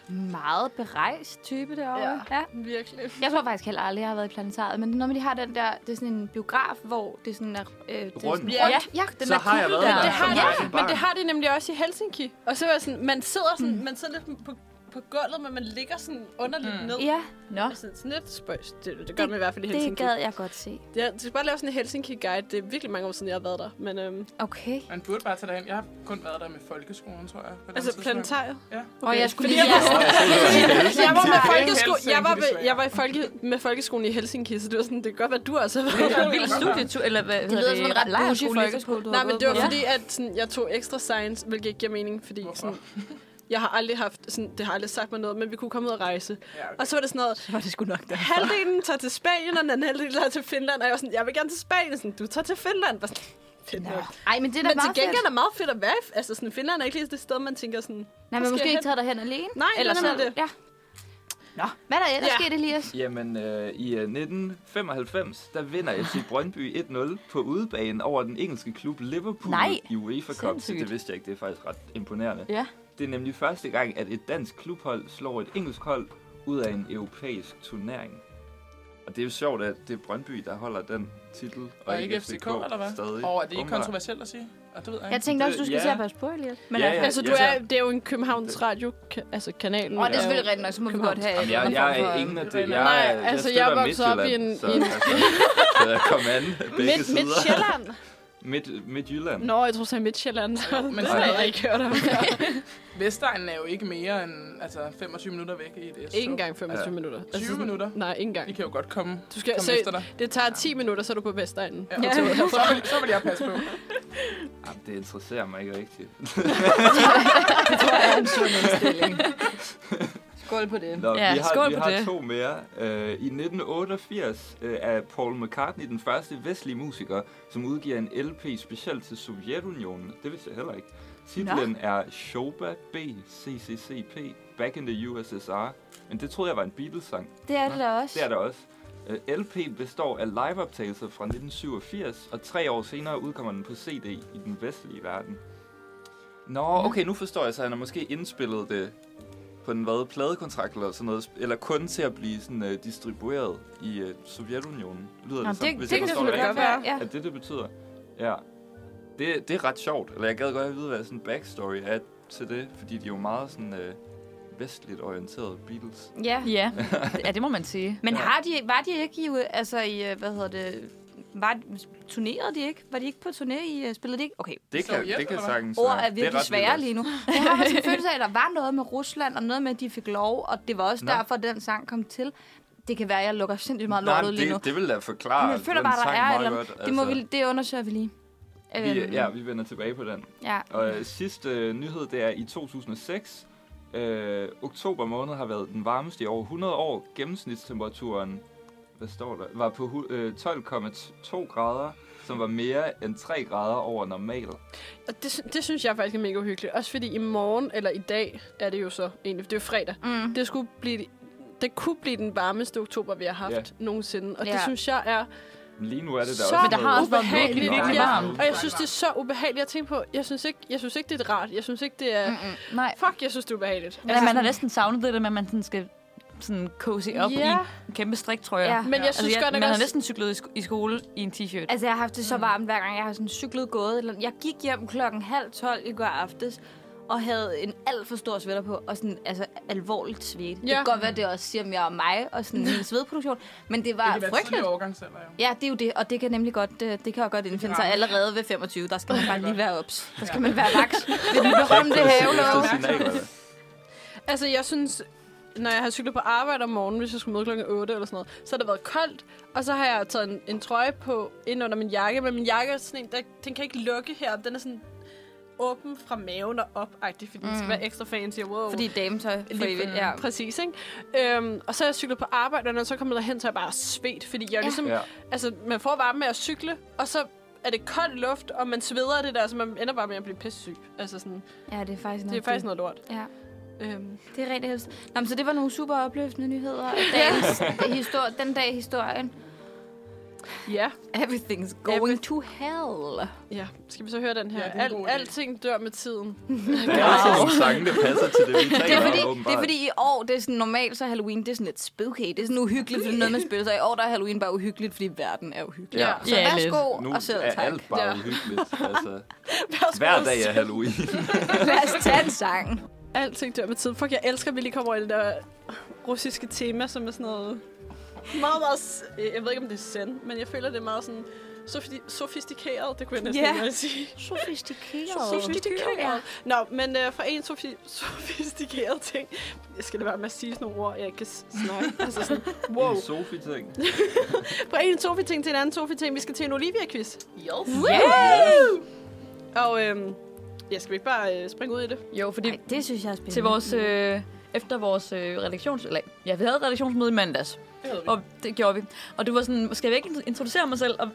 S1: Meget berejst type derovre. Ja. ja.
S3: Virkelig.
S1: Jeg tror faktisk heller aldrig, jeg har været i planetariet, men når man de har den der, det er sådan en biograf, hvor det sådan er... Øh, det er sådan
S2: Rundt.
S4: Ja.
S1: Ja, den
S2: Så
S1: er
S2: har jeg
S1: kuppel der.
S2: været der.
S3: Det har
S2: som-
S3: det,
S2: som
S3: men
S2: barn.
S3: det har det nemlig også i Helsinki. Og så var jeg sådan, man sidder sådan,
S5: Mm.
S3: man sidder lidt på, på gulvet, men man ligger sådan underligt mm. ned.
S1: Ja,
S4: Nå.
S3: Og sådan, sådan lidt spøjs. Det, det gør man i hvert fald i
S1: det
S3: Helsinki.
S1: gad jeg godt se.
S3: Det er, du skal bare lave sådan en Helsinki-guide. Det er virkelig mange år siden, jeg har været der. Men øhm,
S1: Okay.
S5: Man burde bare tage derhen. Jeg har kun været der med folkeskolen, tror jeg. på et eller andet
S3: altså,
S5: tidspunkt.
S3: planetariet.
S5: Ja.
S1: Og jeg skulle
S3: Fordi
S1: lige...
S3: jeg- Jeg var, med
S5: Det er
S3: folkesko-
S5: Helsinki,
S3: jeg var, ved,
S5: desværre.
S3: jeg var i folke- med folkeskolen i Helsinki, så det var sådan, det kan godt være, du også har været.
S4: Det er en vild studietur, eller hvad
S1: Det lyder som en ret bougie folkeskole, du har
S3: Nej, men
S1: gået
S3: det var
S1: på.
S3: fordi, at sådan, jeg tog ekstra science, hvilket ikke giver mening, fordi
S5: Hvorfor?
S3: sådan, jeg har aldrig haft, sådan, det har aldrig sagt mig noget, men vi kunne komme ud og rejse.
S5: Ja, okay.
S3: Og så var det sådan noget,
S1: Ja, det skulle nok der.
S3: halvdelen tager til Spanien, og den anden halvdelen tager til Finland, og jeg var sådan, jeg vil gerne til Spanien, sådan, du tager til Finland. Bare sådan, fedt nok.
S1: Ej, men det er da
S3: Men
S1: meget
S3: til gengæld er
S1: fedt.
S3: det meget fedt at være. i- Altså, sådan, Finland er ikke lige det sted, man tænker sådan...
S1: Nej,
S3: hvor
S1: men
S3: skal
S1: måske
S3: jeg
S1: ikke taget derhen alene.
S3: Nej,
S1: Eller
S3: nej, nej,
S1: selv.
S3: nej, det-
S1: Ja. Nå, hvad er der ellers
S3: Ja.
S1: ja. sket, Elias?
S2: Jamen, øh, i øh, 1995, der vinder FC Brøndby 1-0 på udebanen over den engelske klub Liverpool
S4: Nej,
S2: i UEFA Cup. Så
S4: sindssygt.
S2: det vidste jeg ikke, det er faktisk ret imponerende.
S4: Ja.
S2: Det er nemlig første gang, at et dansk klubhold slår et engelsk hold ud af en europæisk turnering. Og det er jo sjovt, at det er Brøndby, der holder den titel. Og,
S5: Og ikke FCK, eller hvad?
S2: Stadig.
S5: Og er det ikke
S2: Åbenbart.
S5: kontroversielt at sige? Og det ved jeg
S1: Jeg
S5: ikke.
S1: tænkte
S2: Det-
S1: også, du skal
S2: ja.
S1: til at passe på, Elias. Men
S2: Ja,
S1: altså-
S2: ja.
S3: Altså, du er, det er jo en Københavns Radio, ka- altså kanalen.
S1: Åh, det er
S3: jo-
S1: selvfølgelig rigtigt nok, så må vi godt have...
S2: Jamen, jeg,
S1: en
S2: jeg
S1: form
S2: er
S1: for-
S2: ingen af det. Jeg,
S3: Nej,
S2: jeg,
S3: altså, jeg
S2: støtter
S3: er vokset op i
S2: Midtjylland,
S3: en-
S2: Så,
S3: i en-
S2: altså, så jeg kom an begge
S3: Midt,
S2: sider.
S3: Midtjylland?
S2: Midt, Midtjylland.
S3: Nå, jeg tror, du sagde Midtjylland. Men det har
S5: sådan er
S3: jeg
S5: det.
S3: ikke hørt om.
S5: Vestegnen er jo ikke mere end altså, 25 minutter væk i det.
S3: Ikke engang 25 ja. minutter.
S5: 20
S3: sådan-
S5: minutter?
S3: Nej, ikke engang.
S5: Vi kan jo godt komme,
S3: Du skal,
S5: komme
S3: se,
S5: efter dig.
S3: det tager 10 minutter, så er du på Vestegnen.
S5: Ja, ja. Så, så, vil, så vil jeg passe på.
S2: Jamen, det interesserer mig ikke rigtigt.
S1: Skål på det.
S2: Nå,
S4: Øh, Ja,
S2: vi har,
S4: skål
S2: vi
S4: på
S2: har
S4: det.
S2: to mere. Øh, I 1988 øh, er Paul McCartney den første vestlige musiker, som udgiver en LP specielt til Sovjetunionen. Det vidste jeg heller ikke. Titlen er Shoba BCCCP Back in the USSR. Men det troede jeg var en Beatles-sang.
S1: Det er det da også.
S2: Det er der også. Øh, LP består af liveoptagelser fra 1987, og tre år senere udkommer den på CD i den vestlige verden. Nå, okay, nu forstår jeg så, at han har måske indspillet det på den hvad, pladekontrakt eller sådan noget, eller kun til at blive sådan, uh, distribueret i uh, Sovjetunionen. Lyder
S1: Nå,
S2: det, sådan,
S1: det, det
S2: jeg
S1: kan
S2: forstår
S1: selvfølgelig godt
S2: rigtigt?
S1: være. Ja.
S2: Er det, det betyder? Ja. Det, det er ret sjovt, eller jeg gad godt at vide, hvad sådan en backstory er til det, fordi de er jo meget sådan uh, vestligt orienteret Beatles.
S1: ja.
S4: Ja. ja, det må man sige.
S1: Men
S2: Ja.
S1: har de, var de ikke i, øh, altså i, øh, hvad hedder det, var, turnerede de ikke? Var de ikke på turné i, øh, spillede de ikke? Okay,
S2: Det kan,
S5: Sovjet,
S2: det kan
S5: eller hvad?
S2: sagtens
S1: ord
S2: være.
S1: er
S2: Altså, Det
S1: virkelig
S2: ret vildt altså.
S1: svære
S2: også.
S1: lige nu. Jeg har også en følelse af, at der var noget med Rusland, og noget med, at de fik lov, og det var også
S2: Nå.
S1: derfor, den sang kom til. Det kan være, at jeg lukker sindssygt meget lort
S2: Nej,
S1: ud
S2: men
S1: lige nu.
S2: det, det vil da forklare.
S1: Men jeg føler
S2: den
S1: bare, der
S2: sang
S1: er et
S2: meget
S1: eller andet.
S2: godt, altså.
S1: Det, må vi, det undersøger vi lige. Øhm,
S2: vi, ja, vi vender tilbage på den.
S1: ja.
S2: Og øh, sidste øh, nyhed, det er i 2006. Øh, oktober måned har været den varmeste i over 100 år. Gennemsnitstemperaturen, hvad står der, var på hu- øh, 12,2 grader, som var mere end 3 grader over normal.
S3: Og det, sy- det synes jeg faktisk er mega hyggeligt. Også fordi i morgen, eller i dag, er det jo så egentlig, for det er jo fredag.
S1: Mm.
S3: Det, skulle blive, det kunne blive den varmeste oktober, vi har haft
S2: Ja.
S3: nogensinde. Og ja.
S1: Ja.
S3: det synes jeg er...
S2: Men Lige nu er det da
S3: Så-
S2: også
S3: Men der
S4: har også været
S2: virkelig,
S4: virkelig, virkelig varmt.
S3: Og jeg synes, det er så ubehageligt at tænke på. Jeg synes ikke, jeg synes ikke det er rart. Jeg synes ikke, det er... Mm-mm.
S4: Nej.
S3: Fuck, jeg synes, det er ubehageligt.
S4: Altså, man har næsten savnet det der med, at man sådan skal sådan cozy op
S3: Ja.
S4: i en kæmpe striktrøjer.
S1: Ja.
S4: Ja.
S3: Men jeg
S4: Altså,
S3: synes
S4: jeg,
S3: godt
S4: man
S3: nok
S4: har
S3: også...
S4: næsten cyklet i, sko- i skole i en t-shirt.
S1: Altså, jeg har haft det så varmt, hver gang jeg har sådan cyklet gået. Eller jeg gik hjem klokken halv tolv i går aftes, og havde en alt for stor sweater på, og sådan altså, alvorligt svet. Ja. Det
S3: Ja.
S1: kan godt være, det også siger mere om mig, og sådan min svedproduktion. Men det
S5: Det
S1: var
S5: kan være
S1: frygteligt.
S5: tidlig overgangsalder, jo.
S1: Ja, det er jo det, og det kan nemlig godt, øh, det kan jo godt indfinde sig
S5: ramme.
S1: allerede ved 25. Der skal man bare lige være ops. Der skal
S5: Ja.
S1: man være vaks ved den berømte havelov.
S3: Altså, jeg synes, når jeg har cyklet på arbejde om morgenen, hvis jeg skulle møde klokken 8 eller sådan noget, så har det været koldt, og så har jeg taget en, en trøje på ind under min jakke, men min jakke er sådan en, der, den kan ikke lukke herop. Den er sådan åben fra maven og op fordi mm. den skal være ekstra fancy. Wow.
S1: Fordi dametøj for
S3: Lige
S1: evigt, ja.
S3: Præcis, ikke? Øhm, og så har jeg cyklet på arbejde, og når jeg så kommer derhen, så er jeg bare svedt, fordi jeg ja. ligesom...
S2: Ja.
S3: Ja. Altså, man får varme med at cykle, og så er det kold luft, og man sveder af det der, så man ender bare med at blive pissesyg. Altså sådan,
S1: Ja, det er faktisk
S3: det er
S1: noget.
S3: faktisk noget lort.
S1: Ja,
S3: Øhm,
S1: det er rigtig helst. Nå, men så det var nogle super opløftende nyheder. Og Dagens, histori- den dag i historien.
S3: ja.
S1: Everything's going to hell.
S3: Ja, skal vi så høre den her?
S5: Ja,
S3: Ja,
S5: det er en
S3: Al,
S5: god idé.
S3: alting dør med tiden.
S2: Det er altså nogle sange, der passer til det, vi taler
S1: Det er, fordi,
S2: om,
S1: det
S2: åbenbart.
S1: er fordi i år, det er sådan normalt, så er Halloween, det er sådan lidt spooky. Det er sådan uhyggeligt, fordi noget man spiller. Så i år, der er Halloween bare uhyggeligt, fordi verden er uhyggelig.
S2: Ja.
S1: Så
S4: Ja, lidt.
S1: værsgo,
S2: Nu
S1: og selv
S2: er
S1: tak.
S2: alt bare
S3: Ja.
S2: uhyggeligt. Altså,
S3: Værsgo.
S2: hver dag er Halloween.
S1: Lad os tage en sang.
S3: Alting dør med tiden. Fuck, jeg elsker, at vi lige kommer over i det der russiske tema, som er sådan noget... Meget, meget... s- øh, Jeg ved ikke, om det er sand, men jeg føler, det er meget sådan... sofi- Sofistikeret, det kunne jeg næsten
S1: Ja.
S3: yeah. ikke engang sige.
S1: Sofistikeret.
S3: Sofistikeret.
S1: Ja.
S3: Nå, men øh, for en sofi- sofistikeret ting... Jeg skal det være med at sige sådan nogle ord, jeg ikke kan s- snakke. altså sådan, wow.
S2: En Sophie-ting.
S3: Fra en Sofie-ting til en anden Sofie-ting. Vi skal til en Olivia-quiz. Og øhm, ja, skal vi ikke bare øh, springe ud i det?
S4: Jo, fordi
S1: Ej, det synes jeg er spændende.
S4: til vores, øh, efter vores øh, redaktions... Eller, ja, vi havde et redaktionsmøde i mandags.
S5: Det havde vi.
S4: Og det gjorde vi. Og du var sådan, skal vi ikke introducere mig selv? Og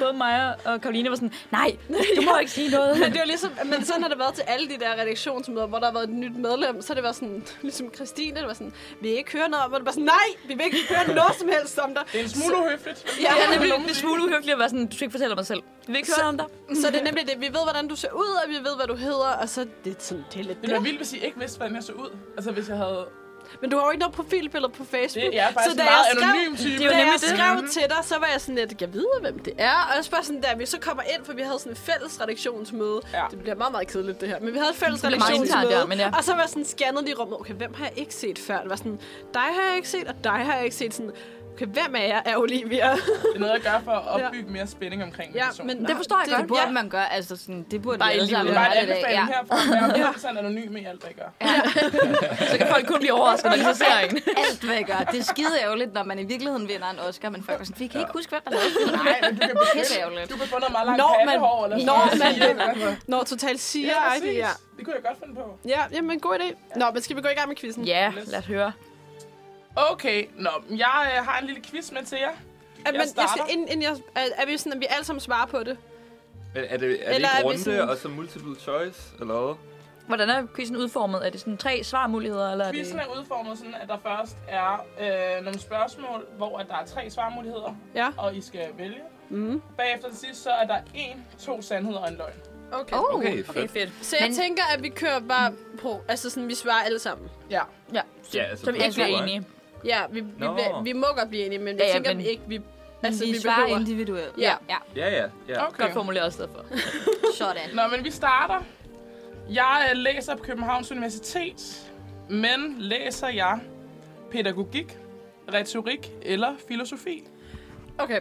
S4: både mig og- og Karoline var sådan, nej, du må ikke sige noget.
S3: Men det var ligesom, men sådan har det været til alle de der redaktionsmøder, hvor der har været et nyt medlem. Så har det var sådan, ligesom Christine, det var sådan, vi ikke høre noget om, og det var sådan, nej, vi vil ikke høre noget som helst om dig.
S5: Det er en smule uhøfligt.
S3: Ja,
S4: Ja, det ville en smule uhyggeligt at være sådan, du skal ikke fortælle om dig selv. Vi vil ikke høre om dig.
S3: så det er nemlig det, vi ved, hvordan du ser ud, og vi ved, hvad du hedder, og så er det er sådan, det er lidt
S5: Det var
S3: det.
S5: vildt, hvis I ikke vidste, hvordan jeg så ud. Altså, hvis jeg havde...
S3: Men du har jo ikke noget profilbillede på Facebook.
S5: Det, jeg er faktisk
S3: da
S5: en meget
S3: jeg skrev-
S5: anonym type.
S4: Det er
S3: da
S4: jo
S3: jeg
S4: nemlig det. Mhm.
S3: skrev til dig, så var jeg sådan lidt, jeg ved, hvem det er. Og så var sådan, da vi så kommer ind, for vi havde sådan et fælles redaktionsmøde.
S5: Ja.
S3: Ja. Det bliver meget, meget kedeligt, det her. Men vi havde et fælles
S4: Det bliver meget
S3: redaktionsmøde.
S4: internt, ja, men ja.
S3: Og så var jeg sådan scannet lige rummet. Okay, hvem har jeg ikke set før? Det var sådan, dig har jeg ikke set, og dig har jeg ikke set. Sådan, okay, hvem af jer er Olivia?
S5: Det er noget, jeg gør for at opbygge mere spænding omkring min
S3: ja,
S5: person.
S3: men
S4: Det forstår jeg
S1: Det
S4: godt.
S1: burde
S3: Ja.
S1: man gøre, altså sådan, det burde
S4: Bare
S1: vi
S4: i
S1: alle sammen
S5: det er
S4: livet.
S1: gøre
S5: bare en
S1: i dag.
S5: anbefaling
S1: Ja.
S5: herfra. Vær 100% anonym i alt, hvad I gør.
S4: Så kan folk kun blive overrasket, når de så ser en.
S1: Alt, hvad jeg gør. Det er skide ærgerligt, når man i virkeligheden vinder en Oscar, men folk er sådan, vi kan ikke huske, hvad der lavede.
S5: Nej, men du kan
S1: Pisse ærgerligt.
S5: Du kan få noget meget langt
S3: Når man-
S5: pandehår, eller sådan
S3: når
S5: noget.
S3: man-
S5: Altså,
S3: Når totalt siger,
S5: Ja,
S3: ja,
S5: præcis.
S3: ja.
S5: Det kunne jeg godt finde på.
S3: Ja, jamen god idé. Nå, men skal vi gå i gang med quizzen?
S4: Ja, lad os høre.
S5: Okay, nå, men jeg øh, har en lille quiz med til jer.
S3: Er, men, jeg skal,
S5: starter.
S3: inden, inden jeg, er, er, vi sådan, at vi alle sammen svarer på det?
S2: Men er det, er det
S3: Eller er
S2: ikke
S3: vi
S2: runde
S3: sådan-
S2: og så multiple choice, eller hvad?
S4: Hvordan er quizzen udformet? Er det sådan tre svarmuligheder, eller er det...
S5: Quizzen er udformet sådan, at der først er øh, nogle spørgsmål, hvor at der er tre svarmuligheder,
S3: Ja.
S5: og I skal vælge.
S3: Mm.
S5: Bagefter til sidst, så er der én, to sandheder og en løgn.
S3: Okay.
S1: Oh,
S2: Okay, fedt.
S4: fedt.
S3: Så jeg
S4: Men-
S3: tænker, at vi kører bare på... Altså sådan, vi svarer alle sammen.
S5: Ja.
S4: Ja,
S2: Ja, altså,
S4: så vi ikke bliver enige.
S3: Ja, vi, vi,
S2: Nå.
S3: bliver, vi må godt blive enige, men jeg
S4: Ja, ja,
S3: tænker,
S4: men-
S3: vi ikke... Vi,
S1: Altså,
S3: altså,
S1: vi,
S3: vi,
S1: vi svarer
S3: behøver...
S1: individuelt.
S3: Ja.
S1: ja.
S2: Ja, ja, ja.
S5: Okay.
S4: Godt formuleret i stedet for.
S1: Sådan.
S5: Nå, men vi starter. Jeg øh, læser på Københavns Universitet, men læser jeg pædagogik, retorik eller filosofi?
S3: Okay.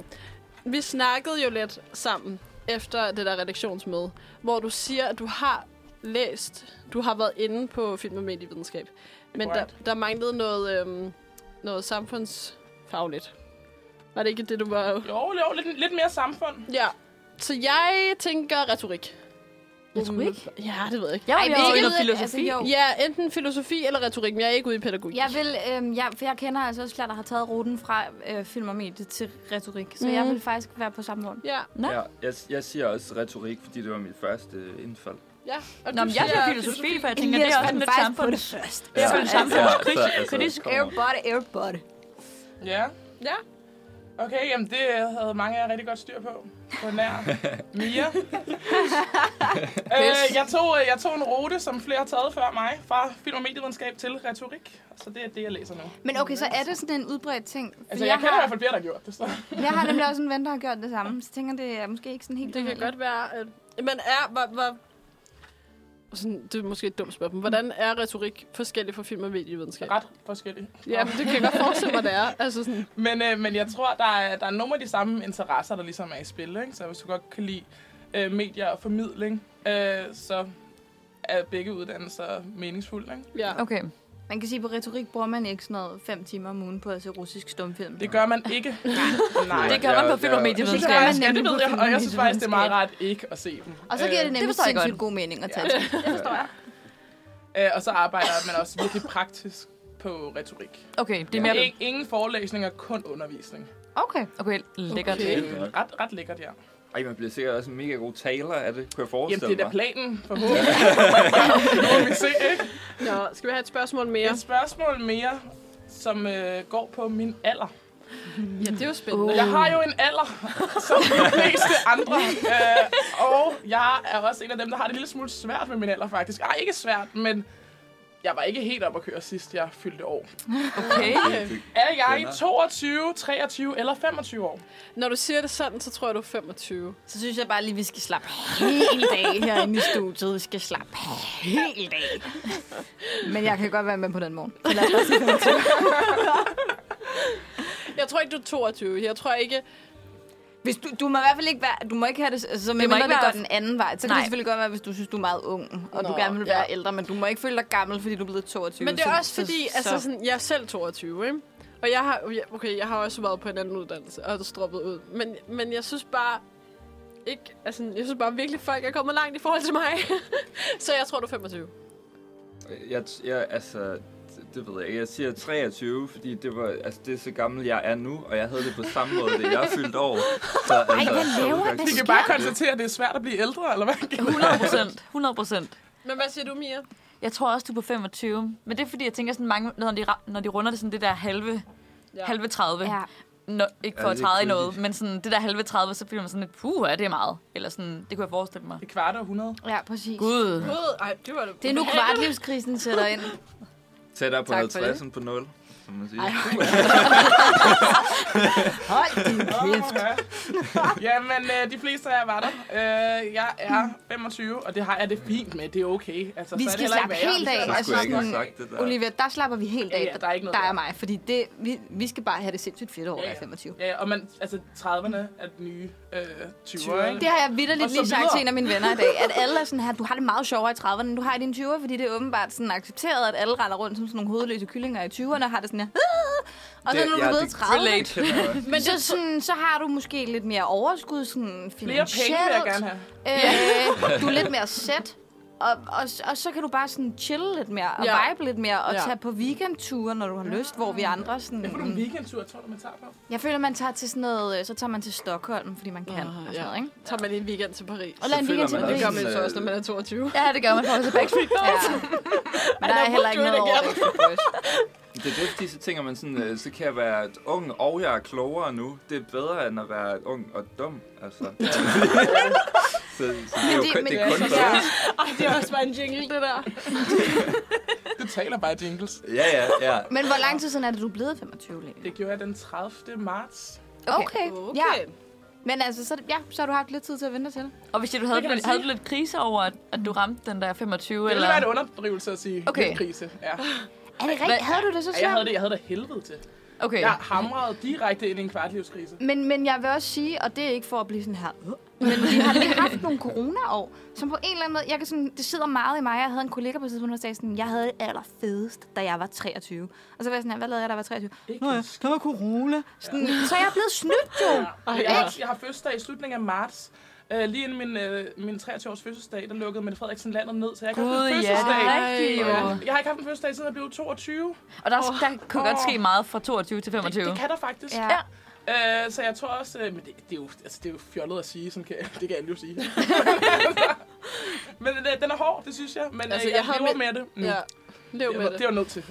S3: Vi snakkede jo lidt sammen efter det der redaktionsmøde, hvor du siger, at du har læst... Du har været inde på film- og medievidenskab. Men der,
S5: Korrekt.
S3: der manglede noget, øhm, noget samfundsfagligt. Var det ikke det, du var...
S5: Jo, jo, lidt, lidt mere samfund.
S3: Ja. Så jeg tænker retorik.
S1: Retorik?
S3: Ja, det ved jeg ikke.
S4: Jeg var
S1: Ej,
S4: mere
S1: vi er
S4: ude i
S1: ikke
S4: noget
S1: ude-
S4: filosofi.
S1: altså, jo.
S3: Ja, enten filosofi eller retorik, men jeg er ikke ude i pædagogik.
S1: Jeg vil, øhm, jeg, for jeg kender altså også flere, der har taget ruten fra øh, film og medie til retorik, så mm. jeg
S3: Mhm.
S1: vil faktisk være på samme rundt.
S3: Ja,
S4: Nå.
S2: ja jeg, jeg siger også retorik, fordi det var mit første øh, indfald.
S3: ja. Og
S4: Nå,
S3: du
S4: men jeg
S3: siger
S4: siger filosofi, for jeg tænker, det er også lidt samfund.
S1: først.
S4: Det er sådan samfundskritisk. kritisk
S2: altså, kommer.
S1: Airbody, airbody.
S5: Ja.
S3: Ja.
S5: Okay, jamen det havde mange af jer rigtig godt styr på. På nær Mia. øh, jeg, tog, øh, jeg tog en rute, som flere har taget før mig, fra film- og medievidenskab til retorik. Så det er det, jeg læser nu.
S1: Men okay, så er det sådan en udbredt ting. For
S5: Altså, jeg, jeg kender i hvert fald flere, der har gjort det. Så.
S1: har, jeg har nemlig også en ven, der har gjort det samme, så tænker jeg, det er måske ikke sådan helt...
S3: Det kan godt være, at... Men er... Hvor, hvor... Sådan, det er måske et dumt spørgsmål. Hvordan er retorik forskellig fra film- og medievidenskab?
S5: Ret forskellige.
S3: Ja, men det kan jeg godt forestille mig, det er. Altså sådan,
S5: Men, øh, men jeg tror, der er, der er nogle af de samme interesser, der ligesom er i spil. Ikke? Så hvis du godt kan lide øh, medier og formidling, øh, så er begge uddannelser meningsfulde. Ikke?
S3: ja.
S4: Okay.
S1: Man kan sige, at på retorik bruger man ikke sådan noget fem timer om ugen på at se russisk stumfilm.
S5: Det gør man ikke. Nej.
S4: Det gør man på film og
S5: Jeg synes,
S1: Det
S4: medievidenskab.
S5: det,
S1: gør
S5: er,
S1: man
S5: skal,
S1: nemlig
S5: det ved
S1: på
S5: jeg, og jeg synes
S1: filmvidenskab.
S5: faktisk, det er meget rart ikke at se dem.
S1: Og så giver det nemlig
S4: forstår jeg
S1: sindssygt
S4: godt.
S1: god mening at tage til. Det forstår jeg.
S5: Øh, og så arbejder man også virkelig praktisk på retorik.
S4: Okay, det er
S5: Ja.
S4: mere...
S5: Ikke, ingen forelæsninger, kun undervisning.
S1: Okay.
S4: Okay, lækkert.
S3: Okay.
S5: Øh, ret, ret lækkert, ja.
S2: Ej, man bliver sikkert også en mega god taler af det, kunne jeg
S5: Jamen,
S2: forestille
S5: det er da
S2: mig.
S5: planen, forhåbentlig. nu må vi se, ikke?
S3: Nå, skal vi have et spørgsmål mere?
S5: Et spørgsmål mere, som øh, går på min alder.
S3: Ja, det er jo spændende.
S5: Jeg har jo en alder, som de fleste andre. Øh, og jeg er også en af dem, der har det en lille smule svært med min alder, faktisk. Ej, ikke svært, men jeg var ikke helt op at køre sidst, jeg fyldte år.
S4: Okay.
S3: Oh.
S5: Er jeg 22, 23 eller 25 år?
S3: Når du siger det sådan, så tror jeg, du er 25.
S1: Så synes jeg bare lige, vi skal slappe helt af herinde i studiet. Vi skal slappe helt af. Men jeg kan godt være med på den morgen. Så lad os bare sige det.
S3: Jeg tror ikke, du er 22. Jeg tror ikke...
S1: Hvis du, du må i hvert fald ikke være, du må ikke have det, altså, så
S4: må
S1: med mindre
S4: ikke
S1: det går
S4: være-
S1: den anden vej. Så kan
S4: Nej.
S1: det selvfølgelig godt være, hvis du synes, du er meget ung, og Nå,
S3: Nå,
S1: du gerne vil være
S3: ja.
S1: ældre, men du må ikke føle dig gammel, fordi du er blevet 22.
S3: Men det er
S1: så-
S3: også fordi,
S1: så,
S3: altså sådan, jeg er selv 22, ikke? Og jeg har, ja, okay, jeg har også været på en anden uddannelse, og det stroppet ud. Men, men jeg synes bare, ikke, altså, jeg synes bare virkelig, folk er kommet langt i forhold til mig. så jeg tror, du er 25.
S2: Jeg, jeg, altså, det ved jeg ikke. Jeg siger 23, fordi det, var, altså, det er så gammel, jeg er nu, og jeg havde det på samme måde, da jeg fyldte over. Så, altså,
S1: Ej, hvad laver- hvad
S5: Vi kan
S1: sker
S5: bare
S1: der?
S5: konstatere, at det er svært at blive ældre, eller hvad?
S4: 100 procent. 100 procent.
S3: Men hvad siger du, Mia?
S4: Jeg tror også, du er på 25. Men det er fordi, jeg tænker sådan mange, når de, ra- når de runder det sådan det der halve, ja. halve 30.
S1: Ja.
S4: Ja. Nå, ikke for
S2: Ja,
S4: at
S2: det er
S4: træde i
S2: kedeligt.
S4: noget, men sådan det der halve 30, så bliver man sådan lidt, puh, er det meget? Eller sådan, det kunne jeg forestille mig.
S5: Det kvarte århundrede.
S1: ja, præcis.
S4: Gud.
S3: God, ej, det var det.
S9: Det er nu kvartlivskrisen sætter ind.
S2: Tættere på
S9: Tak for
S2: 50'en på 0, som man siger.
S1: Hold din kæft.
S5: Jamen, øh, de fleste af jer var der. Øh, jeg er 25, og det har jeg det fint med. Det er okay. Altså,
S1: Vi
S5: så er det
S1: skal
S5: heller ikke
S1: slappe
S5: værre.
S1: helt af.
S2: Så
S1: Altså,
S2: skulle jeg ikke have
S1: sådan,
S2: sagt det der.
S1: Olivia, der slapper vi helt af,
S5: Ja, ja, der er ikke noget
S1: der
S5: der.
S1: er mig. Fordi det, vi, vi skal bare have det sindssygt fedt over,
S5: Ja,
S1: ja, ja.
S5: ja.
S1: 25.
S5: Ja, og man, altså 30'erne er den nye øh, 20'er, ikke?
S1: Det har jeg
S5: Og
S1: vidderligt
S5: så
S1: lige sagt
S5: videre.
S1: til en af mine venner i dag, at alle er sådan her, du har det meget sjovere i 30'erne, end du har i dine 20'er, fordi det er åbenbart sådan accepteret, at alle render rundt som sådan nogle hovedløse kyllinger i 20'erne, og har det sådan her, "Ah!" og så
S2: Det-
S1: når du
S2: ja,
S1: er blevet
S2: det-
S1: 30,
S2: Det kender jeg også.
S1: men så, sådan, så har du måske lidt mere overskud, sådan
S5: Flere
S1: finansielt.
S5: penge vil jeg gerne have.
S1: Øh, du er lidt mere sæt. Og, og, og så kan du bare sådan chille lidt mere, og
S3: Ja.
S1: vibe lidt mere, og
S5: Ja.
S1: tage på weekendture, når du har lyst, hvor vi andre
S5: Jeg får du en
S1: sådan...
S5: weekendtur, tror du, man tager på?
S1: Jeg føler, man tager til sådan noget... øh, Så tager man til Stockholm, fordi man kan,
S3: Ah,
S1: og sådan
S3: ja.
S1: noget, ikke?
S3: Tager man en weekend til Paris.
S1: Og lad en
S2: føler
S1: weekend til
S2: man
S3: Det
S2: også øh,
S1: Paris.
S3: gør man jo så også, når man er 22.
S4: Ja, det gør man for tilbage.
S1: Ja. Men der er heller ikke
S3: do it
S1: noget over
S3: again.
S1: Backstreet Boys.
S2: Det er det, fordi så tænker man sådan, øh, så kan jeg være ung, og jeg er klogere nu. Det er bedre, end at være ung og dum, altså. så, så det er jo
S1: det- men
S2: kun, det
S1: det
S2: er
S1: er
S2: kun
S1: så-
S2: bedre.
S3: Ej, det er også bare en jingle, det der.
S5: Det taler bare jingles.
S2: Ja, ja, ja.
S1: Men hvor lang tid siden er det, du er blevet 25 lige?
S5: Det gjorde jeg den 30. marts.
S1: Okay. Ja. Men altså, så, ja, så har du haft lidt tid til at vente til.
S4: Og hvis du havde,
S5: Det kan man
S4: havde du lidt krise over, at, at du ramte den der 25,
S5: Det ville
S4: eller...
S5: være en underdrivelse at sige
S4: Okay.
S5: okay. krise. Ja.
S1: Er det rigtigt? Havde du det så
S5: Ja, Jeg havde
S1: svært?
S5: det, jeg havde det helvede til.
S4: Okay.
S5: Jeg hamrede direkte ind i en kvartlivskrise.
S1: Men, men jeg vil også sige, og det er ikke for at blive sådan her, "Øh", men vi har lige haft nogle corona-år, som på en eller anden måde, jeg kan sådan, det sidder meget i mig. Jeg havde en kollega på et tidspunkt, der sagde sådan, jeg havde det allerfedest, da jeg var 23. Og så var jeg sådan her, hvad lavede jeg, da jeg var 23?
S5: Ikke en
S1: der var corona. Sådan, så jeg er blevet snydt jo.
S5: Og jeg, har, jeg har fødselsdag i slutningen af marts. Uh, lige inden min, uh, min 23-års fødselsdag, der lukkede Mette Frederiksen landet ned, så jeg kan ikke
S4: Gud,
S5: haft en
S4: ja, det
S5: fødselsdag.
S4: er rigtigt jo.
S5: Jeg har ikke haft en fødselsdag, siden jeg blev 22.
S4: Og der, der kunne godt
S5: Åh.
S4: ske meget fra 22 til 25.
S5: Det kan der faktisk.
S1: Ja.
S5: Uh, så jeg tror også, uh, men det, det, er jo, altså, det er jo fjollet at sige, sådan kan, det kan alle jo sige. men uh, den er hård, det synes jeg, men altså,
S3: Altså,
S5: jeg,
S3: jeg
S5: jeg
S3: har
S5: lever
S3: med-
S5: med det. Nu.
S3: Ja. Lev
S5: Det,
S3: med
S5: var, det
S3: det.
S5: var nødt til.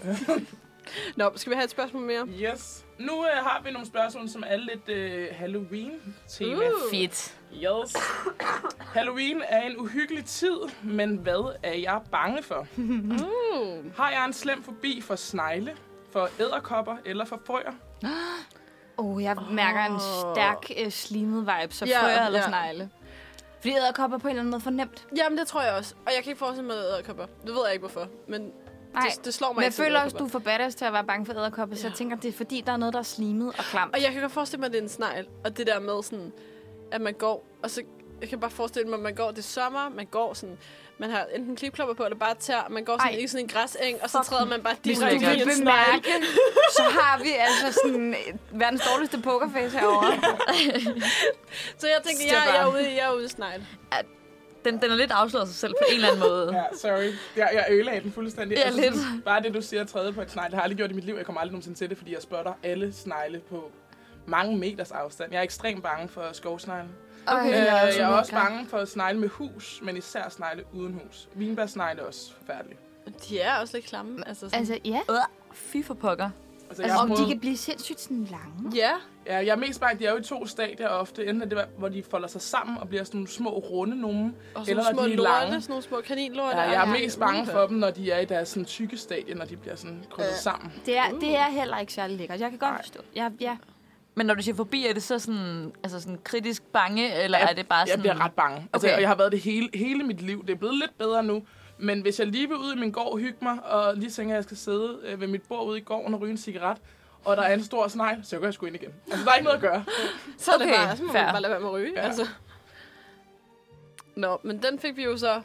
S3: Nå, skal vi have et spørgsmål mere?
S5: Yes. Nu øh, har vi nogle spørgsmål, som er lidt øh, Halloween-tema.
S3: Uh.
S4: Fedt.
S5: Yes. Halloween er en uhyggelig tid, men hvad er jeg bange for?
S3: Mm.
S5: Har jeg en slem fobi for snegle, for æderkopper eller for frøer?
S1: Åh, oh, jeg mærker en stærk øh, slimet vibe, så
S3: Ja,
S1: frøer ja, eller
S3: ja.
S1: snegle. Fordi æderkopper på en eller anden måde fornemt.
S3: Jamen, det tror jeg også. Og jeg kan ikke forestille mig æderkopper. Det ved jeg ikke, hvorfor. Men
S1: Nej.
S3: det, det slår mig
S1: Men jeg
S3: ikke som
S1: føler også, du
S3: edderkopper.
S1: er for badass til at være bange for æderkopper, så jeg tænker, det er fordi, der er noget, der er slimet og klamt.
S3: Og jeg kan godt forestille mig, at det er en snegl. Og det der med sådan, at man går, og så... Jeg kan bare forestille mig, at man går det er sommer, man går sådan... Man har enten klipklopper på, eller bare tær. Man går sådan
S1: Ej.
S3: i sådan en græseng, og så
S1: Fuck.
S3: træder man bare
S1: Hvis du
S3: direkte i
S1: vil
S3: en snegl.
S1: bemærke, så har vi altså sådan øh, verdens dårligste pokerface herovre.
S3: Så jeg tænkte,
S4: Step
S3: jeg, jeg, er
S4: up.
S3: ude, i- jeg er ude i snegl.
S4: Den, den er lidt afsløret sig selv på en eller anden måde.
S5: Ja, sorry. Jeg, jeg ødelagde den fuldstændig.
S4: Ja,
S5: Altså,
S4: lidt.
S5: sådan, Bare det, du siger at træde på et snegle, det har jeg aldrig gjort i mit liv. Jeg kommer aldrig nogensinde til det, fordi jeg spotter alle snegle på mange meters afstand. Jeg er ekstremt bange for skovsnegle.
S1: Okay.
S5: Øh,
S1: er
S5: jeg
S1: også
S5: er også
S1: lækker.
S5: bange for snegle med hus, men især snegle uden hus. Vinbærsnegle er også forfærdelig.
S3: De er også lidt klamme. Altså, sådan.
S1: Altså, ja.
S4: Øh, fy for pokker.
S5: jeg
S1: Altså,
S5: har
S1: og de
S5: prøvet-
S1: kan blive sindssygt sådan lange.
S3: ja.
S5: Ja, jeg er mest bange, de er jo i to stadier ofte. Enten er det, hvor de folder sig sammen og bliver sådan nogle små, runde nogen.
S3: Og
S5: Eller
S3: sådan
S5: når
S3: nogle
S5: de
S3: små
S5: er lange.
S3: lorte, sådan nogle små kaninlorte.
S5: Ja, jeg
S3: Ej,
S5: er mest bange
S3: uha.
S5: for dem, når de er i deres sådan, tykke stadie, når de bliver sådan krydset sammen.
S1: Det er, det er heller ikke særlig lækkert. Jeg kan godt forstå. Ja, ja.
S4: Men når du siger forbi, er det så sådan, altså sådan kritisk bange, eller
S5: Jeg-
S4: er det bare
S5: Jeg
S4: sådan...
S5: bliver ret bange. Altså,
S4: Okay.
S5: Og jeg har været det hele, hele mit liv. Det er blevet lidt bedre nu. Men hvis jeg lige vil ud i min gård og hygge mig, og lige tænker, at jeg skal sidde øh, ved mit bord ude i gården og ryge en cigaret, og der er en stor snegl, så går jeg sgu ind igen. Altså, der er ikke noget at gøre.
S3: Så er det
S4: Okay,
S3: bare, så må
S4: fair.
S3: man bare lade være med at ryge.
S5: Ja.
S3: Ja. Altså. Nå, men den fik vi jo så... Jeg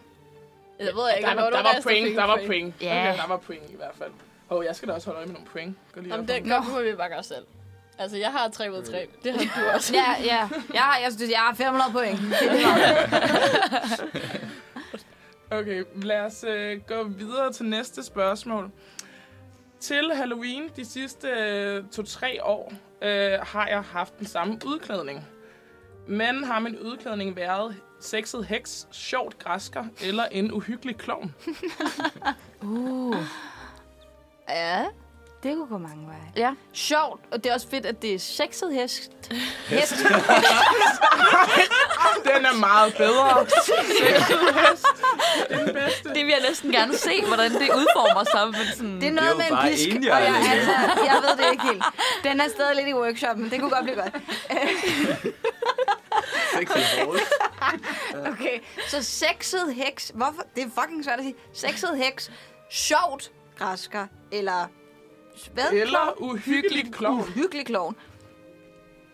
S3: ved ikke,
S5: der,
S3: hvor
S5: var,
S3: du
S5: der var
S3: rester
S5: point,
S3: fik
S5: der var point.
S1: Ja.
S5: Okay, der var point i hvert fald. Og oh, jeg skal da også holde øje med nogle point. Gå lige
S3: Jamen,
S5: op
S3: den
S5: det...
S3: gør må vi bare gøre selv. Altså, jeg har 3 ud af 3. Det har du også.
S1: Ja, ja. Jeg har, jeg, synes, jeg har 500 point.
S5: Okay, lad os øh, gå videre til næste spørgsmål. til Halloween de sidste øh, to-tre år øh, har jeg haft den samme udklædning. Men har min udklædning været sexet heks, sjovt græsker eller en uhyggelig klovn?
S1: Ja. Det kunne gå mange veje.
S4: Ja.
S1: Sjovt, og det er også fedt, at det er sexet hest. Hest.
S5: Den er meget bedre. Sexet hest. Det er den bedste.
S4: Det vil jeg næsten gerne se, hvordan det udformer sig. Men sådan,
S1: Det er
S4: det...
S1: noget
S2: jo
S1: med en
S2: bare
S1: pisk,
S2: enhjørning.
S1: og jeg, altså, jeg ved det ikke helt. Den er stadig lidt i workshop, men det kunne godt blive godt.
S2: Sexy horse.
S1: Okay, så sexet heks. Hvorfor? Det er fucking svært at sige. Sexet heks. Sjovt græsker. Eller... Hvad?
S4: Øh.
S5: Eller uhyggelig klovn.
S1: Uhyggelig klovn.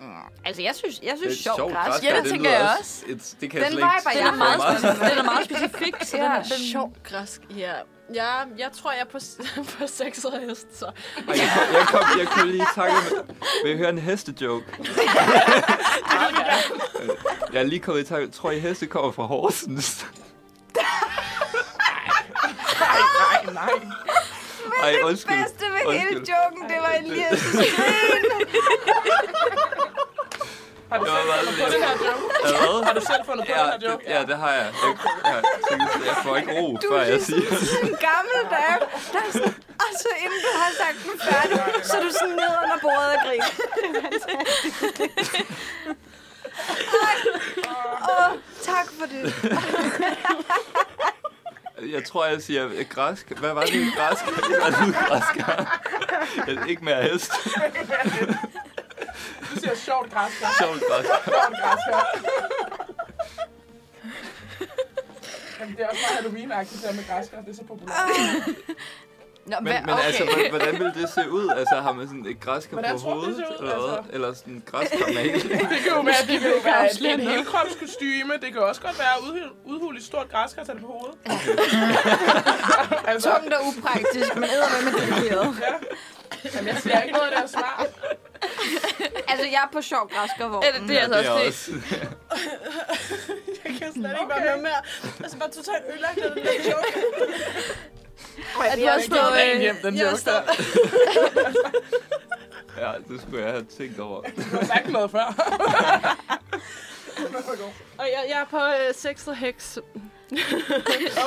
S1: Mm, Altså, jeg synes, jeg synes sjovt græsker.
S4: Ja, det tænker
S2: lyder
S4: jeg
S2: Et, det kan jeg
S1: Den
S2: slet ikke
S1: viber jeg
S4: Den er
S2: tænke
S4: meget,
S2: mig.
S4: specifik. den er meget specifik, så den er, den...
S3: Sjov græsk, ja. Ja, jeg tror, jeg er på, på sexet hest, så.
S2: Ej, Jeg, kom, jeg, kom, jeg kunne lige takke med... Vil I høre en hestejoke? jeg er lige kommet i tanke. Tror I, heste kommer fra Horsens?
S5: Nej, nej, nej.
S2: Ej, undskyld.
S1: bedste ved hele
S2: Undskyld.
S1: joken, det var en lille...
S5: Har du
S2: Det var meget
S5: selv fundet på den her joke? Har du selv fundet på den her
S2: Ja,
S5: joke?
S2: det, ja, det har jeg. Jeg, jeg, jeg, jeg får ikke ro, før jeg siger det.
S1: sådan en gammel dame, der er sådan, og så inden du har sagt den færdig, så er du sådan ned under bordet og griner. Ej, åh, tak for det.
S2: Jeg tror, jeg siger øh, græsk. Hvad var det? Græsk? Hvad var det? Græsk? Jeg- Ikke mere hest.
S5: Du siger sjovt græsker.
S2: Sjovt græsk.
S5: Sjovt græsker. Jamen, det er også meget Halloween-agtigt, det her med græsker. Det er så populært.
S4: Nå,
S2: Men,
S4: hvad?
S2: men
S4: okay.
S2: altså, hvordan, hvordan ville det se ud? Altså, har man sådan et græsker
S5: Hvordan
S2: på
S5: tror du, det
S2: hovedet?
S5: ser ud,
S2: eller, hvad?
S5: altså?
S2: eller sådan en græskarmal?
S5: Det kan jo være, det kan jo være et, et helkropskostyme. Det kan også godt være at udhul- udhule et stort græsker og tage det på hovedet. altså,
S1: Tungt og upraktisk, men æder med det
S5: jamen, jeg siger ikke noget, der er smart.
S1: Altså, jeg er på sjov græskervogn.
S4: Er det, det er altså
S2: det
S4: også
S2: er
S4: det.
S2: også.
S5: Jeg kan slet ikke okay. være med mere. Altså, bare totalt ødelagt af den der joke.
S4: Er du også på...
S5: Den
S4: Øh,
S5: hjem, den joke der.
S2: Ja, det skulle jeg have tænkt over.
S5: Du har sagt noget før.
S3: Og jeg, jeg er på øh, sexet heks.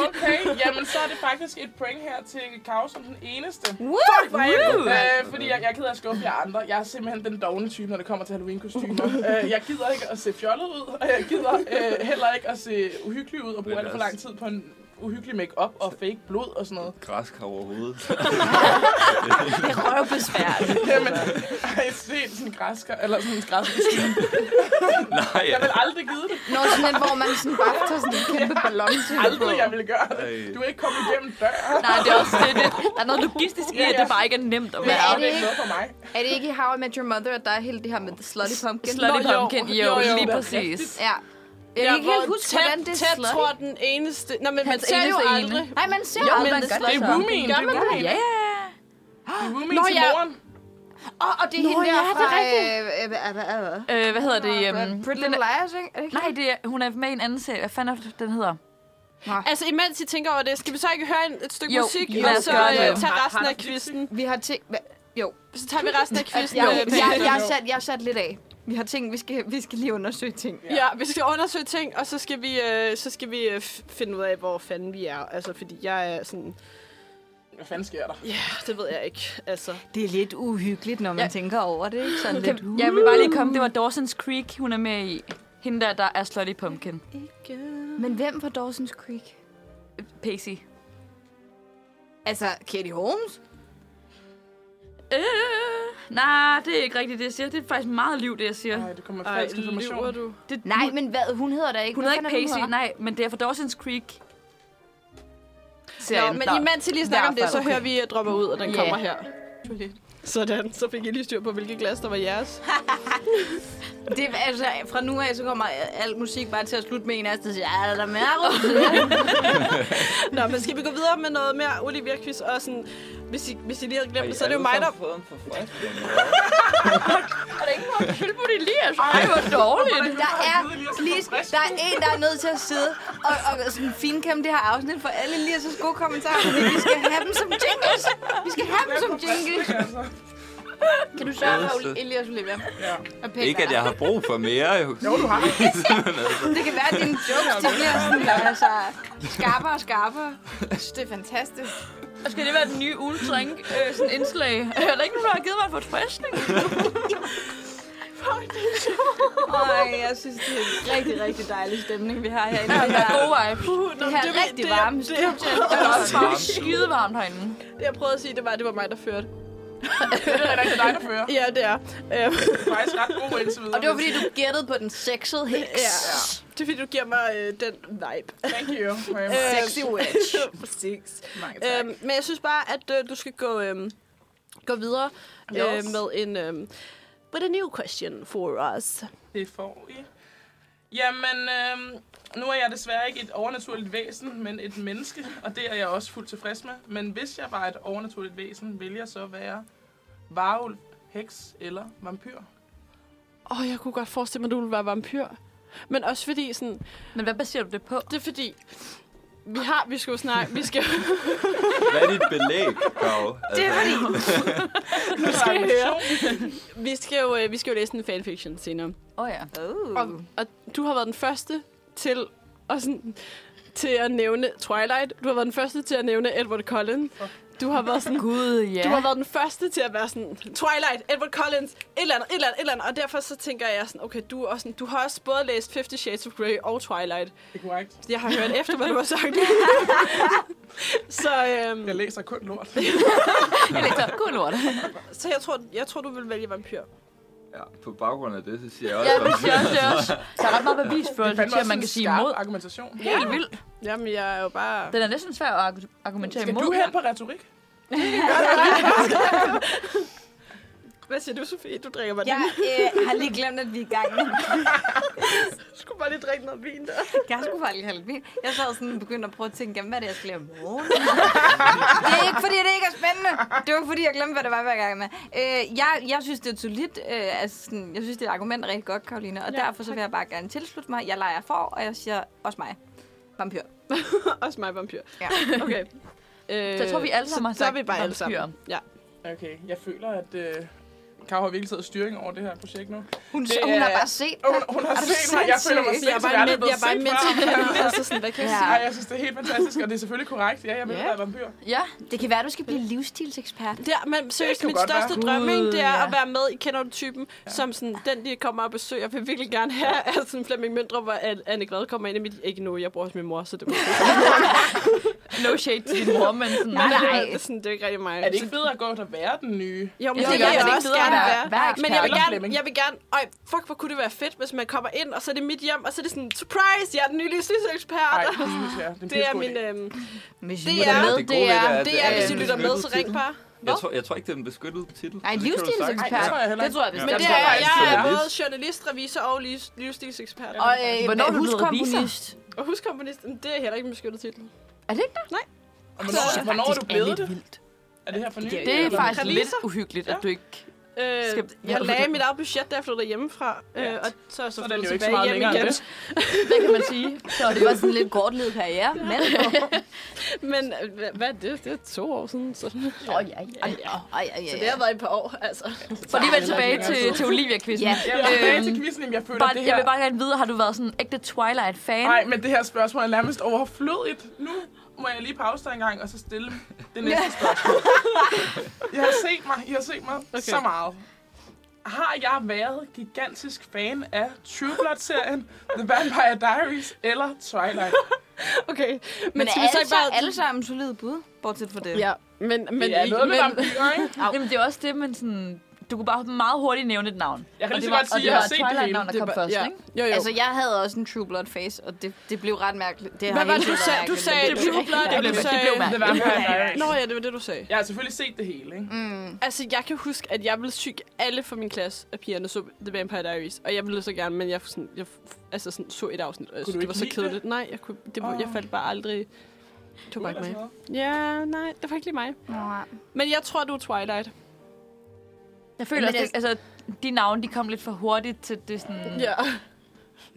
S5: Okay, jamen så er det faktisk et point her til Kav som den eneste.
S1: Fuck, hvor
S5: Øh, fordi jeg, jeg er ked af at skuffe jer andre. Jeg er simpelthen den dogne type, når det kommer til Halloween-kostymer. øh, jeg gider ikke at se fjollet ud, og jeg gider øh, heller ikke at se uhyggelig ud og bruge
S2: Men
S5: alt for
S2: altså-
S5: lang tid på en uhyggelig makeup og fake blod og sådan noget.
S2: Græskar overhovedet.
S4: røvbesværligt.
S5: Jamen, Øh, ej, se sådan en græsker, eller sådan en græskerkostyme.
S2: Nej,
S5: Jeg vil aldrig give det.
S1: Nå, sådan en, hvor man sådan bare tager sådan en kæmpe ballon til.
S5: Aldrig, jeg vil gøre det.
S2: Ej.
S5: Du er ikke kommet igennem døren.
S4: Nej, det er også det, det. Der er noget logistisk i, at det bare ikke er nemt at
S5: Det
S4: være.
S5: er
S9: det
S5: ikke
S9: ikke?
S5: noget for mig.
S9: Er det ikke i How I Met Your Mother, at der er hele det her med The Slutty Pumpkin?
S4: Slutty
S3: Nå, jo.
S4: pumpkin, jo,
S3: Jo, jo.
S4: lige præcis.
S9: Ja. Jeg kan ikke helt huske,
S3: tæt,
S9: hvordan det er
S3: tæt
S9: slutty.
S3: tror den eneste... Nå, men man
S4: Hans
S3: ser jo
S4: eneste ene.
S3: aldrig.
S9: Nej, man ser
S4: Jo,
S9: aldrig,
S4: men
S9: en
S4: det
S1: Altså,
S9: slut.
S5: Det er Woomin. Det
S3: Gør
S5: er
S3: man
S5: Woomin.
S4: Ja, ja.
S5: Det er Woomin
S9: Nå,
S5: til
S9: ja.
S5: moren.
S9: Åh, og det er
S1: Nå,
S9: hende der
S1: ja, det er
S9: fra...
S1: rigtigt.
S9: øh, øh, øh, øh, øh, øh.
S4: Øh, hvad hedder det? Øhm,
S9: Pretty
S4: den
S9: Little
S4: er,
S9: Liars, ikke? Er det ikke?
S4: nej, det er, hun er med i en anden serie. Hvad fanden er det, den hedder?
S3: Altså, imens I tænker over det, skal vi så ikke høre en, et stykke
S4: Jo,
S3: musik,
S4: jo,
S3: og
S4: lad os
S3: så
S4: gøre det.
S3: øh, tage resten af quizzen.
S9: Vi har ting... Hva? Jo.
S3: Så tager vi resten af quizzen.
S9: Jeg,
S3: øh,
S9: jeg, jeg,
S3: bagefter.
S9: jeg, er sat, jeg er sat lidt af. Vi har ting, vi skal, vi skal lige undersøge ting.
S3: Ja, vi skal undersøge ting, og så skal vi, øh, så skal vi øh, f- finde ud af, hvor fanden vi er. Altså, fordi jeg er sådan...
S5: Hvad fanden sker der?
S3: Ja, det ved jeg ikke. Altså,
S1: Det er lidt uhyggeligt, når man
S4: Ja.
S1: tænker over det, ikke? Sådan lidt...
S4: Jeg vil bare lige komme. Det var Dawson's Creek, hun er med i. Hende der, der er Slutty Pumpkin.
S1: Men hvem fra Dawson's Creek?
S4: Pacey.
S9: Altså, Katie Holmes?
S4: Øh, nej, det er ikke rigtigt det, jeg siger. Det er faktisk meget liv, det jeg siger.
S5: Nej, det kommer
S3: ej,
S5: falsk information.
S3: lyver du?
S4: Det,
S9: Nej,
S4: hun,
S9: men hvad? Hun hedder da ikke.
S4: hun
S9: Hvad
S4: hedder ikke
S9: fanden er
S4: Pacey,
S9: det, hun
S4: nej, men det er fra Dawson's Creek.
S3: Nå,
S4: Serien,
S3: men
S4: der-
S3: imens I lige snakker om det,
S4: Derfor,
S3: så
S4: okay.
S3: hører vi at dropper ud, og den
S4: Ja.
S3: kommer her. Sådan, så fik I lige styr på, hvilket glas der var jeres.
S9: hedder? Det, er altså, fra nu af, så kommer al musik bare til at slutte med en af os, der siger, ja, der er mere
S3: Nå, men skal vi gå videre med noget mere Olivia-quiz? Og sådan, hvis I, hvis I lige havde glemt det, så er det jo mig, der...
S2: fået en forfriskning.
S4: Ej, hvor dårligt.
S9: Der er, please, der er en, der er nødt til at sidde
S1: og, og sådan finkæmme det her afsnit for alle lige så gode kommentarer, fordi vi skal have dem som jingles. Vi skal have dem som jingles.
S5: Altså.
S9: Kan du sørge for
S2: Fedeste.
S9: Elias Olivia?
S5: Ja.
S9: Og pænt
S2: Ikke, at jeg har brug for mere, jo.
S5: Jo, du har.
S9: Det kan være, at dine jokes de bliver sådan, altså, skarpere og skarpere. Jeg synes, det er fantastisk.
S4: Og skal det være den nye ugens drink, øh, sådan indslag? Er der ikke nogen, der har givet mig en forfriskning?
S1: Ej, jeg synes, det er en rigtig, rigtig dejlig stemning, vi har herinde.
S4: Det er gode vibes.
S1: Uh, Det her er rigtig varme
S3: det, jeg
S1: studie.
S4: Det er også varmt. skide varmt herinde.
S3: prøvede- det, jeg prøvede at sige, det var, at det var mig, der førte.
S5: Det er rigtig dig, der fører.
S3: Ja, det er. Øhm,
S5: Det er faktisk ret god indtil videre.
S9: Og det var, fordi du gættede på den sexede heks.
S3: ja. Det er, fordi du giver mig øh, den vibe.
S5: Thank you. ma'am.
S9: Øh, Sexy witch.
S3: Præcis.
S5: Mange tak.
S3: Øhm, men jeg synes bare, at øh, du skal gå, øhm, gå videre yes. øh,
S5: Yes.
S3: med en... Øhm, with a new question for us.
S5: Det får I. Jamen, øhm, nu er jeg desværre ikke et overnaturligt væsen, men et menneske, og det er jeg også fuldt tilfreds med. Men hvis jeg var et overnaturligt væsen, ville jeg så være varulv, heks eller vampyr.
S3: Åh, oh, jeg kunne godt forestille mig, at du ville være vampyr. Men også fordi sådan...
S4: Men hvad baserer du det på?
S3: Det er fordi... Vi har... Vi skal jo snakke... Vi skal...
S2: Hvad er dit belæg, Karo? Altså,
S3: det er fordi...
S5: Nu
S3: skal jeg høre. Vi skal jo, øh, vi skal jo læse en fanfiction senere.
S4: Åh oh, ja.
S1: Mm.
S3: Og, og du har været den første til at, sådan, til at nævne Twilight. Du har været den første til at nævne Edward Cullen. Du har været sådan...
S4: Gud, ja.
S3: Du har været den første til at være sådan, Twilight, Edward Collins, et eller andet, et eller andet, et eller andet. Og derfor så tænker jeg sådan, okay, du, er også sådan, du har også både læst Fifty Shades of Grey og Twilight.
S5: Det er korrekt.
S3: Jeg har hørt efter, hvad du har sagt. så,
S5: Jeg
S3: øhm,
S5: læser kun lort.
S4: Jeg lægger op. God lort.
S3: så jeg, tror, jeg tror, du vil vælge vampyr.
S2: ja, på baggrund af det, så siger jeg
S4: Ja,
S2: også,
S4: det
S2: at
S4: siger også, det også. Der er ret meget bevis for,
S5: Det er fandme
S4: at
S5: også
S4: man
S5: en
S4: kan sige
S5: skarp
S4: imod.
S5: argumentation.
S4: Helt vildt.
S3: Jamen, jeg er jo bare...
S4: Den er næsten svær at argu- argumentere
S5: Skal
S4: imod.
S5: du hen på retorik?
S3: Hvad siger du, Sofie? Du drikker bare
S1: Jeg
S3: ja.
S1: øh, har lige glemt, at vi er i gang.
S3: Du skulle bare lige drikke noget vin der.
S1: Jeg skulle faktisk have lidt vin. Jeg sad sådan og begyndte at prøve at tænke, jamen, hvad er det, jeg skal lave i morgen? det er ikke, fordi det ikke er spændende. Det var, fordi jeg glemte, hvad det var, hver gang med. Øh, jeg, jeg synes, det er solidt. Øh, altså, sådan, jeg synes, det er et argument rigtig godt, Karoline. Og ja, derfor så vil jeg bare gerne tilslutte mig. Jeg leger for, og jeg siger også mig. Vampyr.
S3: Også mig, vampyr.
S1: Ja.
S3: Okay. Øh,
S4: Så jeg tror, vi alle sammen har
S3: så er
S4: sagt
S3: vi bare alle sammen.
S4: vampyr.
S3: Ja.
S5: Okay, jeg føler, at øh, Karo har virkelig taget styring over det her projekt nu.
S1: Hun,
S5: Det
S1: hun har
S5: er-
S1: bare set
S5: Og Hun, hun har set mig. Jeg føler mig
S3: Jeg er
S5: sindssygt,
S3: bare
S5: jeg
S3: en
S5: aldrig
S3: mænd,
S5: blevet
S3: jeg er bare en mænd,
S5: set før.
S3: altså sådan, hvad kan jeg
S1: Ja.
S5: Ej, jeg synes, det er helt fantastisk, og det er selvfølgelig korrekt. Ja, jeg vil
S3: Ja.
S5: være vampyr.
S4: Ja,
S1: Det kan være, du skal blive livsstilsekspert.
S3: Det er, men seriøst,
S5: kan
S3: min
S5: godt være.
S3: største drømme, ikke, det er
S4: ja.
S3: at være med i Kender du typen, ja. som sådan, den, de kommer og besøger. Jeg vil virkelig gerne have, at sådan Flemming Møndrup og An- Anne Grede kommer ind i mit... Ikke nu, jeg bor hos min mor, så det var
S4: no shade til din mor, men sådan...
S1: Nej.
S3: Det, er sådan, det er ikke rigtig mig.
S5: Er det ikke federe at gå og være den nye?
S3: Jo, men
S4: Jeg
S3: det vil
S4: tænker også,
S3: jeg
S4: det er
S3: også
S4: federe at
S3: gerne
S4: være-
S3: være.
S4: være
S3: Men jeg vil
S5: ekspert.
S3: gerne, jeg vil gerne, øj, fuck, hvor kunne det være fedt, hvis man kommer ind, og så er det mit hjem, og så er det sådan, surprise, jeg er den nye
S5: Nej,
S3: livsstilsekspert.
S5: det synes jeg. Det er, en
S3: Det er
S5: pissegod
S3: min,
S5: idé.
S3: øhm,
S1: Hvis
S3: Det
S1: lytter
S3: er-
S1: med,
S2: det gode ved det er, at
S3: det
S2: det
S3: er,
S2: er
S3: hvis I
S2: en
S3: lytter med, så
S2: beskyttet
S3: ring bare.
S2: jeg tror, jeg tror ikke, det er en beskyttet titel.
S1: Nej,
S2: så det kan du
S1: livsstilsekspert.
S2: sagtens-
S5: Det tror jeg heller
S9: Det tror jeg
S5: ikke.
S3: Men
S9: bestemt.
S3: det
S5: tror
S3: er,
S5: faktisk,
S3: jeg
S5: det
S3: er
S5: er.
S3: både journalist, revisor og livs- livsstilsekspert.
S9: Og øh,
S4: Hvornår er du blevet
S9: huskomponist.
S3: Og huskomponist, det er heller ikke en beskyttet titel.
S5: Og Hvornår, hvornår er du blevet det? Er det her for nylig?
S4: Det er
S5: eller?
S4: faktisk lidt
S3: Revisor?
S4: uhyggeligt, at
S5: Ja.
S4: du ikke...
S3: Øh,
S4: Skal-
S3: jeg
S4: Ja.
S3: lagde mit eget budget, da jeg flyttede hjemmefra,
S5: Ja.
S3: øh, og så er jeg så,
S5: Så er
S3: så
S5: den jo ikke så
S3: tilbage
S5: meget
S3: hjem
S5: længere
S3: igen.
S5: end det.
S4: Hvad kan man sige? Så
S9: Og det var sådan en lidt kortlivet karriere. Men,
S3: Men øh, hva- hvad er det? Det er to år siden. Så,
S9: åh, ja, ja, ja. Ej, ej,
S3: så
S9: ja,
S3: det
S9: ja.
S3: har været et par år, altså.
S4: For lige vel tilbage til, til Olivia-quizzen.
S9: Ja.
S5: Jeg vil tilbage til
S4: Øhm,
S5: quizzen, jamen, jeg føler,
S4: Bare,
S5: det
S4: jeg
S5: her...
S4: vil bare gerne vide, har du været sådan en ægte Twilight-fan?
S5: Nej, men det her spørgsmål er nærmest overflødigt. Nu må jeg lige pause dig en gang, og så stille det næste spørgsmål. Jeg har set mig, I har set mig okay. så meget. Har jeg været gigantisk fan af True Blood-serien, The Vampire Diaries eller Twilight?
S3: Okay, men,
S1: Men
S3: skal
S1: er
S3: vi så
S1: alle,
S3: ikke bare...
S1: sammen, alle sammen solide bud, bortset fra det.
S3: Ja, men... men
S5: Men, det er
S3: I-
S5: noget med
S3: men-
S5: vampyrer, ikke?
S4: Jamen, det er også det, men sådan... Du kunne bare meget hurtigt nævne et navn.
S5: Jeg kan
S4: Og
S5: lige
S4: det
S5: så
S4: var-
S5: godt sige,
S4: og
S5: at
S4: det
S5: jeg har
S4: var
S5: set det
S4: Twilight,
S5: hele.
S4: når der
S3: det
S4: kom
S3: var-
S4: først,
S3: ja.
S4: ikke?
S3: Jo, jo.
S1: Altså, jeg havde også en True Blood face, og det, det blev ret mærkeligt. Det har
S3: hvad var
S1: hele
S3: det, du
S1: tiden
S3: sagde?
S1: været
S3: Du sagde
S1: mærkeligt.
S3: True Blood,
S4: Det
S3: og
S4: blev,
S3: du
S4: det blev
S3: sagde...
S5: The
S4: mærkeligt.
S5: Vampire Diaries.
S3: Nå ja, det var det, du sagde.
S5: Jeg har selvfølgelig set det hele, ikke?
S4: Mm.
S3: Altså, jeg kan huske, at jeg ville syge alle fra min klasse af pigerne så The Vampire Diaries. Og jeg ville så gerne, men jeg, sådan, jeg altså sådan, så et afsnit, og jeg
S5: Kunne
S3: synes,
S5: du
S3: det var
S5: ikke
S3: så
S5: lide
S3: kedeligt. Nej, jeg, kunne, det var, jeg
S5: Åh.
S3: faldt bare aldrig... Det var bare ikke
S5: Eller sådan
S3: mig.
S5: noget.
S3: Ja, nej, det var ikke lige mig.
S1: Nej.
S3: Men jeg tror, du er Twilight.
S4: Jeg føler
S1: Men
S4: også, det, altså, de navne, de kom lidt for hurtigt til det sådan...
S3: Ja.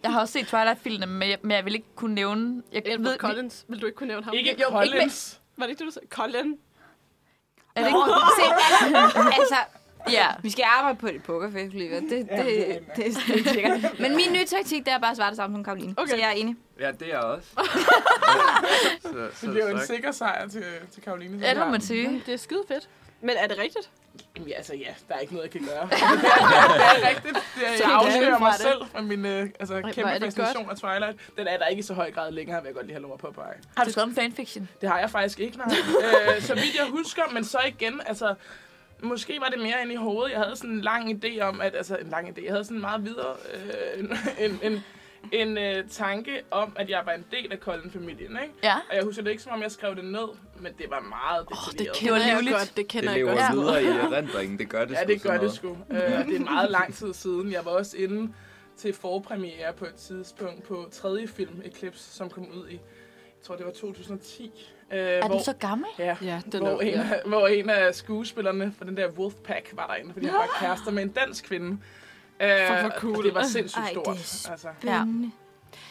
S4: jeg har også set Twilight-filmene, men jeg, men jeg vil ikke kunne nævne... Jeg
S3: Edward
S4: vi-
S3: Collins. Vil du ikke kunne nævne ham?
S5: Ikke
S3: jo, Ikke med,
S5: Collins.
S3: var det ikke det, du sagde? Colin?
S4: Er det ikke?
S9: Se, altså, altså,
S4: Ja.
S9: vi skal arbejde på det pokerface, fordi det, det, det, det, det, det sikkert. Men min nye taktik, det er bare at svare det samme som Karoline. Okay.
S3: Okay.
S9: Så jeg er enig.
S2: Ja, det er jeg også. så, så,
S5: Det bliver jo en
S2: tak.
S5: sikker sejr til, til Karoline.
S4: Ja, det må man sige.
S3: Det er skide fedt. Men er det rigtigt?
S5: Jamen, ja, altså, ja, der er ikke noget, jeg kan gøre. det, er, det er rigtigt. Det er, jeg afslører mig selv fra min øh, altså,
S4: hvor er
S5: kæmpe
S4: det
S5: fascination af Twilight. Den er der ikke i så høj grad længere, vil jeg godt lige have lov at påpege.
S4: Har du skrevet en fanfiction?
S5: Det har jeg faktisk ikke, nej. øh, så vidt jeg husker, men så igen, altså... Måske var det mere ind i hovedet. Jeg havde sådan en lang idé om, at... Altså, en lang idé. Jeg havde sådan en meget videre... Øh, en, en, en, en øh, tanke om, at jeg var en del af Colin-familien, ikke?
S4: Ja.
S5: Og jeg husker det ikke, som om jeg skrev det ned, men det var meget detaljeret. Oh, det
S4: Det var livligt.
S3: godt, det
S2: Det
S3: kender jeg
S2: lever
S3: godt.
S4: Ja.
S2: videre i erindringen. Det gør det
S5: ja,
S2: sgu
S5: det gør
S2: sådan
S5: det
S2: noget.
S5: sgu. Øh, det er meget lang tid siden. Jeg var også inde til forpremiere på et tidspunkt på tredje film, Eclipse, som kom ud i... Jeg tror, det var 2010. Øh,
S4: Er du så gammel?
S5: Ja,
S3: Ja, den
S5: hvor,
S3: er
S5: en, af, hvor en af skuespillerne fra den der Wolfpack var derinde, fordi han var kærester med en dansk kvinde. Øh,
S3: hvor
S5: og
S3: cool.
S5: Det var sindssygt
S1: Ej, det
S5: stort.
S1: er
S5: altså,
S4: Ja.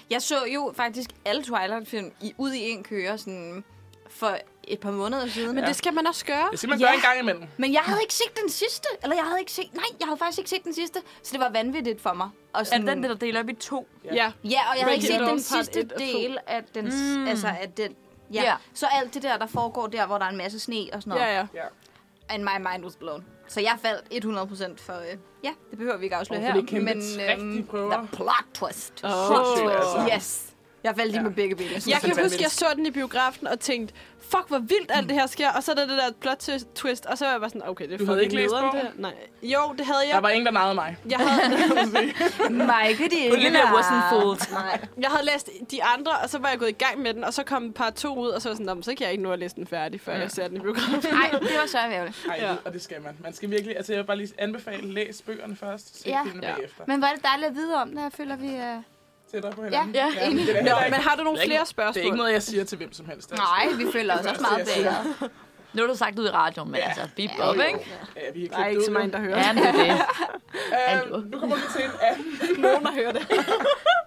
S9: Jeg så jo faktisk alle Twilight-film i, ud i en køre sådan for et par måneder siden.
S3: Men det skal man også gøre.
S5: det skal man gøre en gang imellem.
S9: Men jeg havde ikke set den sidste. Eller jeg havde ikke set... Nej, jeg havde faktisk ikke set den sidste. Så det var vanvittigt for mig. Og
S4: Er det den, der deler op i to?
S3: Ja.
S9: Ja, og jeg havde ikke set den
S3: Radiant Dawn part
S9: sidste
S3: et og to.
S9: del af den... Mm.
S4: Mm.
S9: Altså, af den... Ja.
S4: Ja.
S9: Så alt det der, der foregår der, hvor der er en masse sne og sådan noget.
S3: Ja, ja.
S9: And my mind was blown. Så jeg faldt 100% for... Øh, ja, det behøver vi ikke afsløre
S5: Og
S9: her.
S5: for det kæmpe
S9: men
S5: trick, de prøver.
S9: der plot twist.
S5: Sindssygt, altså.
S9: Yes. Jeg faldt lige
S5: Ja.
S9: med begge ben. Jeg synes,
S3: Jeg
S9: det
S3: kan
S9: var
S3: huske, jeg så den i biografen og tænkte, fuck, hvor vildt alt det her sker. Og så er der det der plot twi- twist, og så var jeg bare sådan, okay, det er
S5: Du havde
S3: fucking
S5: ikke læst
S3: nederen, det
S5: bogen?
S3: her. Nej. Jo, det havde
S5: Der
S3: jeg.
S5: var ingen, der nagede mig.
S3: Jeg havde,
S9: Mike, det er
S4: Olivia wasn't fooled.
S9: Nej.
S3: jeg havde læst de andre, og så var jeg gået i gang med den, og så kom par to ud, og så var jeg sådan, "Nå, men så kan jeg ikke nå at læse den færdig, før jeg ser den i biografen.
S9: Nej, det var så ærgerligt.
S5: Ej,
S3: Ja.
S5: ja. og det skal man. Man skal virkelig, altså jeg vil bare lige anbefale, læs bøgerne først, se
S9: Ja.
S5: ja. filmen
S3: Ja.
S5: ja. bagefter.
S9: Men var det dejligt at vide om det, jeg føler, vi øh, er...
S5: Tættere på hinanden.
S9: Ja,
S5: men det, er da
S3: Nå,
S5: heller ikke,
S3: men har du nogle
S5: Det er
S3: flere
S5: ikke- det er
S3: spørgsmål?
S5: ikke noget, jeg siger til hvem som helst. altså.
S9: Nej, vi føler os også meget
S5: Jeg siger-
S9: bedre.
S4: Nu har du sagt ud i radioen, men altså, bip op, ikke?
S5: Ja, vi er
S3: Der er ikke så mange, der hører.
S4: Ja, det er det.
S5: Øh, nu kommer vi til en anden.
S3: Nogen, der hører det.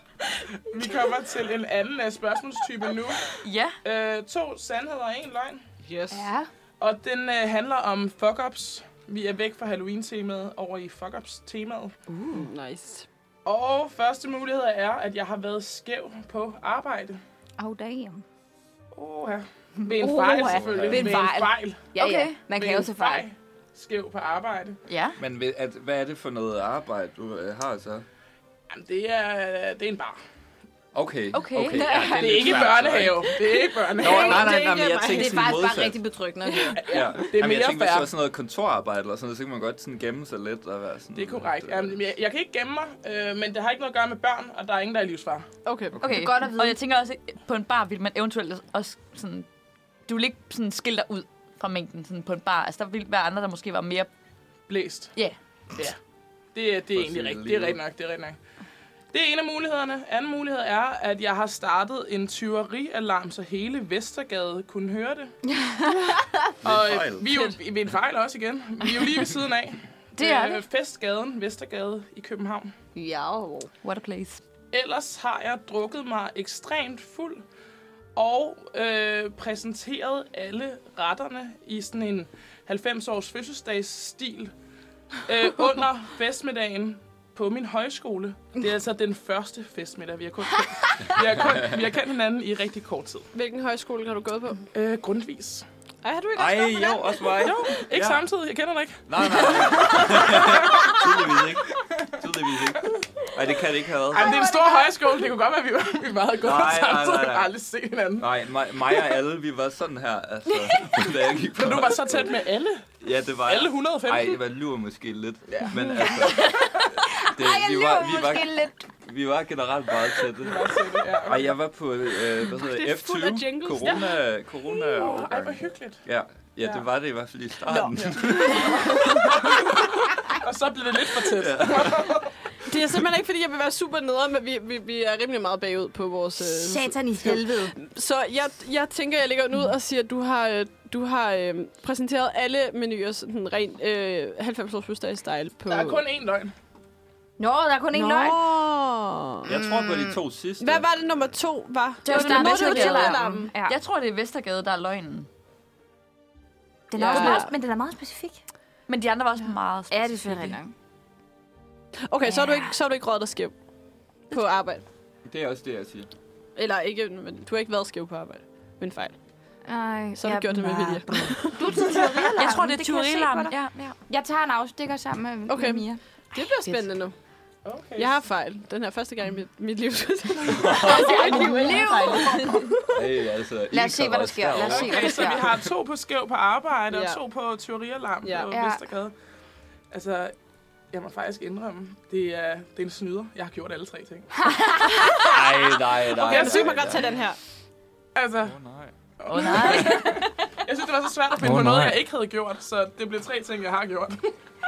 S5: Vi kommer til en anden øh, spørgsmålstype nu.
S4: Ja.
S5: Øh, to sandheder og en løgn.
S3: Yes.
S9: Ja.
S5: Og den øh, handler om fuck-ups. Vi er væk fra Halloween-temaet over i fuck-ups-temaet.
S3: Hmm, Nice.
S5: Og første mulighed er, at jeg har været skæv på arbejde.
S9: Oh, damn.
S5: Åh, ja. Ved en fejl,
S9: Oha.
S5: selvfølgelig.
S9: Ved en fejl. Ja, okay. ja. Man
S5: Ved
S9: kan jo
S5: en
S9: tage fejl.
S5: Skæv på arbejde.
S4: Ja.
S2: Men ved- at, hvad er det for noget arbejde, du øh, har så?
S5: Jamen, det er, øh, det er en bar.
S2: Okay.
S4: Okay.
S2: okay. Ja, det, er
S5: Det er
S2: lidt
S5: ikke
S2: svært,
S5: børnehave. Det er ikke børnehave.
S2: så, ikke? Nå, nej, nej, nej, men jeg
S9: Det
S2: tænkte
S9: er
S2: sådan
S9: faktisk bare
S2: modsat.
S9: rigtig betryggende. at høre.
S2: Ja.
S5: Det er
S2: Jamen, jeg
S5: mere
S2: tænkte, hvis det
S5: fair.
S2: var sådan noget kontorarbejde eller sådan noget, så kan man godt sådan gemme sig lidt og være sådan...
S5: Det er korrekt.
S2: lidt, øh,
S5: Jamen, jeg, jeg kan ikke gemme mig, øh, men det har ikke noget at gøre med børn, og der er ingen, der er i livsfar.
S3: Okay.
S4: Okay.
S9: Det er godt at vide.
S4: Og jeg tænker også, øh, på en bar vil man eventuelt også sådan... Du vil ikke sådan skille dig ud fra mængden sådan på en bar. Altså, der vil være andre, der måske var mere...
S5: Blæst.
S4: Ja.
S5: Ja. Det, er- det er
S2: sige
S5: egentlig
S2: det
S5: rigtigt.
S2: lige
S5: Det er
S2: ud.
S5: rigtigt nok. Det er rigtigt nok. Det er en af mulighederne. Anden mulighed er, at jeg har startet en tyverialarm, så hele Vestergade kunne høre det. og øh,
S2: fejl.
S5: vi er jo vi er en fejl også igen. Vi er jo lige ved siden af.
S4: Det er
S5: Øh,
S4: det.
S5: Festgaden, Vestergade i København.
S9: Ja, jo.
S4: What a place.
S5: Ellers har jeg drukket mig ekstremt fuld og øh, præsenteret alle retterne i sådan en 90-års fødselsdagsstil øh, under festmiddagen på min højskole. Det er altså den første festmiddag, vi har kun kendt. Vi har, kun, vi har kendt hinanden i rigtig kort tid.
S3: Hvilken højskole har du gået på?
S5: Øh, grundvis.
S3: Ej, har du ikke
S2: Ej,
S3: også gået på
S2: jo,
S3: den?
S2: også mig.
S5: Jo, ikke ja.
S2: Ja.
S5: samtidig. Jeg kender dig ikke.
S2: Nej, nej, nej. Tydeligvis ikke. Tydeligvis ikke. Nej, det kan det ikke have været.
S5: Ej, men det er en stor højskole. Det kunne godt være, at vi var, vi var gået
S2: Nej, nej, nej,
S5: samtidig. Vi
S2: nej.
S5: har aldrig set hinanden.
S2: Nej, mig, mig og alle, vi var sådan her, altså, da jeg gik på
S5: Men du var så tæt med alle.
S2: Ja, det var
S5: Alle
S2: Ej,
S5: 115.
S2: det var lurer måske lidt. Ja. Men altså... Det, Ej, vi var, vi, var,
S9: lidt.
S2: vi var generelt meget tætte.
S5: Ja.
S2: Ej, jeg var på, øh, hvad hedder
S3: Det er
S2: det,
S3: fuld af
S2: F20,
S3: jingles.
S2: corona, corona
S5: Ej, hvor hyggeligt.
S2: ja. ja, det var det i hvert fald i starten.
S5: Og så blev det lidt for tæt.
S3: Det er simpelthen ikke, fordi jeg vil være super nederen, men vi, vi, vi er rimelig meget bagud på vores... Øh,
S9: Satan i helvede.
S3: Så jeg, jeg tænker, jeg lægger den ud og siger, at du har, øh, du har øh, præsenteret alle menuer sådan ren øh, 90 års fødselsdags style på...
S5: Der er kun én løgn.
S9: Nå, der er kun
S3: Nå.
S9: en løgn.
S2: Jeg tror på de to sidste.
S3: Hvad var det nummer to var?
S1: Det var
S4: den der
S1: Vestergade-alarmen. Ja.
S4: Jeg tror, det er Vestergade, der er løgnen.
S1: Den er
S9: Ja.
S1: også meget, men den er meget specifik.
S4: Men de andre var også meget
S9: Ja, det er
S4: specifikke.
S9: selvfølgelig rigtig nok.
S3: Okay, så er du
S1: Ja.
S3: ikke, så er du ikke røget dig skæv på arbejde.
S2: Det er også det, jeg siger.
S3: Eller ikke, men du har ikke været skæv på arbejde. Men fejl.
S9: Ej, øh,
S3: Så har du gjort det med vilje.
S9: Du er til tyverialarmen.
S4: Jeg tror, det er
S9: kan jeg se på
S4: tyverialarmen.
S9: dig.
S4: Ja, ja.
S9: Jeg tager en afstikker sammen med,
S3: Okay.
S9: med Mia.
S3: Det bliver spændende nu.
S5: Okay.
S3: Jeg har fejl. Den her første gang i mit, mit liv.
S2: Ej, altså,
S9: Lad os
S2: I
S9: se, hvad der
S2: kommer
S9: sker. Lad os se, hvad
S5: Okay,
S9: der
S5: så vi
S9: sker.
S5: har to på skæv på arbejde,
S3: Ja.
S5: og to på teorialarm
S3: Ja.
S5: på
S9: Ja.
S5: Vestergade. Altså, jeg må faktisk indrømme, det er, det er en snyder. Jeg har gjort alle tre ting.
S2: Nej, nej, nej.
S3: Jeg synes, man godt tage den her.
S5: Altså,
S2: Åh, nej.
S4: Åh, nej.
S5: jeg synes, det var så svært at finde
S2: Åh,
S5: på noget,
S2: nej.
S5: jeg ikke havde gjort, så det blev tre ting, jeg har gjort.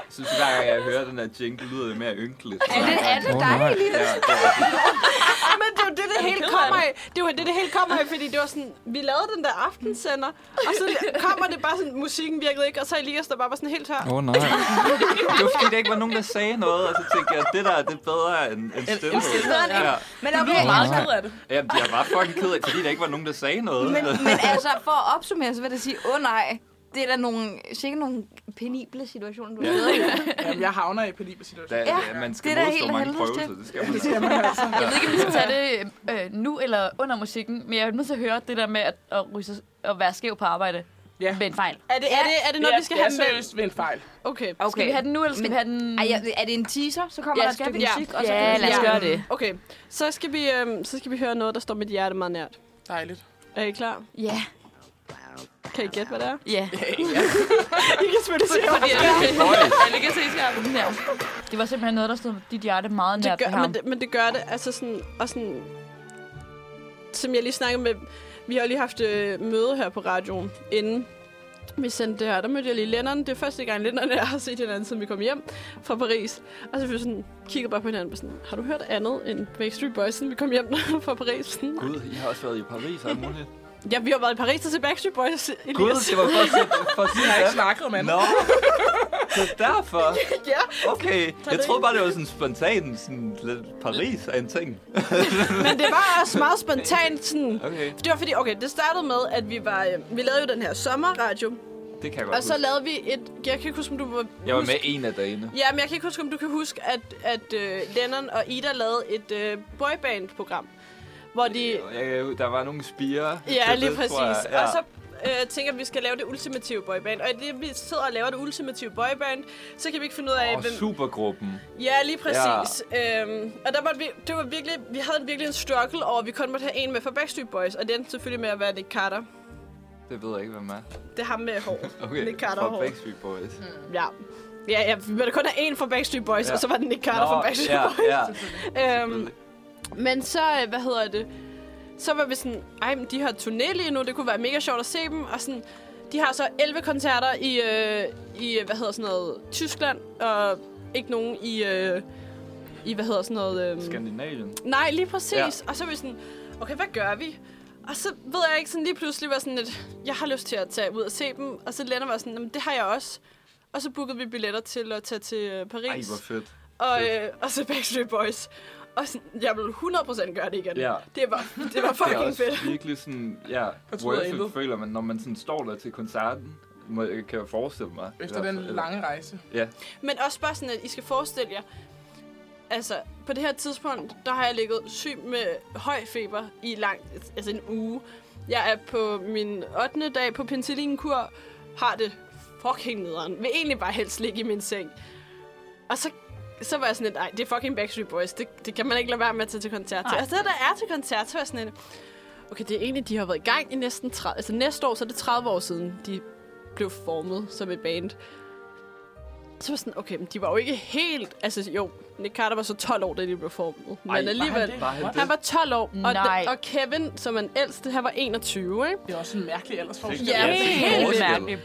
S2: Jeg synes, hver gang jeg hører den her jingle, lyder det mere ynkeligt.
S9: Er det, er det dig, Elias?
S2: Ja, det er det.
S3: Men det er jo det, det hele kommer af. Det var det, det hele kommer af, fordi det var sådan, vi lavede den der aftensender, og så kommer det bare sådan, musikken virkede ikke, og så Elias der bare var sådan helt tør.
S2: Åh oh, nej. Det var fordi, der ikke var nogen, der sagde noget, og så tænkte jeg, det der det er bedre end, end stille. Ja.
S9: Men
S5: Du
S9: okay,
S5: er meget
S2: nej.
S5: ked af det.
S2: Jamen, jeg var fucking ked af, fordi der ikke var nogen, der sagde noget.
S9: men, men altså, for at opsummere, så vil jeg sige, åh oh, nej, det er da nogle, sikkert nogle penible situationer, du
S2: Ja.
S9: har været i.
S5: Jamen, jeg havner i penible situationer.
S2: Da,
S9: Ja,
S2: ja, man skal
S9: det er da
S2: modstå
S9: helt
S2: mange
S9: helvedes
S2: prøvelser,
S9: til.
S2: det skal man.
S5: Det er man altså.
S4: Jeg ved ikke, om vi skal tage det øh, nu eller under musikken, men jeg er nødt til at høre det der med at, at, ryge sig, at være skæv på arbejde
S5: Ja.
S4: med en fejl.
S3: Er det, er det, er det noget, vi skal
S5: det er
S3: have med?
S5: seriøst ved en fejl.
S3: Okay.
S4: Skal vi have den nu, eller skal
S9: Men-
S4: vi have den...
S9: Ej, er- er det en teaser? Så
S4: Ja,
S9: kommer der et
S4: skal
S9: stykke
S4: vi- ja.
S9: musik, og så
S4: Ja,
S9: kan vi-
S4: lad os gøre det.
S3: Okay, så skal, vi, øhm, så skal vi høre noget, der står mit hjerte meget nært.
S5: Dejligt.
S3: Er I klar?
S4: Ja.
S3: Kan I gætte, hvad det er?
S4: Ja.
S3: I kan selvfølgelig se, hvad det er.
S4: Jeg kan se skærmen. Ja. Det var simpelthen noget, der stod dit hjerte meget
S3: det
S4: nært på
S3: gør,
S4: ham.
S3: men, det, men det gør det, altså sådan, og sådan, som jeg lige snakkede med, vi har jo lige haft øh, møde her på radioen, inden vi sendte det her, der mødte jeg lige Lennon. Det er første gang, Lennon og jeg har set hinanden, siden vi kom hjem fra Paris. Og så vi sådan, kiggede bare på hinanden og sådan, har du hørt andet end Backstreet Boys, siden vi kom hjem fra Paris? Sådan,
S2: Gud, I har også været i Paris, er det muligt?
S3: ja, vi har været i Paris og set Backstreet Boys, Elias.
S2: Gud, det var for at sige, for at sige
S5: Jeg har ikke
S2: det.
S5: snakket, mand.
S2: Nå, så derfor.
S3: Ja.
S2: Okay, jeg troede bare, det var sådan spontan, sådan lidt Paris er en ting.
S3: Men det var også meget spontant sådan...
S2: Okay,
S3: Det var fordi, okay, det startede med, at vi var, øh, vi lavede jo den her sommerradio,
S2: det kan jeg godt
S3: og så
S2: huske.
S3: lavede vi et, jeg kan ikke huske, om du var,
S2: Jeg var
S3: huske-
S2: med en af dagene.
S3: Ja, men jeg kan ikke huske, om du kan huske, at, at uh, Lennon og Ida lavede et uh, boyband-program, hvor de...
S2: Øh, Der var nogle spirer.
S3: Ja,
S2: til
S3: lige
S2: det,
S3: præcis.
S2: tror jeg. Ja.
S3: Og så øh, tænker at vi skal lave det ultimative boyband. Og i det, vi sidder og laver det ultimative boyband, så kan vi ikke finde ud af,
S2: Og supergruppen.
S3: Ja, lige præcis. Ja. Øhm, og der måtte vi, det var virkelig, vi havde virkelig en struggle over, at vi kun måtte have en med fra Backstreet Boys, og det endte selvfølgelig med at være Nick Carter.
S2: Det ved jeg ikke, hvem er.
S3: Det er ham med hår.
S2: Okay,
S3: Nick Carter
S2: fra
S3: hår.
S2: Backstreet Boys.
S3: Ja. Ja, ja, vi måtte kun have en fra Backstreet Boys, ja.
S2: Ja.
S3: og så var det Nick Carter Nå, fra Backstreet
S2: ja,
S3: Boys.
S2: ja.
S3: Øhm, men så, øh, hvad hedder det, så var vi sådan, ej, men de har turné lige nu, det kunne være mega sjovt at se dem, og sådan, de har så 11 koncerter i, øh, i øh, hvad hedder sådan noget, Tyskland, og ikke nogen i, øh, i hvad hedder sådan noget... Øh,
S2: Skandinavien.
S3: Nej, lige præcis. Ja. Og så er vi sådan, okay, hvad gør vi? Og så ved jeg ikke, sådan lige pludselig var sådan lidt, jeg har lyst til at tage ud og se dem. Og så Lennon var sådan, jamen det har jeg også. Og så bookede vi billetter til at tage til øh,
S2: Ej,
S3: Paris.
S2: hvor fedt.
S3: og, øh, og så Backstreet Boys. Og sådan, jeg vil 100% gøre det igen.
S2: Ja.
S3: Det, var, det var
S2: Det er
S3: fucking
S2: også
S3: fedt.
S2: virkelig sådan, ja,
S5: Fortryder
S2: worth
S5: intet.
S2: it, føler man, når man sådan står der til koncerten. Må, kan jeg forestille mig. i
S5: Efter
S2: hvert
S5: den
S2: fald.
S5: lange rejse.
S2: Ja,
S3: Men også bare sådan, at I skal forestille jer, altså på det her tidspunkt, der har jeg ligget syg med høj feber i lang, altså en uge. Jeg er på min 8. dag på penicillinkur, har det fucking nederen. Vil egentlig bare helst ligge i min seng. Og så, så var jeg sådan lidt, nej, det er fucking Backstreet Boys. Det, det kan man ikke lade være med at tage til koncert til. Og så da jeg er til koncert, så var jeg sådan lidt, okay, det er egentlig, de har været i gang i næsten 30, altså næste år, så er det 30 år siden, de blev formet som et band. Så var jeg sådan, okay, men de var jo ikke helt... Altså jo, Nick Carter var så 12 år, da de blev formet. Men
S2: Ej, var
S3: alligevel...
S5: det?
S2: bare han
S3: Han
S2: det.
S3: var 12 år, og,
S4: Nej.
S3: og Kevin, som er den ældste, han var 21, ikke?
S5: Det er også en mærkelig aldersforskel.
S3: Ja,
S2: Ja, det er
S3: helt
S2: helt
S3: vildt.
S2: mærkeligt.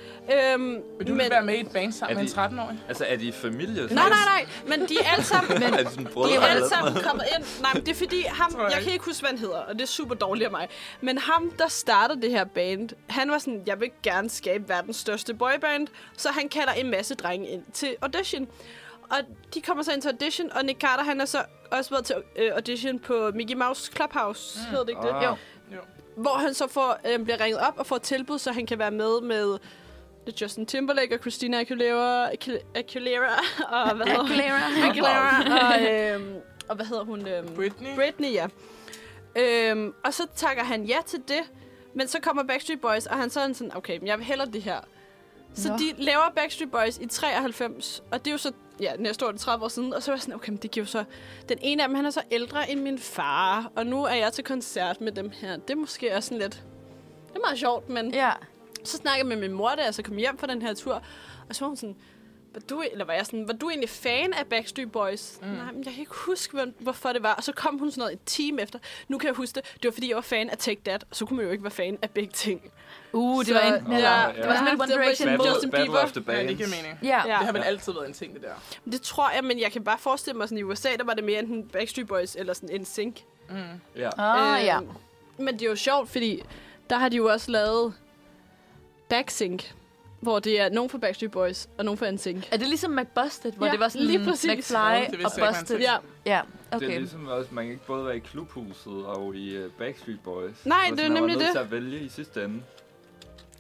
S3: Øhm,
S5: Vil du
S3: men,
S5: men... være med i et band sammen
S2: Er
S5: med en
S2: de-
S5: 13-årig?
S2: Altså, er de i familie?
S3: Nej, nej, nej, men de er alle sammen... Men,
S2: Er de sådan brødre?
S3: de er alle
S2: eller sådan
S3: sammen kommet ind. Nej, men det er fordi ham...
S5: jeg
S3: Jeg kan
S5: ikke.
S3: ikke huske, hvad han hedder, og det er super dårligt af mig. Men ham, der startede det her band, han var sådan, jeg vil gerne skabe verdens største boyband. Så han kalder en masse drenge ind til audition. og de kommer så ind til audition, og Nick Carter, han er så også været til øh, audition på Mickey Mouse Clubhouse, mm. hedder det ikke det?
S2: Ah. Jo.
S5: Jo.
S3: Hvor han så får, øh, bliver ringet op og får et tilbud, så han kan være med med Justin Timberlake og Christina Aguilera, Aguil- Aguilera og hvad hedder
S4: Clara.
S3: Aguilera og, øhm, og hvad hedder hun? Øhm,
S5: Britney.
S3: Britney, ja. Øhm, og så takker han ja til det, men så kommer Backstreet Boys, og han så er han sådan, okay, men jeg vil hellere det her. Så
S4: Nå.
S3: de laver Backstreet Boys i 93, og det er jo så ja, næste år, er det 30 år siden, og så var jeg sådan, okay, men det giver jo så... Den ene af dem, han er så ældre end min far, og nu er jeg til koncert med dem her. Det er måske også sådan lidt... Det er meget sjovt, men...
S4: Ja.
S3: Så snakkede jeg med min mor, da jeg så kom hjem fra den her tur, og så var hun sådan, var du, eller var jeg sådan, var du egentlig fan af Backstreet Boys? Mm. Nej, men jeg kan ikke huske, hvem, hvorfor det var. Og så kom hun sådan noget en time efter. Nu kan jeg huske det. Det var, fordi jeg var fan af Take That, og så kunne man jo ikke være fan af begge ting.
S4: Uh,
S3: Så-
S4: det var en...
S3: ja,
S4: eller-
S2: ja.
S4: Det var sådan lidt One
S3: Det var
S4: Direction.
S3: sådan-
S2: Battle,
S3: Justin
S2: Battle
S3: Bieber.
S2: of the
S5: Ja, det
S2: Bands.
S5: giver mening.
S4: Ja.
S3: Ja.
S5: Det har vel altid været en ting, det der.
S3: Det tror jeg, men jeg kan bare forestille mig, sådan i USA, der var det mere enten Backstreet Boys eller sådan NSYNC.
S2: Ja.
S4: Ah, ja.
S3: Men det er jo sjovt, fordi der har de jo også lavet Backsync, hvor det er nogen fra Backstreet Boys og nogen fra NSYNC.
S4: Er det ligesom McBusted, hvor
S3: Ja,
S4: det var sådan
S3: lige præcis.
S4: McFly
S5: Det vidste
S4: og
S5: jeg ikke, man
S4: Busted?
S5: tænkte.
S3: Ja,
S4: Ja,
S2: Det er
S4: okay.
S2: ligesom også, man kan ikke både være i klubhuset og i øh, Backstreet Boys.
S3: Nej,
S2: Så
S3: det er
S2: sådan, man
S3: nemlig
S2: nødt
S3: det.
S2: til at vælge i sidste ende. Det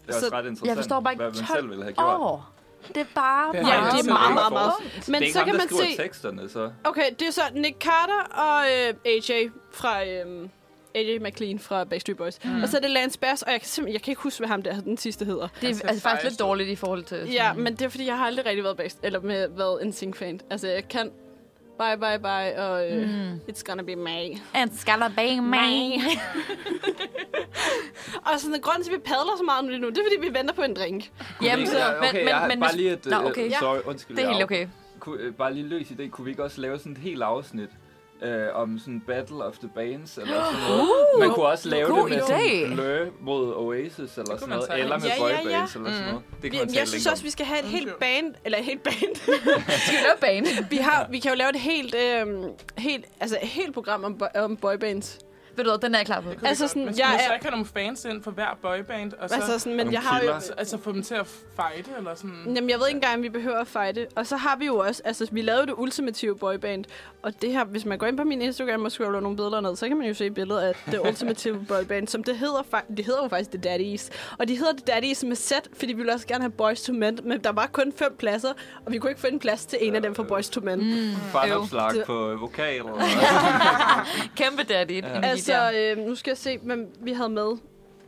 S2: er
S3: Så
S2: også ret interessant,
S4: forstår bare ikke,
S2: hvad man
S4: 12
S2: selv ville have gjort.
S4: Åh, det er bare...
S5: Det er
S3: ja
S5: Nej,
S3: det
S5: det
S3: er
S5: er
S3: meget, meget,
S5: ikke
S3: meget.
S2: det er
S3: Men
S2: ikke
S3: så
S2: ham,
S3: kan
S2: der
S3: man
S2: skriver
S3: se...
S2: teksterne, så.
S3: Okay, det er så Nick Carter og øh, AJ fra... Øh, AJ McLean fra Backstreet Boys. Mm. Og så er det Lance Bass, og jeg kan simpelthen jeg kan ikke huske, hvad ham der den sidste hedder.
S4: Det er altså faktisk lidt dårligt i forhold til... sådan-
S3: Ja, men det er fordi, jeg har aldrig rigtig været, backst- eller med, været en sing-fan. Altså, jeg kan bye, bye, bye, og øh, mm. it's gonna be me.
S4: And Scalabang, man.
S3: og sådan en grund til, at vi padler så meget om det nu, det er fordi, vi venter på en drink.
S4: Jamen,
S2: Kunne
S4: så...
S2: vi ikke-
S4: Men,
S2: okay,
S4: men,
S2: jeg har
S4: men,
S2: bare
S4: hvis-
S2: lige et...
S4: Nå,
S2: øh,
S4: okay.
S2: Sorry, undskyld.
S4: Det er
S2: jeg
S4: helt
S2: af-
S4: okay.
S2: Kunne, øh, bare lige løs i det. Kunne vi ikke også lave sådan et helt afsnit øh, om sådan Battle of the Bands eller sådan noget? man kunne også lave det
S4: god
S2: med
S4: idé.
S2: sådan Blur mod Oasis eller sådan
S5: man
S2: noget.
S5: sagtens.
S2: Eller med
S3: Ja, ja,
S2: boybands
S3: ja.
S2: eller sådan noget. Det
S3: Vi,
S2: kan man
S3: jeg
S2: tale
S3: synes
S2: længe om.
S3: også, vi skal have et helt band, eller et helt band,
S4: Skal vi lave bane?
S3: Vi, har, vi kan jo lave et helt, øh, helt, altså, et helt program om, bo- om boybands.
S4: Ved du hvad, den er jeg klar på.
S3: Altså sådan,
S5: Men skal
S3: jeg
S5: man så
S3: er...
S5: ikke have nogle fans ind for hver boyband, og så
S3: Altså sådan, men
S2: Nogle
S3: jeg har jo...
S2: killer.
S5: altså få dem til at fighte, eller sådan...
S3: Mm. Jamen, jeg ved ikke engang, om vi behøver at fighte. Og så har vi jo også... Altså, vi lavede jo det ultimative boyband. Og det her, hvis man går ind på min Instagram og scroller nogle billeder ned, så kan man jo se et billede af det ultimative boyband, som det hedder, fa- det hedder jo faktisk The Daddies. Og de hedder The Daddies med Z, fordi vi ville også gerne have Boys to Men, men der var kun fem pladser, og vi kunne ikke finde plads til en af dem for Boys to Men. Mm.
S2: Fartopslag
S3: Det-
S2: på øh, vokal eller
S4: Kæmpe daddy. Ja.
S3: Altså, øh, nu skal jeg se, hvem vi havde med.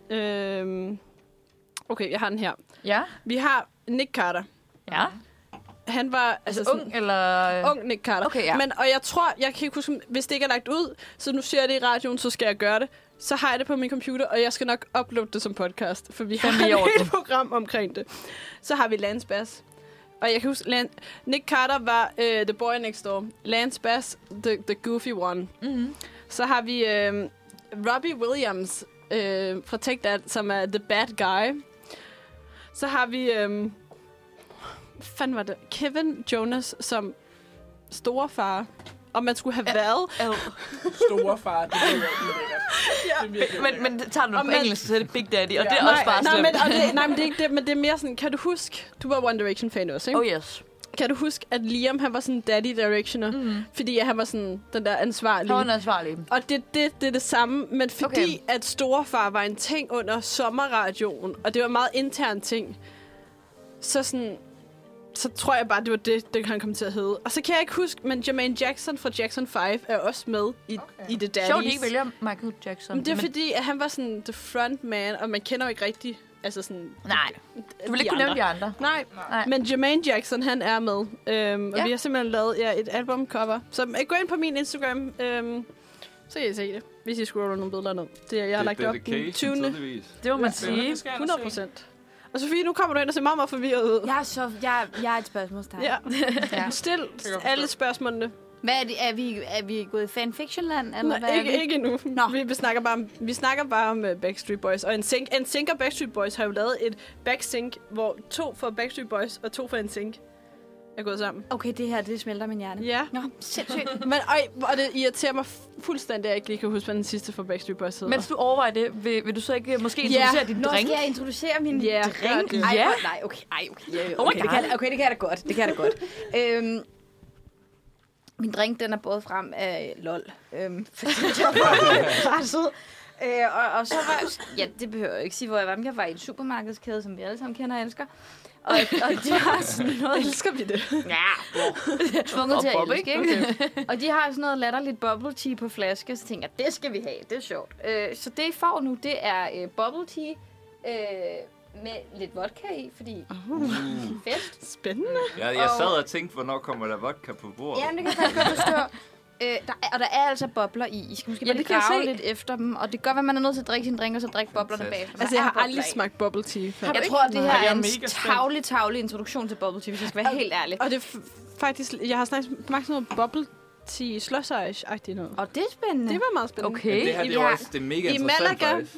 S3: Øh, okay, jeg har den her.
S4: Ja.
S3: Vi har Nick Carter.
S4: Ja.
S3: Han var altså,
S4: Ung eller...
S3: ung Nick Carter.
S4: Øh, Okay, ja.
S3: Men, og jeg tror, jeg kan ikke huske, om- hvis det ikke er lagt ud, så nu ser jeg det i radioen, så skal jeg gøre det. Så har jeg det på min computer, og jeg skal nok uploade det som podcast, for vi har
S4: Fandme i
S3: et
S4: orden.
S3: helt program omkring det. Så har vi Lance Bass. Og jeg kan huske, Lan- Nick Carter var uh, The Boy Next Door. Lance Bass, The, the Goofy One.
S4: Mhm.
S3: Så har vi øh, Robbie Williams øh, fra Take That, som er The Bad Guy. Så har vi... Øh, fanden var det? Kevin Jonas som store far. Og man skulle have
S4: Ja.
S3: været.
S4: Ad.
S5: Store far, det er jo lækkert. Det er virkelig
S4: Men, men
S5: ulækkert.
S4: tager du det
S3: Og
S4: på
S3: man-
S4: engelsk, så er det Big Daddy, og
S5: Ja.
S4: det er også bare
S3: nej,
S4: slemt.
S3: men, og det, nej, men det er ikke det, men det er mere sådan, kan du huske, du var One Direction-fan også, ikke?
S4: Oh yes.
S3: Kan du huske, at Liam, han var sådan daddy directioner,
S4: Mhm.
S3: fordi han var sådan den der ansvarlige.
S4: Han var ansvarlig.
S3: Og det, det, det er det samme, men fordi okay. at storefar var en ting under sommerradioen, og det var en meget intern ting, så sådan så tror jeg bare, det var det, det han kom til at hedde. Og så kan jeg ikke huske, men Jermaine Jackson fra Jackson 5 er også med i, okay. i The Daddies.
S4: Sjovt, de ikke vælger Michael Jackson.
S3: Men det er fordi, at han var sådan the frontman, og man kender jo ikke rigtig, altså sådan...
S4: Nej, du vil ikke kunne nævne de andre.
S3: Nej,
S4: Nej.
S3: Nej. men Jermaine Jackson, han er med. Øhm, og
S4: Ja.
S3: vi har simpelthen lavet ja, et albumcover. Så øh, gå ind på min Instagram, øhm, så kan I se det, hvis I scroller nogle billeder ned. Det, er- jeg har
S2: Det er
S3: lagt det op den
S2: dedication,
S3: 20.
S2: tydeligvis.
S4: Det må man sige.
S5: Det skal jeg ind
S3: 100
S5: og se.
S3: procent. Og Sofie, nu kommer du ind og ser meget, meget forvirret ud.
S9: Jeg er, så, jeg, jeg er et spørgsmålstegn.
S3: Ja.
S9: Ja.
S3: ja. Stil
S5: godt
S3: alle
S5: forstå.
S3: spørgsmålene.
S9: Hvad er, det, er, vi, er vi gået i fanfictionland? Eller
S3: Nej,
S9: hvad er vi?
S3: ikke, ikke endnu.
S9: Nå.
S3: Vi, vi, snakker bare om, vi snakker bare om uh, Backstreet Boys. Og NSYNC, NSYNC og Backstreet Boys har jo lavet et backsync, hvor to for Backstreet Boys og to for NSYNC er gået sammen.
S1: Okay, det her, det smelter min hjerne.
S3: Ja.
S9: Nå, sindssygt.
S3: Men øj, og det irriterer mig fuldstændig, at jeg ikke lige kan huske, hvad den sidste for Backstreet Boys hedder.
S4: Mens du overvejer det, vil, vil du så ikke øh, måske
S3: Ja.
S4: introducere dit
S1: Nå,
S4: drink?
S1: skal jeg introducere min
S3: Ja,
S1: yeah,
S3: gør
S1: drink?
S3: det.
S1: Ej,
S4: Ja.
S1: hvor- nej, okay, ej, okay. Yeah,
S4: Oh my
S1: okay, det kan, okay, det kan jeg da godt, det kan jeg da godt. øhm, Min drink, den er både frem af lol, øhm, fordi jeg var ret sød. Øh, og, og så var ja, det behøver jeg ikke sige, hvor jeg var, men jeg var i en supermarkedskæde, som vi alle sammen kender og elsker. Og, og de har sådan noget... Elsker vi det? Ja, tvunget til at elske, ikke? Og de har sådan noget latterligt bubble tea på flaske, så tænker jeg, det skal vi have, det er sjovt. Øh, så det I får nu, det er øh, bubble tea øh, med lidt vodka i, fordi
S2: Uh.
S1: fest.
S3: Spændende.
S2: Jeg, jeg sad og tænkte, hvornår kommer der vodka på bordet?
S1: Jamen, det kan jeg faktisk godt forstå. Øh, der er, og der er altså bobler i. I skal måske
S4: Ja,
S1: ja, bare
S4: det kan jeg
S1: grave
S4: se.
S1: lidt efter dem. Og det kan godt være, at man er nødt til at drikke sin drink, og så drikke boblerne bag.
S2: Fantastisk.
S3: Altså, jeg har aldrig smagt bubble tea før.
S1: Jeg tror, det her
S5: Nej, jeg
S1: er
S5: er
S1: en
S5: mega spændt.
S1: tavlig, tavlig introduktion til bubble tea, hvis jeg skal være helt ærlig.
S3: Og det er f- faktisk... Jeg har snakket, smagt sådan noget bubble tea slush-agtigt noget.
S1: Og det er spændende.
S3: Det var meget spændende.
S4: Okay.
S2: Men det her, det er
S1: Ja.
S2: jo også det er mega
S3: I
S2: interessant,
S3: Malaga.
S2: faktisk.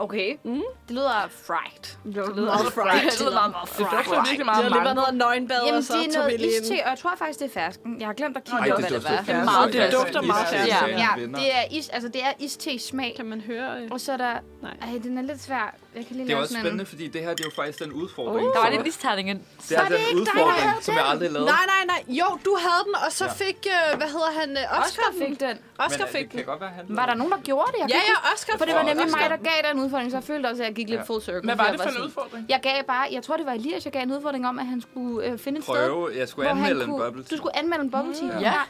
S1: Okay.
S3: Mm.
S1: Det lyder fried.
S3: Det
S1: meget fried. Det lyder meget, meget
S5: Det dufter virkelig
S3: Det
S5: meget
S3: har lige været
S5: mango.
S3: noget nøgenbad,
S1: Jamen,
S3: og så
S1: det er
S3: tog vi
S1: noget
S3: lige en...
S1: iste, og jeg tror faktisk, det er fersken. Jeg har glemt at kigge
S4: Ej,
S1: på,
S4: det
S1: hvad det
S2: dufter
S1: var.
S4: Det er
S2: fjernsyn.
S4: meget
S2: Ja,
S4: dyrt.
S3: dufter meget
S2: iste,
S3: fjernsyn.
S2: sagen
S1: Ja,
S2: vinder.
S1: det er is, altså det er iste-smag.
S3: Kan man høre... øh,
S1: Og så er der...
S3: Nej.
S1: Ej, den er lidt svær. Jeg kan lige
S2: Det er
S1: lave
S2: også
S1: sådan
S2: spændende,
S1: en...
S2: fordi det her det er jo faktisk den udfordring.
S4: Der var
S2: som-
S4: lidt misterning.
S2: det er den udfordring, som jeg aldrig lavede.
S3: Nej, nej, nej. Jo, du havde den, og så
S2: Ja.
S3: fik... øh, Hvad hedder han? øh, Oscar
S1: Oscar fik den.
S3: Oscar
S2: Men, øh,
S3: fik
S2: det
S3: den.
S2: kan godt være, han
S1: Var der nogen, der gjorde det? Jeg kan
S3: Ja,
S1: ikke
S3: ja, Oscar
S1: For det var
S2: Og
S1: nemlig mig,
S2: Oscar.
S1: der gav den udfordring, så jeg følte også, at jeg gik lidt
S2: Ja.
S1: full circle.
S5: Hvad
S1: for
S5: var
S1: jeg
S5: det for en
S1: sådan-
S5: udfordring?
S1: Jeg gav bare, jeg tror det var Elias, jeg gav en udfordring om, at han skulle øh, finde et sted,
S2: prøve. Jeg skulle
S1: hvor han
S2: anmelde en
S1: kunne...
S2: bubble
S1: Du
S2: tea.
S1: skulle anmelde en bubble tea.
S4: Mm. Ja.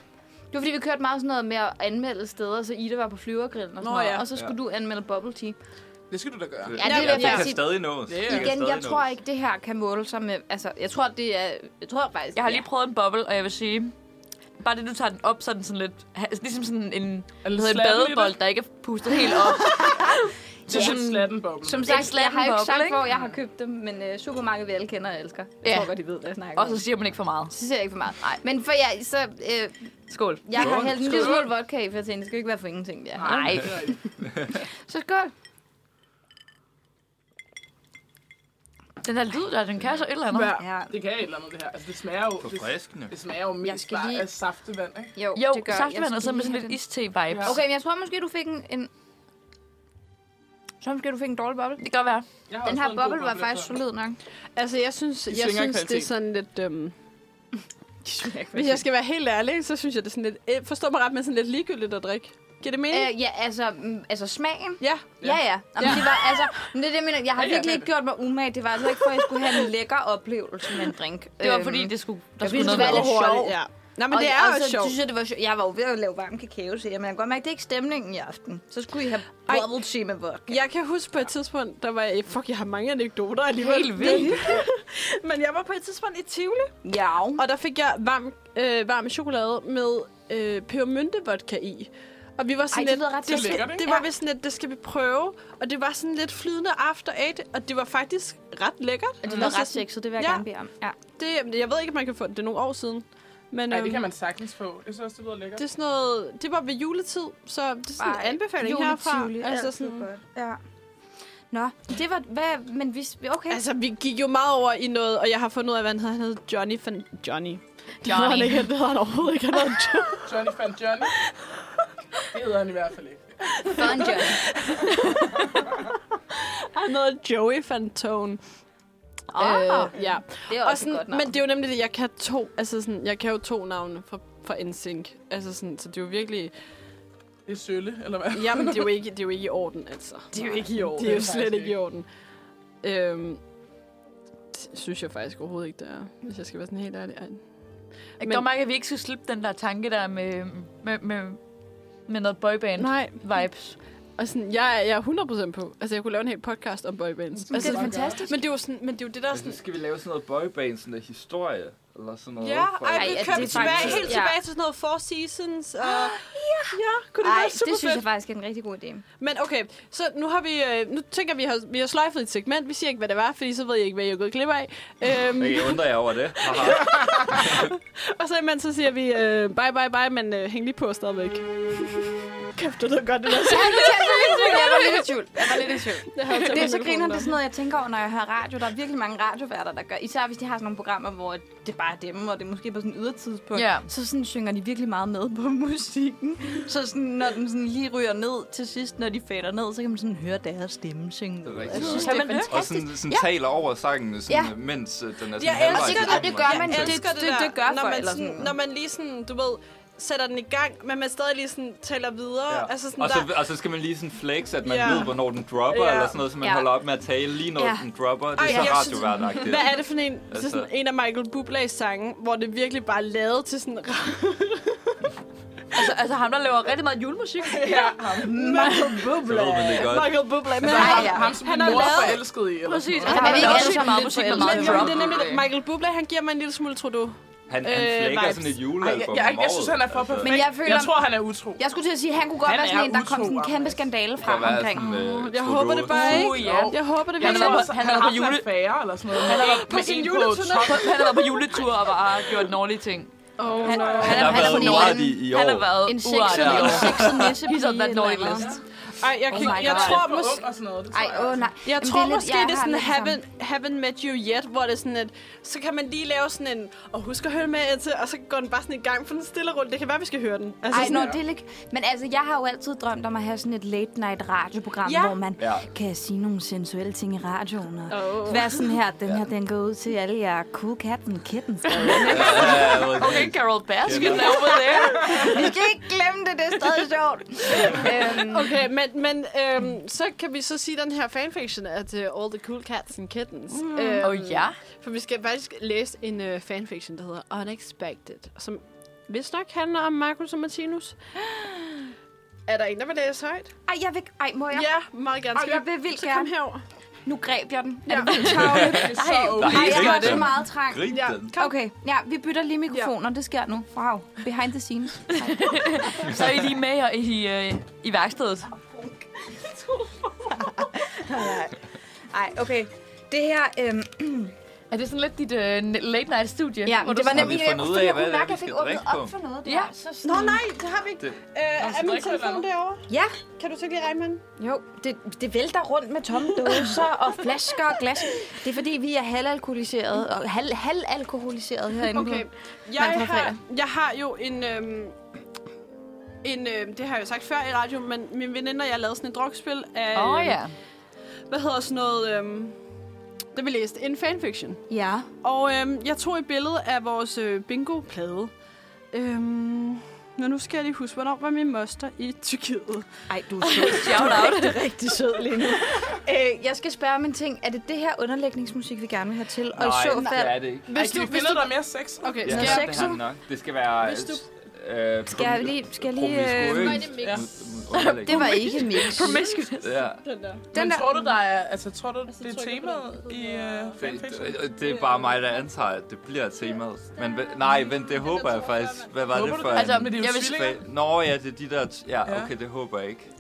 S1: Det var fordi, vi kørte meget sådan noget med at anmelde steder, så Ida var på flyvergrillen og sådan
S3: Nå,
S1: noget,
S3: ja.
S1: og så skulle du anmelde bubble tea.
S5: Det skal du da gøre.
S1: Ja, det vil jeg
S2: det
S1: faktisk
S2: kan
S1: sige.
S2: stadig nås.
S5: Ja.
S2: Det kan
S1: Igen,
S2: stadig
S1: jeg tror
S2: nås.
S1: ikke, det her kan måle sig med... Altså, jeg tror, det er... Jeg tror faktisk...
S4: Jeg har lige prøvet en boble, og jeg vil sige, bare det, du tager den op, så er den sådan lidt... ha- Ligesom sådan en,
S5: Er
S4: hvad
S5: det
S4: hedder, en
S5: slatten i
S4: badebold, der ikke er pustet helt op.
S5: Det er sådan en slatten boble.
S1: Som
S4: Det er en
S1: sagt, jeg har jo
S4: slatten
S1: ikke sagt,
S4: boble, ikke?
S1: hvor jeg har købt dem, men øh, supermarkedet, vi alle kender og elsker. Jeg
S4: Ja.
S1: tror godt, de ved, hvad jeg snakker
S4: Og
S1: om.
S4: så siger man ikke for meget.
S1: Så siger jeg ikke for meget. Nej. Men for jeg, så, øh,
S4: Skål.
S1: jeg har
S2: Skål.
S1: hældt en lille smule vodka i, for jeg tænkte, det skal jo ikke være for ingenting, det her.
S4: Nej.
S1: Så skål.
S4: Den der lyd der, den kan så et eller andet.
S5: Ja,
S1: Ja.
S5: det kan et eller andet, det her. Altså, det smager jo... det-
S2: Forfriskende.
S5: Det smager jo
S1: Jeg
S5: mest
S1: skal
S5: bare
S1: lige-
S5: af saftevand, ikke?
S1: Jo,
S4: Jo,
S1: det gør jeg.
S4: saftevand
S1: Jeg
S4: og så
S1: skal
S4: med
S1: lige
S4: sådan
S1: have
S4: lidt iste-vibes.
S1: den. Okay, men jeg tror måske, du fik en... en så måske, du fik en dårlig boble.
S4: Det kan godt være.
S5: Jeg har
S1: Den
S5: også
S1: her
S5: fået en god
S1: boble var faktisk
S5: før.
S1: solid nok.
S3: Altså, jeg synes,
S5: De
S3: jeg
S5: svinger i
S3: synes det er
S5: kvalitet.
S3: sådan lidt... Øhm, hvis jeg skal være helt ærlig, så synes jeg, det er sådan lidt... Øh, forstår mig ret, men sådan lidt ligegyldigt at drikke. Giver det mening? Øh,
S1: Øh, ja, altså, mm, altså smagen.
S3: ja.
S1: Ja, ja. Jamen,
S3: Ja.
S1: Det var, altså, men det er det, jeg mener. Jeg har
S5: Ja, ja,
S1: virkelig
S5: men-
S1: ikke gjort mig umage. Det var altså ikke, for at jeg skulle have en lækker oplevelse med en drink.
S4: Det var
S1: Øhm,
S4: fordi, det skulle, der
S1: jeg
S4: skulle
S1: synes,
S4: noget
S1: det
S4: med.
S1: var lidt sjovt.
S3: Ja. Nej, men det er
S1: og,
S3: også
S1: og så
S3: sjovt.
S1: Synes jeg, det var sjovt. Jeg var jo ved at lave varm kakao til jer, men jeg kan godt mærke, at det er ikke stemningen i aften. Så skulle I have
S3: Ej.
S1: bubble tea med vodka.
S3: Jeg kan huske på et tidspunkt, der var jeg... Fuck, jeg har mange anekdoter alligevel.
S4: Helt vildt.
S3: men jeg var på et tidspunkt i Tivoli,
S1: Ja.
S3: og der fik jeg varm, øh, varm chokolade med øh, pebermyntevodka i. Og vi var sådan
S1: Ej, det
S3: lidt,
S1: lyder ret
S3: det,
S5: fedt.
S3: skal,
S5: Lækkert, ikke?
S3: det var vi sådan lidt, det skal vi prøve. Og det var sådan lidt flydende after eight, og det var faktisk ret lækkert.
S1: Og det
S3: Og så-
S1: var ret sexet, det vil jeg
S3: Ja.
S1: gerne bede om. Ja.
S3: Det, jeg ved ikke, om man kan få det. Det er nogle år siden. Men,
S5: Ej, det kan
S3: øhm,
S5: man sagtens få. Jeg synes også, det lyder lækkert.
S3: Det er sådan noget, det var ved juletid, så det er sådan en
S1: Ej,
S3: anbefaling
S1: Juletivoli,
S3: herfra. Altså,
S1: altid
S3: sådan,
S1: godt. Ja. Nå, det var, hvad, men vi, okay.
S3: altså, vi gik jo meget over i noget, og jeg har fundet ud af, hvad han hedder. Han hedder Johnny van... Johnny. Det hedder han,
S4: Johnny.
S3: ikke, det hedder han overhovedet ikke. Han hedder Johnny.
S5: Johnny fandt Johnny. Det hedder han i hvert fald ikke.
S1: fun job.
S3: Han hedder Joey Fantone.
S1: Ah.
S3: Øh, ja.
S1: Det er
S3: Og
S1: også et
S3: sådan,
S1: godt navn.
S3: men det er jo nemlig det, jeg kan to, altså sådan, jeg kan jo to navne fra, fra NSYNC. Altså sådan, så det er jo virkelig...
S5: Det er sølle, eller hvad?
S3: Jamen, det er jo ikke, det er jo ikke i orden, altså.
S5: Det er jo ikke i orden.
S3: Det er jo
S5: faktisk
S3: slet ikke i
S5: ikke.
S3: orden. Øhm, det synes jeg faktisk overhovedet ikke, det er. Hvis jeg skal være sådan helt ærlig. Ej.
S4: Jeg
S3: Men-
S4: kan godt mærke, at vi ikke skal slippe den der tanke der med, med, med, med noget boyband-vibes.
S3: Nej, og sådan, jeg, er- jeg er 100% på. Altså, jeg kunne lave en hel podcast om boybands.
S1: Men det
S3: Altså,
S1: er da fantastisk.
S3: men det er jo sådan, men det er jo det, der er sådan...
S2: Altså, skal vi lave sådan noget boyband, sådan noget historie? Eller sådan noget?
S3: Ja,
S2: fra-
S3: ej, vi
S1: Ej, at
S3: kører
S1: det er
S3: tilbage,
S1: faktisk-
S3: helt
S1: ja. Ah,
S3: tilbage til sådan noget Four Seasons. Og, ja. ja, kunne det
S1: Ej,
S3: være super
S1: det synes jeg
S3: fedt.
S1: faktisk er en rigtig god idé.
S3: Men okay, så nu har vi, øh, nu tænker jeg, vi, har, vi har sløjfet et segment. Vi siger ikke, hvad det var, fordi så ved jeg ikke, hvad jeg er gået glip af. Øhm,
S2: Okay, undrer jeg over det. Haha.
S3: Og så imens så siger vi øh, bye, bye, bye, men øh, hæng lige på stadigvæk. Kæft, det lyder godt, det der
S1: Ja, det er lidt Jeg var lidt i tvivl. Jeg var lidt i tvivl.
S3: sagde.
S1: Det er så griner, det er sådan noget, jeg tænker over, når jeg hører radio. Der er virkelig mange radioværter, der gør. Især hvis de har sådan nogle programmer, hvor det bare er dem, og det er måske på sådan et ydertidspunkt.
S4: Ja.
S1: Så sådan synger de virkelig meget med på musikken. Så sådan, når den sådan lige ryger ned til sidst, når de fader ned, så kan man sådan høre deres stemme synge.
S2: Det er
S1: med.
S2: rigtigt.
S1: Jeg synes,
S2: Kan
S1: det er
S4: man det?
S1: fantastisk.
S2: Og sådan, sådan ja. taler over sangen, sådan,
S1: Ja.
S2: ja. mens øh, den er sådan
S3: Jeg
S2: halvvejs
S3: elsker
S2: igennem.
S1: det, og det gør man.
S3: Jeg
S1: Det-
S3: elsker det,
S1: det-
S3: der,
S1: det gør
S3: når
S1: folk,
S3: man,
S1: eller
S3: sådan,
S1: sådan.
S3: når man lige sådan, du ved, sætter den i gang, men man stadig lige sådan taler videre. Ja. Altså sådan,
S2: og, så,
S3: der,
S2: og så skal man lige sådan flex, at man
S3: Ja.
S2: ja. ved, hvornår den dropper,
S3: Ja.
S2: ja. eller sådan noget, så man
S1: Ja.
S2: ja. holder op med at tale lige når
S1: Ja.
S2: ja. den dropper. Det er
S3: Ej,
S2: Ej,
S3: jeg
S2: så
S3: synes-
S2: radioværdigt.
S3: hvad er det for en? Altså.
S2: Altså-
S3: Det er sådan en af Michael Bublé's sange, hvor det virkelig bare er lavet til sådan...
S4: Altså, altså ham, der laver rigtig meget julemusik.
S5: Ja,
S3: Michael
S2: Så ved man det godt.
S3: Michael Bublé. Men
S5: ham,
S3: han,
S9: ja.
S5: ham, som
S3: Han
S5: han
S3: har
S5: mor er
S3: lavet-
S5: forelsket i. Eller
S4: Præcis.
S5: sådan
S4: Og
S5: noget.
S4: han
S9: men
S4: har
S9: vi
S4: lavet
S9: er
S4: også
S9: alle
S4: så meget
S9: sammen
S4: musik
S9: lidt
S4: med
S3: men
S4: meget
S3: jo,
S4: drop.
S3: men det er nemlig, at Michael Bublé, han giver mig en lille smule trudeau.
S2: Han,
S3: Øh,
S2: han flækker
S3: vibes.
S2: sådan et
S5: Ej, jeg,
S2: julealbum
S5: jeg, jeg, jeg synes, han er for perfekt.
S9: Men jeg føler-
S5: jeg tror, han er utro.
S9: Jeg skulle til at sige, at han kunne godt
S5: Han
S9: være sådan
S5: er
S9: en, der kom
S5: utro,
S9: sådan en kæmpe
S5: Anders.
S9: skandale
S2: Der
S9: frem
S2: var
S9: omkring.
S2: sådan, øh,
S3: Jeg
S2: Trudeau.
S3: håber det bare ikke.
S4: Uh, ja.
S3: Jeg håber det
S4: Han
S3: virkelig.
S4: er
S3: ikke.
S4: på- han er på jule-
S5: Fære, eller sådan noget.
S4: Han har,
S5: Med
S3: sin
S5: en
S3: juleturné.
S5: top.
S4: han har været på juletur og bare gjort dårlige ting.
S3: Oh,
S9: Han,
S3: no.
S2: Han har
S9: han, han er
S2: været
S9: sådan en-
S2: uartig i år.
S4: Han har været
S1: En
S4: uartig
S1: sexet,
S4: i
S1: en
S4: år.
S1: sexet nissepige.
S4: He's on that
S1: eller
S4: naughty
S1: noget.
S4: list.
S3: Ej, jeg, kan,
S1: my
S3: ikke- jeg
S1: God.
S3: tror
S5: For
S3: måske...
S5: ung og sådan noget, det tror
S1: Ej, åh
S5: jeg.
S1: oh, nej.
S3: Jeg
S1: Men
S3: tror
S1: lidt-
S3: måske,
S1: jeg
S3: det er
S1: har
S3: sådan
S1: lidt
S3: haven't, haven't Met You Yet, hvor det er sådan, at så kan man lige lave sådan en, og husk at høre med til, og så går den bare sådan i gang for den stille rundt. Det kan være, vi skal høre den. Altså,
S1: Ej,
S3: sådan,
S1: nå, det er ikke... Men altså, jeg har jo altid drømt om at have sådan et late-night radioprogram,
S3: Ja.
S1: ja. hvor man
S2: Ja.
S1: ja. kan sige nogle sensuelle ting i radioen. Og
S3: Åh.
S1: oh. Være sådan her, den her, den går ud til alle jer cool cats and kittens.
S4: Okay, Carol Baskin
S2: Kender.
S4: er over there.
S1: Vi skal ikke glemme det, det er stadig sjovt. øhm,
S3: Okay, men, men øhm, så kan vi så sige den her fanfiction af uh, All the Cool Cats and Kittens. Mm. Øhm,
S4: Åh ja.
S3: For vi skal faktisk læse en øh, fanfiction, der hedder Unexpected, som vist nok handler om Markus og Martinus. Er der en, der vil læse højt?
S9: Ej, jeg vil... Ej, må jeg?
S3: ja meget gerne.
S9: Ej, jeg vil vildt
S3: så kom
S9: gerne.
S3: herover.
S9: Nu greb jeg den.
S3: Ja.
S9: Er det vildt tavligt?
S5: Det er så okay.
S9: Ej, jeg har
S2: Grib
S9: så
S2: den.
S9: meget trang.
S2: Grib
S3: Ja.
S2: den.
S9: Okay, ja, vi bytter lige mikrofoner. Det sker nu. Wow. Behind the scenes.
S4: Så er I lige med her i, øh, i værkstedet.
S9: Ej, okay. Det her... Øhm,
S4: Er det sådan lidt dit øh, late night studie?
S9: ja, men det var
S2: Har
S9: nemlig...
S2: vi fundet ud af,
S9: jeg
S2: hvad
S9: kunne
S2: det er,
S9: mærke,
S2: vi skal
S9: at jeg fik åbnet
S2: drikke på?
S9: op for noget. der.
S4: Ja.
S9: Så sådan-
S3: Nå nej, det har vi ikke.
S2: Det-
S3: Øh, er
S5: skal
S3: min
S5: drikke på et eller
S3: telefon
S5: andet.
S3: derovre?
S9: Ja,
S3: Kan du så ikke lige regne med
S1: Mhm.
S3: den?
S9: jo, det, det vælter rundt med tomme dåser og flasker og glas. Det er fordi, vi er halvalkoholiseret og hal, halvalkoholiseret herinde.
S3: Okay.
S9: på-
S3: Jeg
S9: Manfred
S3: har, jeg har jo en... Øhm, en, øhm, det har jeg jo sagt før i radioen, men min veninde og jeg lavede sådan et drukspil af...
S4: Åh
S3: øhm,
S4: ja.
S3: Hvad hedder sådan noget... Øhm, det vi læste. En fanfiction.
S9: Ja.
S3: Og øhm, jeg tog et billede af vores øh, bingo-plade. Øhm, men nu skal jeg lige huske, hvornår var min moster i Tyrkiet?
S9: Ej, du er sød.
S4: Shout out.
S9: rigtig sød lige nu. Øh, jeg skal spørge om en ting. Er det det her underlægningsmusik, vi gerne vil have til? Og i
S2: Nej,
S9: så
S2: det
S9: fald...
S2: er det ikke.
S5: Ej, kan vi finde noget, der er mere sex?
S3: Okay,
S2: Ja,
S3: skal
S2: det har
S3: jeg...
S2: vi nok. Det skal være...
S3: Hvis du-
S2: øh,
S9: Skal jeg lige- skal jeg lige, øh,
S2: promiskuøst.
S5: Ja.
S2: Underlæg.
S9: Det var ikke mix.
S2: Ja.
S3: Den der.
S5: Den
S9: Den
S5: Men
S9: der-
S5: tror du, der er, altså, tror du, det er
S3: tror jeg,
S5: temaet i uh, fanfiction?
S2: Det, det- det er bare mig, der antager, at det bliver temaet. Men hva- nej, men det håber jeg faktisk. Hvad var det
S5: Håber du
S2: for
S5: det?
S2: en...
S5: Altså, men det er jo
S4: jeg vil-
S5: tvillinger.
S2: fa- Nå ja, det er de der... T- ja,
S5: Ja.
S2: okay, det håber jeg ikke.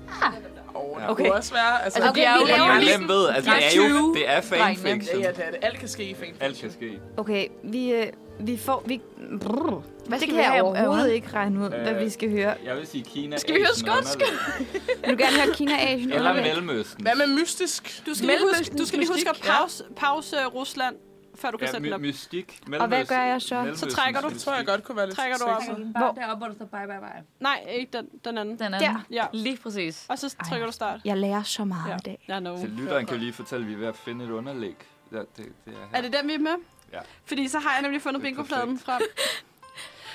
S5: Oh, det
S4: Okay.
S5: kunne også være. Altså,
S4: Altså, de er jo
S9: vi laver
S4: Ja,
S2: Men
S4: lige
S2: hvem ved? Altså, det er jo... Det er fanfiction.
S5: Ja, det er det. Alt kan ske i fanfiction.
S2: Alt kan ske.
S9: Okay, vi, øh, vi får... Vi, brrr,
S4: Hvad
S9: det
S4: skal
S9: kan
S4: vi
S9: jeg
S4: have om
S9: overhovedet
S4: ørerne?
S9: ikke regne ud, hvad
S2: Øh.
S9: vi skal høre.
S2: Jeg vil sige Kina,
S4: Skal vi høre
S2: Asien,
S4: skotsk?
S2: Underlæg.
S9: Vil du gerne høre Kina Asien?
S2: Eller
S9: underlæg?
S2: Mellemøsten.
S5: Hvad med mystisk?
S3: Du skal, lige huske,
S4: Mellemøstens
S3: du skal lige huske at
S4: mystik, ja.
S3: pause, pause øh, Rusland, før du kan
S2: Ja,
S3: sætte den
S2: my-
S3: op.
S2: mystik.
S9: Og hvad gør jeg så?
S2: Mellemøstens
S3: trækker du.
S5: Det tror jeg godt kunne være lidt
S3: Trækker du op?
S5: sexet.
S4: Bare deroppe, hvor der står bye, bye, bye.
S3: Nej, ikke den, den anden.
S4: Den
S9: Der.
S4: anden.
S3: Ja,
S4: Lige præcis.
S3: og så trykker du start.
S9: Jeg lærer så meget
S3: Ja.
S9: ja. i dag.
S3: Ja, no.
S2: Så lytteren kan lige fortælle, at vi er ved at finde et underlæg. Ja, det, det er her.
S3: Er det den, vi er med?
S2: Ja.
S3: Fordi så har jeg nemlig fundet
S2: Det er
S3: bingopladen frem.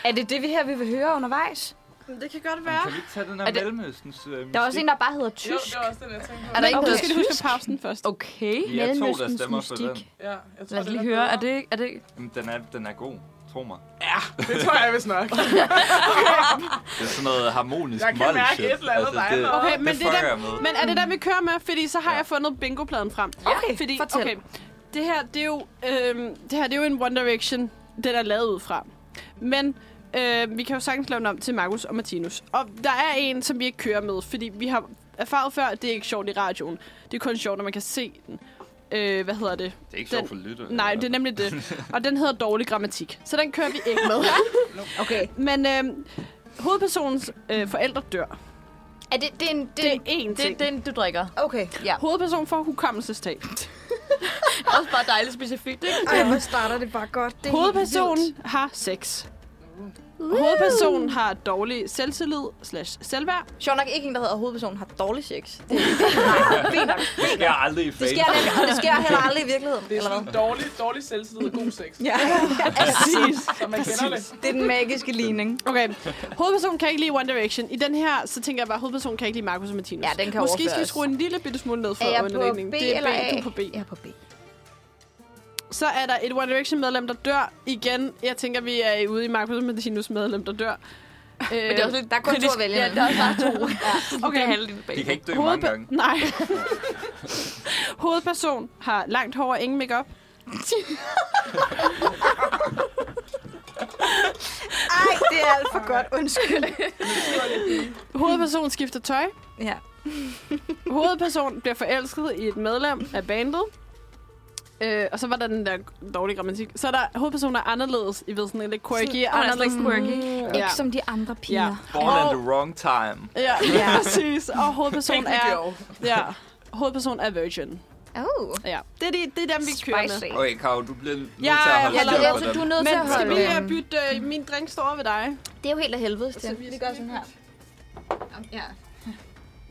S9: Er det det vi her, vi vil høre undervejs?
S3: Det kan godt
S2: Men
S3: være.
S2: kan vi ikke tage den her
S4: Er det-
S2: Mellemøstens øh, mystik?
S9: Der er også en, der bare hedder
S5: Jo,
S9: tysk.
S5: det var også den, jeg tænkte på.
S4: Er der ikke
S3: Men du
S4: noget
S3: skal lige huske pausen først.
S4: Okay.
S2: Vi er to, der
S9: Mellemøstens
S2: stemmer for den.
S9: mystik.
S5: Ja, jeg tror,
S4: Lad os
S5: den
S4: lige
S5: er
S4: høre.
S5: bedre.
S4: Er det, er det,
S2: Jamen, Den er, den er god. Tro mig.
S5: Det tror jeg vist nok.
S2: Det er sådan noget harmonisk
S5: Jeg kan
S2: molde
S5: mærke
S2: shit. Altså,
S5: et eller andet, der er
S2: det,
S5: noget.
S3: Okay,
S2: det,
S3: men det,
S2: fucker
S3: er
S2: jeg med.
S3: den, men er det der, vi kører med? Fordi så har
S2: Ja.
S3: jeg fundet bingopladen frem.
S9: Okay,
S3: Fordi,
S9: fortæl.
S3: Okay, det her, det er jo, øhm, det her, det er jo en One Direction, den er lavet ud fra. Men øh, vi kan jo sagtens lave den om til Markus og Martinus. Og der er en, som vi ikke kører med, fordi vi har erfaret før, at det er ikke sjovt i radioen. Det er kun sjovt, når man kan se den. Øh, hvad hedder det?
S2: det er ikke sjovt
S3: den-
S2: for lytter.
S3: Nej, det er nemlig det. Og den hedder dårlig grammatik. Så den kører vi ikke med.
S9: Okay.
S3: Men øh, hovedpersonens øh, forældre dør.
S9: Er det, det er en... Det,
S3: Det er
S9: det.
S3: én
S4: det er
S3: ting.
S4: den, du drikker?
S9: Okay, ja.
S3: Hovedpersonen får hukommelsestab.
S4: Også bare dejligt specifikt, ikke?
S9: Ej, hvor starter det bare godt. Det er helt
S3: Hovedpersonen
S9: vildt.
S3: har sex. Hovedpersonen har dårlig selvtillid slash selvværd.
S1: Sjovt nok ikke en, der hedder hovedpersonen har dårlig sex. Det,
S2: Det sker aldrig i
S1: det
S2: fame.
S1: sker, nemlig- og det sker heller aldrig i virkeligheden.
S5: Det er
S1: Eller
S5: sådan
S1: hvad?
S5: en dårlig, dårlig selvtillid og god sex.
S1: Ja,
S5: Præcis. Så man kender det.
S1: det er den magiske ligning.
S3: Okay. Hovedpersonen kan ikke lide One Direction. I den her, så tænker jeg bare, at hovedpersonen kan ikke lide Markus og Martinus.
S1: Ja, den kan
S3: Måske skal vi
S1: overføres.
S3: skrue en lille bitte smule ned for
S1: Er jeg på
S3: underlægningen.
S1: B
S3: det er
S1: eller
S3: B,
S1: A?
S3: du er på B.
S1: Jeg er på B.
S3: Så er der et One Direction-medlem, der dør igen. Jeg tænker, vi er ude i Markus og Martinus medlem, der dør. Øh, Men
S4: Men det er også lidt
S1: Der er kun to
S4: Øh, kritisk.
S1: at vælge
S4: Ja,
S1: imellem.
S4: der er også bare to. ja.
S3: Okay.
S4: Okay. Det er halvdelen bag.
S2: De kan ikke dø mange
S3: Hovedpe-
S2: gange.
S3: Nej. Hovedperson har langt hår og ingen makeup.
S1: Ej, det er alt for godt. Undskyld.
S3: Hovedperson skifter tøj.
S1: Ja.
S3: Hovedperson bliver forelsket i et medlem af bandet. Øh, og så var der den der dårlige grammatik. Så er der hovedpersoner er anderledes. I ved sådan lidt quirky,
S4: Åh, der er slet
S3: anderledes.
S4: ikke quirky.
S3: Ja.
S10: Ikke som de andre piger.
S3: Ja.
S2: Born at the wrong time.
S3: Ja, ja, præcis. Og hovedpersonen
S5: Pink
S3: er,
S5: girl.
S3: ja, hovedpersonen er virgin.
S1: Oh.
S3: Ja. Det, er de, det er dem, vi kører med.
S2: Okay, Karo, du bliver nødt
S3: Ja,
S2: til at holde
S3: ja,
S1: Ja,
S2: styr
S1: det er
S2: på
S1: altså,
S2: dem.
S1: du er nødt til at
S3: Men skal
S1: holde
S3: vi
S1: øje
S3: øh,
S1: med.
S3: bytte øh, min drink står over ved dig?
S1: Det er jo helt af helvede til. Vi gør sådan her. Ja,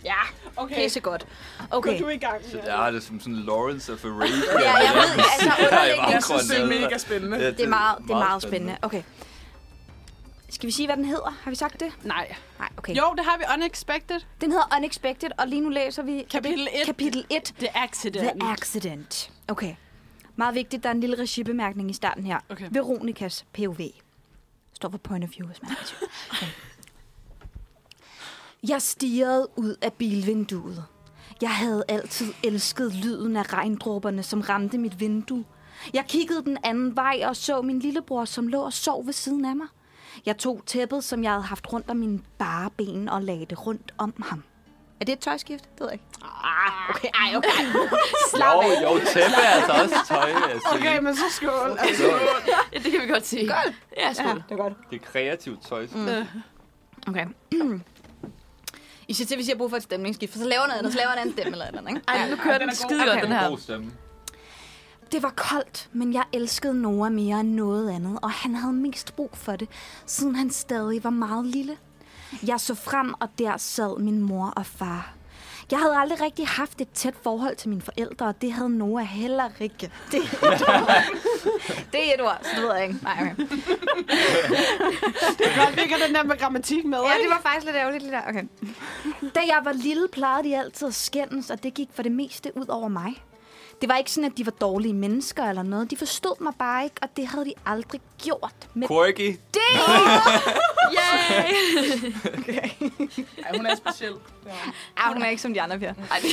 S3: Ja, okay.
S1: pisse godt.
S3: Okay.
S1: Okay.
S3: Du er i gang.
S2: Så der er det som sådan Lawrence of Arabia.
S1: Ja, jeg ved, altså underlæggende.
S5: Jeg synes, det er mega spændende.
S1: Det er meget, det er meget spændende. Okay. Skal vi sige, hvad den hedder? Har vi sagt det?
S3: Nej.
S1: Nej, okay.
S3: Jo, det har vi. Unexpected.
S1: Den hedder Unexpected, og lige nu læser vi
S3: Kapitel 1.
S1: kapitel 1.
S3: The accident.
S1: The Accident. Okay. Meget vigtigt, der er en lille regibemærkning i starten her.
S3: Okay.
S1: Veronikas POV. Står for point of view, hvis man er i tvivl. Jeg stirrede ud af bilvinduet. Jeg havde altid elsket lyden af regndråberne, som ramte mit vindue. Jeg kiggede den anden vej og så min lillebror, som lå og sov ved siden af mig. Jeg tog tæppet, som jeg havde haft rundt om mine bare ben, og lagde det rundt om ham. Er det et tøjskift? Det ved jeg ikke. Ah, okay, ej, okay.
S2: Slap af. Jo, tæppe er altså også tøj. Altså.
S3: Okay, men så skål.
S2: Så
S4: Ja, det kan vi godt se. Godt. Ja, skål. Ja.
S2: Det er kreativt tøj. Mm.
S1: Okay. I siger til, hvis jeg har brug for et stemningsskift, for så laver noget andet, så laver en anden stemme eller et eller andet, ikke?
S4: Ej, nu kører den, skide godt,
S1: Okay.
S4: den her.
S2: God stemme.
S1: Det var koldt, men jeg elskede Noah mere end noget andet, og han havde mest brug for det, siden han stadig var meget lille. Jeg så frem, og der sad min mor og far. Jeg havde aldrig rigtig haft et tæt forhold til mine forældre, og det havde Noah heller ikke. Det er et ord. det er et ord, så det ved jeg ikke. Nej, okay.
S3: Godt, vi kan den der med grammatik med,
S1: Ja,
S3: ikke?
S1: det var faktisk lidt ærgerligt, det der. Okay. Da jeg var lille, plejede de altid at skændes, og det gik for det meste ud over mig. Det var ikke sådan, at de var dårlige mennesker eller noget. De forstod mig bare ikke, og det havde de aldrig gjort. Men
S2: Quirky.
S5: Ej, hun er speciel.
S1: ah, hun er ikke som de andre piger.
S4: Ej, det,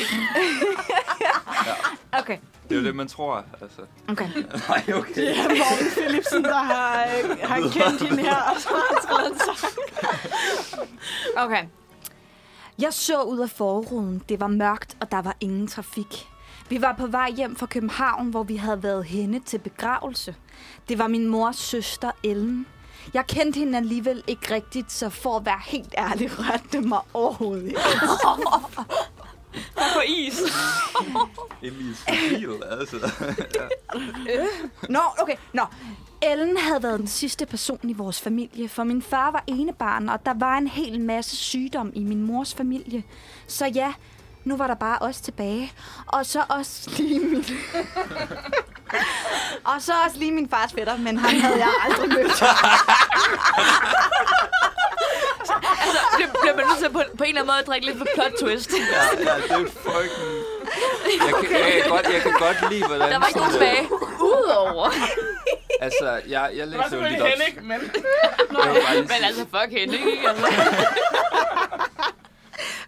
S1: Okay.
S2: Det er jo det, man tror. Altså.
S1: okay.
S2: Nej, okay.
S3: Ja, Morten Philipsen, der har, øh, har kendt hende her, og så har han skrevet en sang.
S1: Okay. Jeg så ud af forruden. Det var mørkt, og der var ingen trafik. Vi var på vej hjem fra København, hvor vi havde været henne til begravelse. Det var min mors søster, Ellen. Jeg kendte hende alligevel ikke rigtigt, så for at være helt ærlig, rørte det mig overhovedet ikke.
S4: der er på is.
S2: Emil Stabil, altså.
S1: Nå, okay, nå. Ellen havde været den sidste person i vores familie, for min far var enebarn, og der var en hel masse sygdom i min mors familie. Så ja, nu var der bare os tilbage. Og så også lige min... og så også lige min fars fætter, men ham havde jeg aldrig mødt.
S4: Altså, bliver, bliver man nødt til at på, på en eller anden måde at drikke lidt for plot twist.
S2: Ja, ja, det er fucking... Jeg kan, jeg, kan godt, jeg kan godt lide, hvordan...
S4: Der var ikke nogen tilbage. Udover.
S2: Altså, jeg, jeg
S5: Det var
S2: læser jo lidt
S5: selvfølgelig
S2: op.
S5: Henrik, men...
S2: Jeg vil bare lige
S4: Men
S2: sige-
S4: altså, fuck hende, ikke? Altså,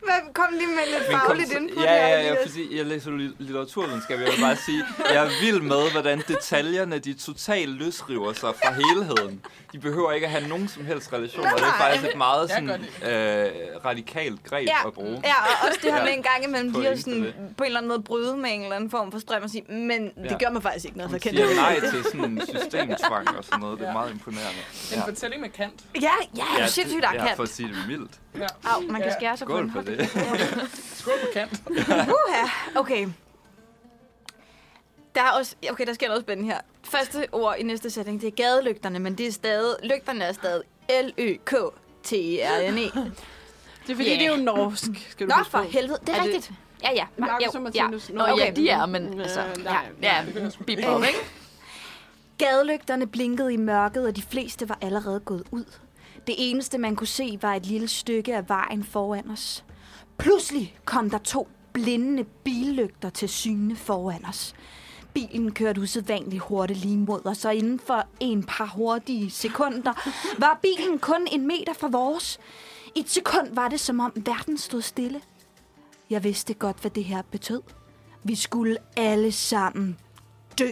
S1: Men kom lige med lidt
S2: Men kom
S1: fagligt
S2: så-
S1: input
S2: ja,
S1: her,
S2: ja, ja,
S1: Elias.
S2: fordi jeg læser li- litteraturvidenskab, jeg vil bare sige, jeg er vild med, hvordan detaljerne, de totalt løsriver sig fra helheden. De behøver ikke at have nogen som helst relation, og det er faktisk et meget
S5: Jeg kan
S2: sådan,
S5: godt
S2: øh, radikalt greb
S1: Ja,
S2: at bruge.
S1: ja, og også det her med en gang imellem lige at
S2: Pointe
S1: sådan,
S2: det.
S1: på en eller anden måde bryde med en eller anden form for strøm og sige, men det
S2: Ja.
S1: gør mig faktisk ikke noget, for
S2: Hun
S1: jeg kender
S2: siger
S1: det
S2: nej til sådan en systemtvang og sådan noget. Det er
S5: Ja.
S2: meget imponerende.
S5: En fortælling med kant.
S1: Ja, ja, ja sindssygt
S2: det, ja,
S1: akant.
S2: for at sige det mildt.
S5: Ja.
S1: Au, man kan
S5: Ja.
S1: skære sig på
S2: Skål
S1: den.
S2: for det.
S5: Skål på kant.
S1: Uha, okay. Der er også, okay, der sker noget spændende her. Første ord i næste sætning, det er gadelygterne, men det er stadig, lygterne er stadig E L-Ø-K-T-E-R-N-E.
S3: Det er fordi, yeah. det er jo norsk, skal du
S1: Nå,
S3: huske
S1: for
S3: på.
S1: helvede. Det er,
S4: Er det-
S1: rigtigt. Ja, ja.
S3: Marcus og
S1: ja.
S3: Martinus.
S4: Nå, ja, de er, men
S3: Øh,
S4: altså...
S3: nej,
S4: Ja, bipop, ikke?
S9: Gadelygterne blinkede i mørket, og de fleste var allerede gået ud. Det eneste, man kunne se, var et lille stykke af vejen foran os. Pludselig kom der to blindende billygter til syne foran os. Bilen kørte usædvanligt hurtigt lige mod os, og inden for en par hurtige sekunder var bilen kun en meter fra vores. I et sekund var det, som om verden stod stille. Jeg vidste godt, hvad det her betød. Vi skulle alle sammen dø.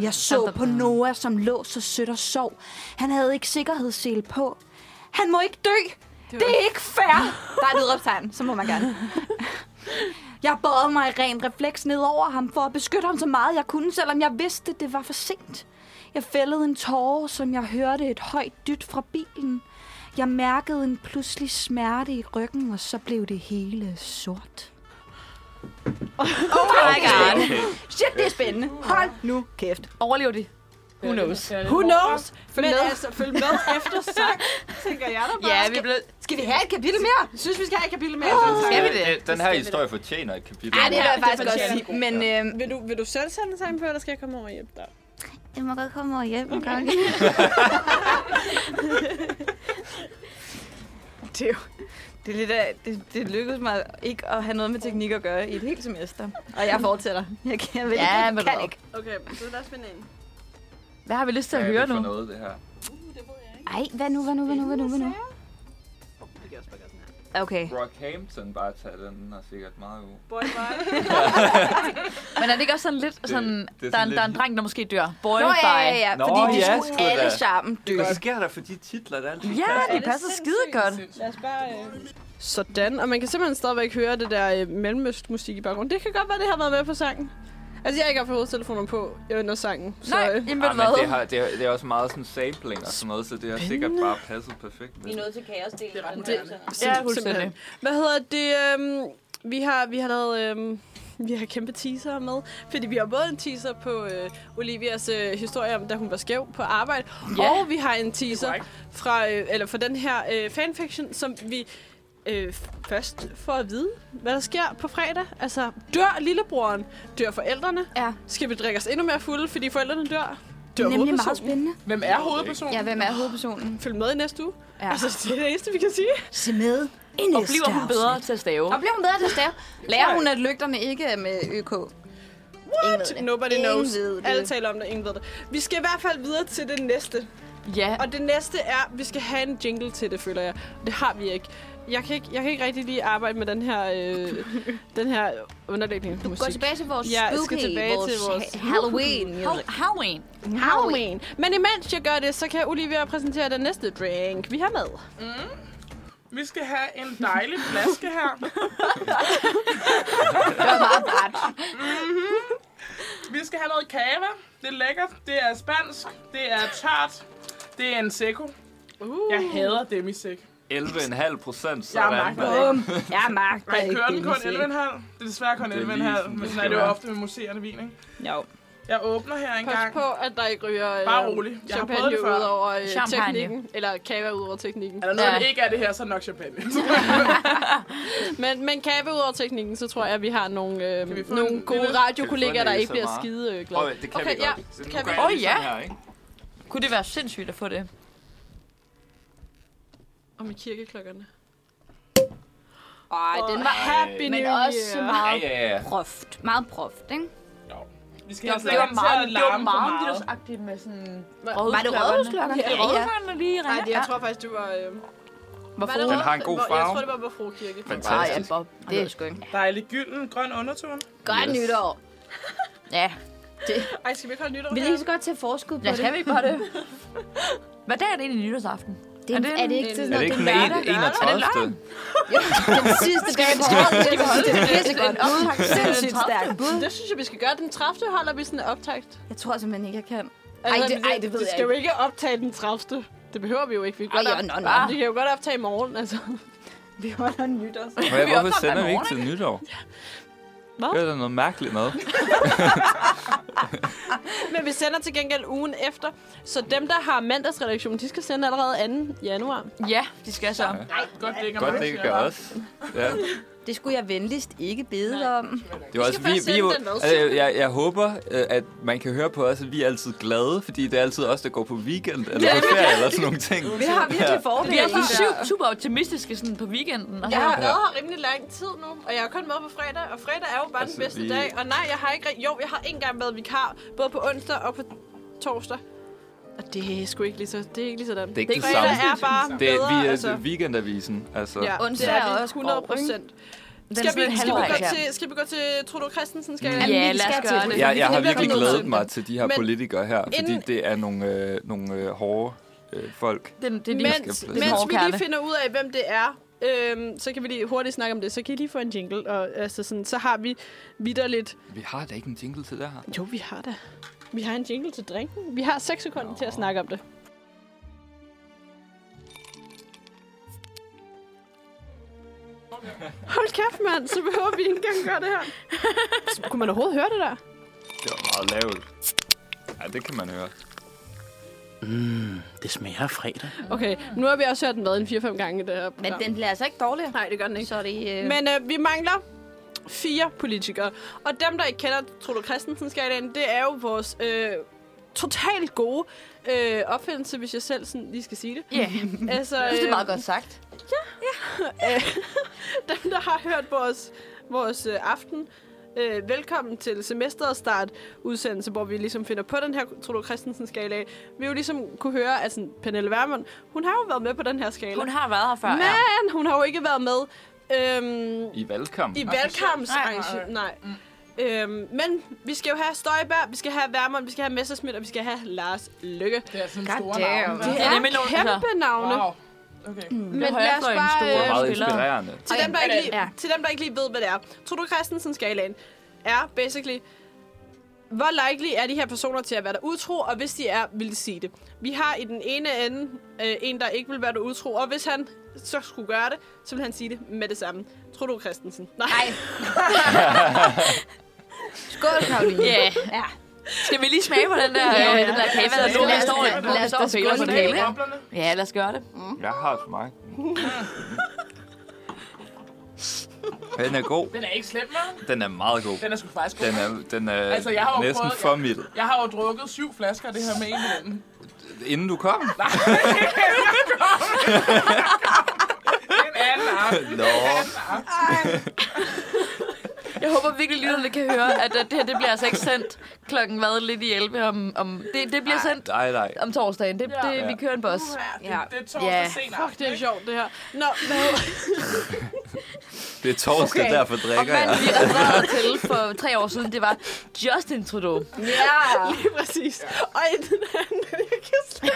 S9: Jeg så på Noah, som lå så sødt og sov. Han havde ikke sikkerhedssele på. Han må ikke dø! Det er ikke fair! Der er et udråbstegn, så må man gerne. Jeg bøjede mig i ren refleks ned over ham for at beskytte ham så meget jeg kunne, selvom jeg vidste, det var for sent. Jeg fældede en tårer, som jeg hørte et højt dyt fra bilen. Jeg mærkede en pludselig smerte i ryggen, og så blev det hele sort.
S1: Oh my god.
S2: Okay.
S9: Shit, det er spændende. Hold nu kæft.
S4: Overlever de? Who knows?
S3: Who knows? Følg men med. altså, følg med efter sang, tænker jeg da bare.
S4: Ja, vi blev...
S1: Skal vi have et kapitel mere?
S3: Jeg synes, vi skal have et kapitel mere. Oh.
S4: Skal vi det?
S2: Den, den her historie fortjener et kapitel.
S1: Ja, det vil jeg
S3: det
S1: faktisk godt
S3: fortjener
S1: sige. Men øhm,
S3: Vil du, vil du selv sende en sang på, eller skal jeg komme over og hjælpe dig?
S7: Jeg må godt komme over hjem en gang.
S1: det, er jo- det, er lidt af, det, det lykkedes mig ikke at have noget med teknik at gøre i et helt semester. Og jeg fortsætter. Jeg kan, jeg vil,
S4: Ja,
S1: ja,
S4: men
S1: jeg kan
S4: hvad?
S1: ikke.
S3: Okay, så lad os finde en.
S4: Hvad har vi lyst til
S2: Hvad
S4: at
S2: er
S4: høre
S2: det
S4: nu?
S2: for noget, det her?
S9: Ej, hvad nu, hvad nu, hvad nu, hvad nu, hvad nu?
S1: Okay.
S2: Rockhampton, bare tag den. Den er sikkert meget god.
S3: Boy, boy.
S4: Men er det ikke også sådan lidt sådan...
S2: det er
S4: der, er,
S2: sådan
S4: en- der er en
S2: lidt-
S4: dreng, der måske dør. Boy,
S1: Nå, ja,
S4: bye.
S1: ja, ja.
S2: Nå,
S1: Fordi de
S2: ja, sgu
S1: skulle
S2: da.
S1: alle sammen dø.
S2: Hvad sker der for de titler, der altid
S4: Ja,
S2: passer?
S4: det passer skide godt.
S3: Lad os bare... Øh... Sådan, og man kan simpelthen stadigvæk høre det der øh, mellemøstmusik i baggrunden. Det kan godt være, det har været med på sangen. Altså, jeg har ikke haft hovedtelefoner på under sangen, så...
S4: Nej,
S3: øh,
S4: jamen ved
S2: Ja,
S4: du
S2: men det,
S4: hvad?
S2: har, det, er, det er også meget sådan sampling og sådan noget, så det har sikkert bare passet perfekt. Med.
S11: nået til kaosdelen. Det er ret
S4: Ja,
S3: Sim-
S4: fuldstændig.
S3: simpelthen. Hvad hedder det? Øhm, vi har vi har lavet øhm, vi har kæmpe teaser med, fordi vi har både en teaser på øh, Olivias øh, historie om, da hun var skæv på arbejde,
S4: Ja.
S3: og vi har en teaser fra øh, eller fra den her øh, fanfiction, som vi øh, først får at vide, hvad der sker på fredag. Altså, dør lillebroren? Dør forældrene?
S9: Ja.
S3: Skal vi drikke os endnu mere fulde, fordi forældrene dør? Dør
S9: Nemlig meget
S3: hovedpersonen?
S9: spændende.
S5: Hvem er hovedpersonen?
S1: Ja, hvem er hovedpersonen?
S3: Følg med i næste uge.
S1: Ja.
S3: Altså, det er det eneste, vi kan sige.
S9: Se med i næste
S4: Og bliver hun
S9: afsnit.
S4: bedre til at stave?
S1: Og bliver hun bedre til at stave? Lærer hun, at lygterne ikke er med ØK?
S3: What? Nobody
S1: Ingen
S3: knows.
S1: ved det.
S3: Alle taler om det, ingen ved det. Vi skal i hvert fald videre til det næste.
S4: Ja,
S3: Og det næste er, vi skal have en jingle til det, føler jeg. Det har vi ikke. Jeg kan ikke, jeg kan ikke rigtig lige arbejde med den her, øh, den her underlægning
S1: Gå tilbage til vores
S3: Ja, jeg skal
S1: spooky,
S3: tilbage
S1: vores,
S3: til vores-
S1: ha- Halloween. music.
S4: Halloween.
S3: Halloween. Men imens jeg gør det, så kan Olivia præsentere den næste drink, vi har med.
S5: Vi skal have en dejlig flaske her. Mhm. Vi skal have noget kava. Det er lækkert. Det er spansk. Det er tørt. Det er en seco.
S3: Uh.
S5: Jeg hader demisek.
S2: 11,5 procent,
S5: Jeg
S2: sådan.
S5: magter det
S1: Bum.
S5: ikke.
S1: Jeg magter
S5: Man kører den kun
S1: Dennis, ikke?
S5: 11,5. Det er desværre kun
S2: Det er lige
S5: 11,5.
S2: sådan,
S5: Men
S2: det
S5: sådan er
S2: skal
S5: det jo
S2: være.
S5: ofte med museerne vin, ikke?
S1: Jo.
S5: Jeg åbner her en
S3: Pas
S5: gang.
S3: på, at der ikke ryger øh,
S5: Bare rolig. Jeg har
S3: champagne
S5: prøvet det før.
S3: ud over øh,
S4: Champagne.
S3: teknikken. Eller kava ud over teknikken.
S5: Er der noget,
S4: Ja.
S5: der ikke er det her, så er det nok champagne.
S3: Men, men kava ud over teknikken, så tror jeg, at vi har nogle,
S5: Kan vi
S3: øh,
S5: få en
S3: nogle gode
S5: lille-
S3: radiokolleger,
S2: Kan vi få
S3: der
S2: en
S3: ikke bliver
S2: ASMR?
S3: skide øh,
S2: Prøv,
S3: glade.
S2: det kan
S3: Okay,
S2: vi
S3: ja,
S2: godt.
S3: det
S2: Nu
S3: kan
S2: gør
S3: vi.
S2: jeg
S4: Åh,
S2: lige
S4: ja.
S2: sådan Her, ikke?
S4: Kunne det være sindssygt at få det?
S3: Og med kirkeklokkerne.
S1: Ej, den var
S3: happy
S1: men
S3: new year.
S1: også
S2: Ja,
S1: meget
S2: ja, ja.
S1: proft. Meget proft, ikke?
S5: Vi skal helst ikke have den til at larme for meget.
S4: agtigt med sådan...
S1: Var det rådhusklokkerne?
S4: Ja, ja. Rådhusklokkerne lige
S3: Nej, det,
S4: ringer.
S3: jeg tror faktisk, det var... Øh,
S1: øhm,
S3: var
S4: Hvorfor?
S3: det
S2: Den har en
S3: Røde-
S2: god
S3: hvor- Jeg
S2: farve.
S3: tror, det var på Fro Kirke.
S2: Fantastisk.
S4: Bob.
S1: Det er sgu ikke.
S5: Dejlig gylden, grøn undertone.
S1: Godt
S2: Yes.
S1: nytår.
S4: Ja.
S3: Ej, skal vi ikke holde nytår
S1: Vil I
S3: her?
S1: lige så godt tage forskud på
S4: Lad
S1: det?
S4: os have ikke bare det. Hvad dag er det egentlig nytårsaften?
S1: Det er,
S4: Er det
S1: en- er det
S4: en-
S1: ikke sådan
S2: Er det
S1: noget,
S2: ikke
S1: det
S2: den
S1: er en
S2: en-
S1: lørdag?
S2: 31.
S1: Jo, den sidste dag på året. Det er pissegodt bud. Sindssygt stærkt bud.
S3: Det synes jeg, vi skal gøre. Den 30. holder vi sådan en optagt.
S1: Jeg tror simpelthen ikke, jeg kan.
S3: Altså,
S1: det-
S3: vi-
S1: ej, det ved
S3: vi
S1: jeg
S3: skal jo ikke optage den 30. Det behøver vi jo ikke. Vi kan,
S1: Ej,
S3: godt,
S1: ja, nå, nå.
S3: Ah, vi kan jo godt optage i morgen, altså. Vi holder nytår.
S2: Hvad- Hvorfor
S4: optager den
S2: sender
S4: i
S2: vi ikke
S4: morgen,
S2: til nytår?
S3: Hvad?
S2: Det er da noget mærkeligt noget.
S3: Men vi sender til gengæld ugen efter. Så dem, der har mandagsredaktion, de skal sende allerede 2. januar.
S4: Ja, de skal så.
S5: Godt dækker
S2: Godt,
S5: mig,
S2: det
S5: siger
S2: gør
S5: jeg bare.
S2: også. Ja.
S1: Det skulle jeg venligst ikke bede Nej. om.
S2: Det var også, vi,
S3: først
S2: vi, er jo-
S3: sende den, hvad?
S2: altså, jeg, jeg håber, øh, at man kan høre på os, at vi er altid glade, fordi det er altid os, der går på weekend eller på ferie eller sådan nogle ting.
S1: Vi har virkelig fordel.
S4: Vi er sådan super, super optimistiske sådan på weekenden. Og så,
S3: Jeg har været her rimelig lang tid nu, og jeg er kun med på fredag, og fredag er jo bare altså,
S2: Altså,
S3: den bedste vi...
S2: vi-
S3: dag. Og nej, jeg har ikke... ri- Jo, jeg har ikke engang været vikar, både på onsdag og på torsdag. Og det er sgu ikke lige så... Det er ikke lige sådan.
S2: Det er ikke det
S3: fredag
S2: samme.
S3: er bare
S2: Det,
S3: bedre,
S2: vi er
S3: altså.
S2: altså. weekendavisen. Altså.
S3: Ja,
S4: Onsdag
S3: det
S4: er
S3: er
S4: også
S3: også 100
S4: over, ikke?
S3: procent.
S4: Den er
S3: Skal
S4: sådan
S3: vi,
S4: lidt
S3: skal, vi
S4: halvvejs,
S3: gå
S4: ja.
S3: til, skal vi gå til Trude Christensen?
S2: Mm.
S3: Skal
S4: Ja, lad os gøre det.
S2: Jeg, jeg har
S3: bliver
S2: virkelig
S3: vi nødt
S2: glædet
S3: til.
S2: mig til de her
S3: Men
S2: politikere her, fordi
S3: inden-
S2: det er nogle, øh, nogle øh, hårde øh, folk.
S4: Den, det er lige,
S2: Men-
S3: mens,
S2: skal-
S4: Den
S3: mens
S4: hårde
S3: vi
S4: kerne.
S3: lige finder ud af, hvem det er, øhm, så kan vi lige hurtigt snakke om det. Så kan I lige få en jingle, og altså sådan, så har vi vidderligt...
S2: Vi har da ikke en jingle til det her.
S3: Jo, vi har da. Vi har en jingle til drinken. Vi har 6 sekunder til at snakke om det. Hold kæft, mand. Så behøver vi ikke engang gøre det her. Så Kunne man overhovedet høre det der?
S2: Det var meget lavt. Ja, det kan man høre.
S6: Mm, det smager af fredag.
S3: Okay, nu har vi også hørt den hvad, en 4-5 gange i det her
S1: Men
S3: program.
S1: den bliver altså ikke dårligere.
S3: Nej, det gør den ikke.
S1: Så er det... Øh...
S3: Men øh, vi mangler fire politikere. Og dem, der ikke kender Trude Christensen skalaen, det er jo vores øh, totalt gode øh, opfindelse, hvis jeg selv sådan lige skal sige det.
S4: Ja, yeah.
S3: Altså,
S4: jeg synes, det er meget
S3: øh,
S4: godt sagt.
S3: dem, der har hørt vores, vores øh, aften, øh, velkommen til semesterets start udsendelse, hvor vi ligesom finder på den her Trude Christensen skala. Vi jo ligesom kunne høre, at sådan, Pernille Vermund, hun har jo været med på den her skala.
S4: Hun har været her før, ja.
S3: Men hun har jo ikke været med øhm,
S2: I valgkamp.
S3: I valgkamps
S4: Nej,
S3: Nej. nej. Mm. Øhm, men vi skal jo have Støjberg, vi skal have Værmund, vi skal have Messerschmidt, og vi skal have Lars Lykke.
S5: Det er sådan
S1: God
S5: store
S1: damn.
S5: navne.
S4: Det
S5: der.
S4: er nemlig nogle, altså,
S3: Kæmpe navne.
S5: Wow. Okay.
S3: Men
S4: det er
S3: lad os
S4: højrefløjen
S3: bare, øh,
S2: Det var
S4: store
S2: meget
S4: spillere.
S2: inspirerende.
S3: Til dem, der ikke lige,
S1: Ja.
S3: til dem, der ikke lige ved, hvad det er. Trude Christensen skalaen er basically, hvor likely er de her personer til at være der utro, og hvis de er, vil de sige det. Vi har i den ene ende øh, en, der ikke vil være der utro, og hvis han så skulle gøre det, så vil han sige det med det samme. Trude Christensen. Nej.
S1: Skål, Karoline.
S4: Ja. ja. Skal vi lige smage på den der, øh, den der kage, der står der står
S1: lad
S4: der
S1: os
S4: står
S1: da
S4: og piller på
S1: skåle
S4: den
S1: i
S4: kage?
S1: kage.
S5: Boblerne.
S4: Ja, lad os gøre det.
S2: Jeg har for mig. Den er god.
S5: Den er ikke slem, hva'?
S2: Den er meget god.
S5: Den er sgu faktisk god.
S2: Den er, den er
S5: Altså, jeg har jo
S2: næsten
S5: prøvet-
S2: for middel.
S5: Jeg har jo drukket syv flasker af det her med en i den.
S2: Inden du kom?
S5: Den anden aften.
S2: Nå,
S4: Jeg håber virkelig, lytterne kan høre, at, at det her det bliver altså ikke sendt klokken hvad, lidt i 11 om... om det, det bliver sendt
S2: nej, nej.
S4: om torsdagen. Det, det,
S2: Ja.
S4: Vi kører en boss.
S5: Ja, det, det er torsdag
S4: Ja.
S5: yeah. sen
S3: Fuck,
S5: aften,
S3: det er
S5: ikke?
S3: sjovt, det her. Nå, hvad
S2: Det er torsdag,
S1: Okay.
S2: derfor
S4: Og
S2: drikker jeg.
S4: manden, vi refererede til for tre år siden, det var Justin Trudeau.
S1: Ja.
S3: Lige præcis. Og i den anden, jeg kan slet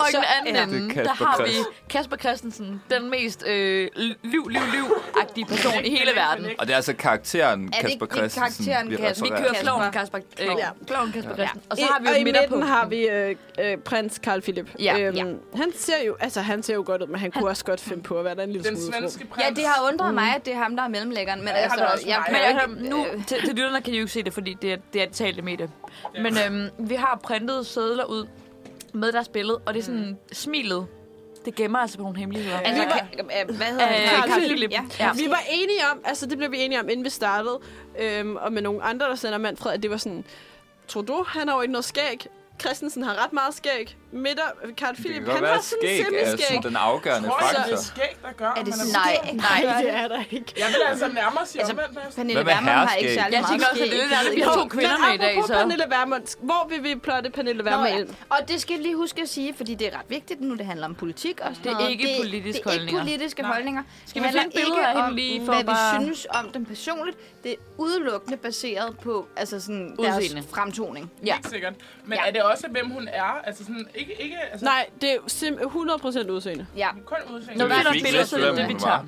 S4: Og i
S1: Så-
S4: den anden
S1: ja.
S4: ende,
S2: Det er
S4: der
S2: Kasper
S4: har vi
S2: Christ.
S4: Kasper Christensen, den mest øh, liv, liv, liv-agtige person i hele verden.
S2: Og det er altså karakteren
S1: det
S2: Kasper
S1: ikke- det er
S2: Christensen, altså
S1: karakteren
S2: vi
S1: Kasper?
S4: Vi
S2: refererer
S4: kører
S2: til.
S4: kloven Kasper, øh,
S3: Ja.
S4: kloven Kasper Christensen. Og så
S3: I-
S4: har vi
S3: og
S4: jo
S3: i
S4: midter på.
S3: midten har vi øh, øh, prins Carl Philip. Øhm,
S4: Ja.
S3: Han ser jo, altså han ser jo godt ud, men han, kunne også godt finde på at være der en lille
S5: Den
S3: smule.
S5: svenske prins.
S1: Ja, det har undret mm. mig, at det er ham, der er mellemlæggeren. Men
S5: det har
S1: altså,
S5: det også for
S1: jeg
S5: mig.
S1: kan
S4: Men
S1: jo
S4: jeg,
S1: ikke...
S4: nu, til, til lytterne kan I jo ikke se det, fordi det er det, er det talte medie. Men øhm, vi har printet sædler ud med deres billede, og det er sådan smilet. Det gemmer altså på nogle hemmeligheder. Ja.
S1: Altså, kan, øh, hvad hedder
S4: Øh,
S1: han?
S4: Carl
S1: Carl
S4: Philip.
S1: Ja.
S4: Ja.
S3: Vi var enige om, altså det blev vi enige om, inden vi startede, øhm, og med nogle andre, der sender Manfred, at det var sådan, Trudeau, han har jo ikke noget skæg. Christensen har ret meget skæg. Midter, Carl
S2: Det kan
S3: Philip, han
S2: godt
S3: har
S2: være,
S3: sådan
S2: skæg er
S3: semiskæg.
S2: sådan den afgørende
S5: Tror I, det
S2: faktor.
S5: er skæg, der gør,
S1: Er det
S5: man
S1: Nej, nej.
S3: Nej, det er der ikke.
S5: Jeg vil altså nærmere sige altså, omvendt, når jeg
S1: Pernille
S2: Hvad med
S1: Vermund har ikke
S2: herreskæg?
S1: særlig
S4: Jeg
S1: meget
S4: tænker også, at det er lidt ærligt, vi
S1: Jeg
S4: har
S1: ved
S4: to kvinder
S3: Men
S4: med i dag,
S3: apropos
S4: så.
S3: Pernille Vermund, hvor vil vi plotte Pernille
S1: Nå,
S3: Vermund
S1: ja.
S3: ind?
S1: Og det skal vi lige huske at sige, fordi det er ret vigtigt nu, det handler om politik og sådan
S4: Det er
S1: noget.
S4: ikke politiske
S1: det, det er ikke
S4: holdninger.
S1: politiske holdninger.
S4: Skal vi
S1: Det
S4: finde
S1: handler ikke
S4: billeder af hende
S1: om,
S4: lige for
S1: hvad
S4: bare-
S1: vi synes om dem personligt. Det er udelukkende baseret på altså sådan,
S4: Udseende.
S1: deres fremtoning.
S4: Ja.
S5: Helt sikkert. Men
S1: Ja.
S5: er det også, hvem hun er? Altså sådan, ikke, ikke altså,
S3: Nej, det er sim- 100% udseende.
S1: Ja.
S5: kun udseende.
S4: Når vi
S2: vi
S4: finder
S2: ikke
S4: billeder,
S2: vidste,
S4: så er det
S2: hvem
S4: det, vi
S2: hun var.
S4: tager.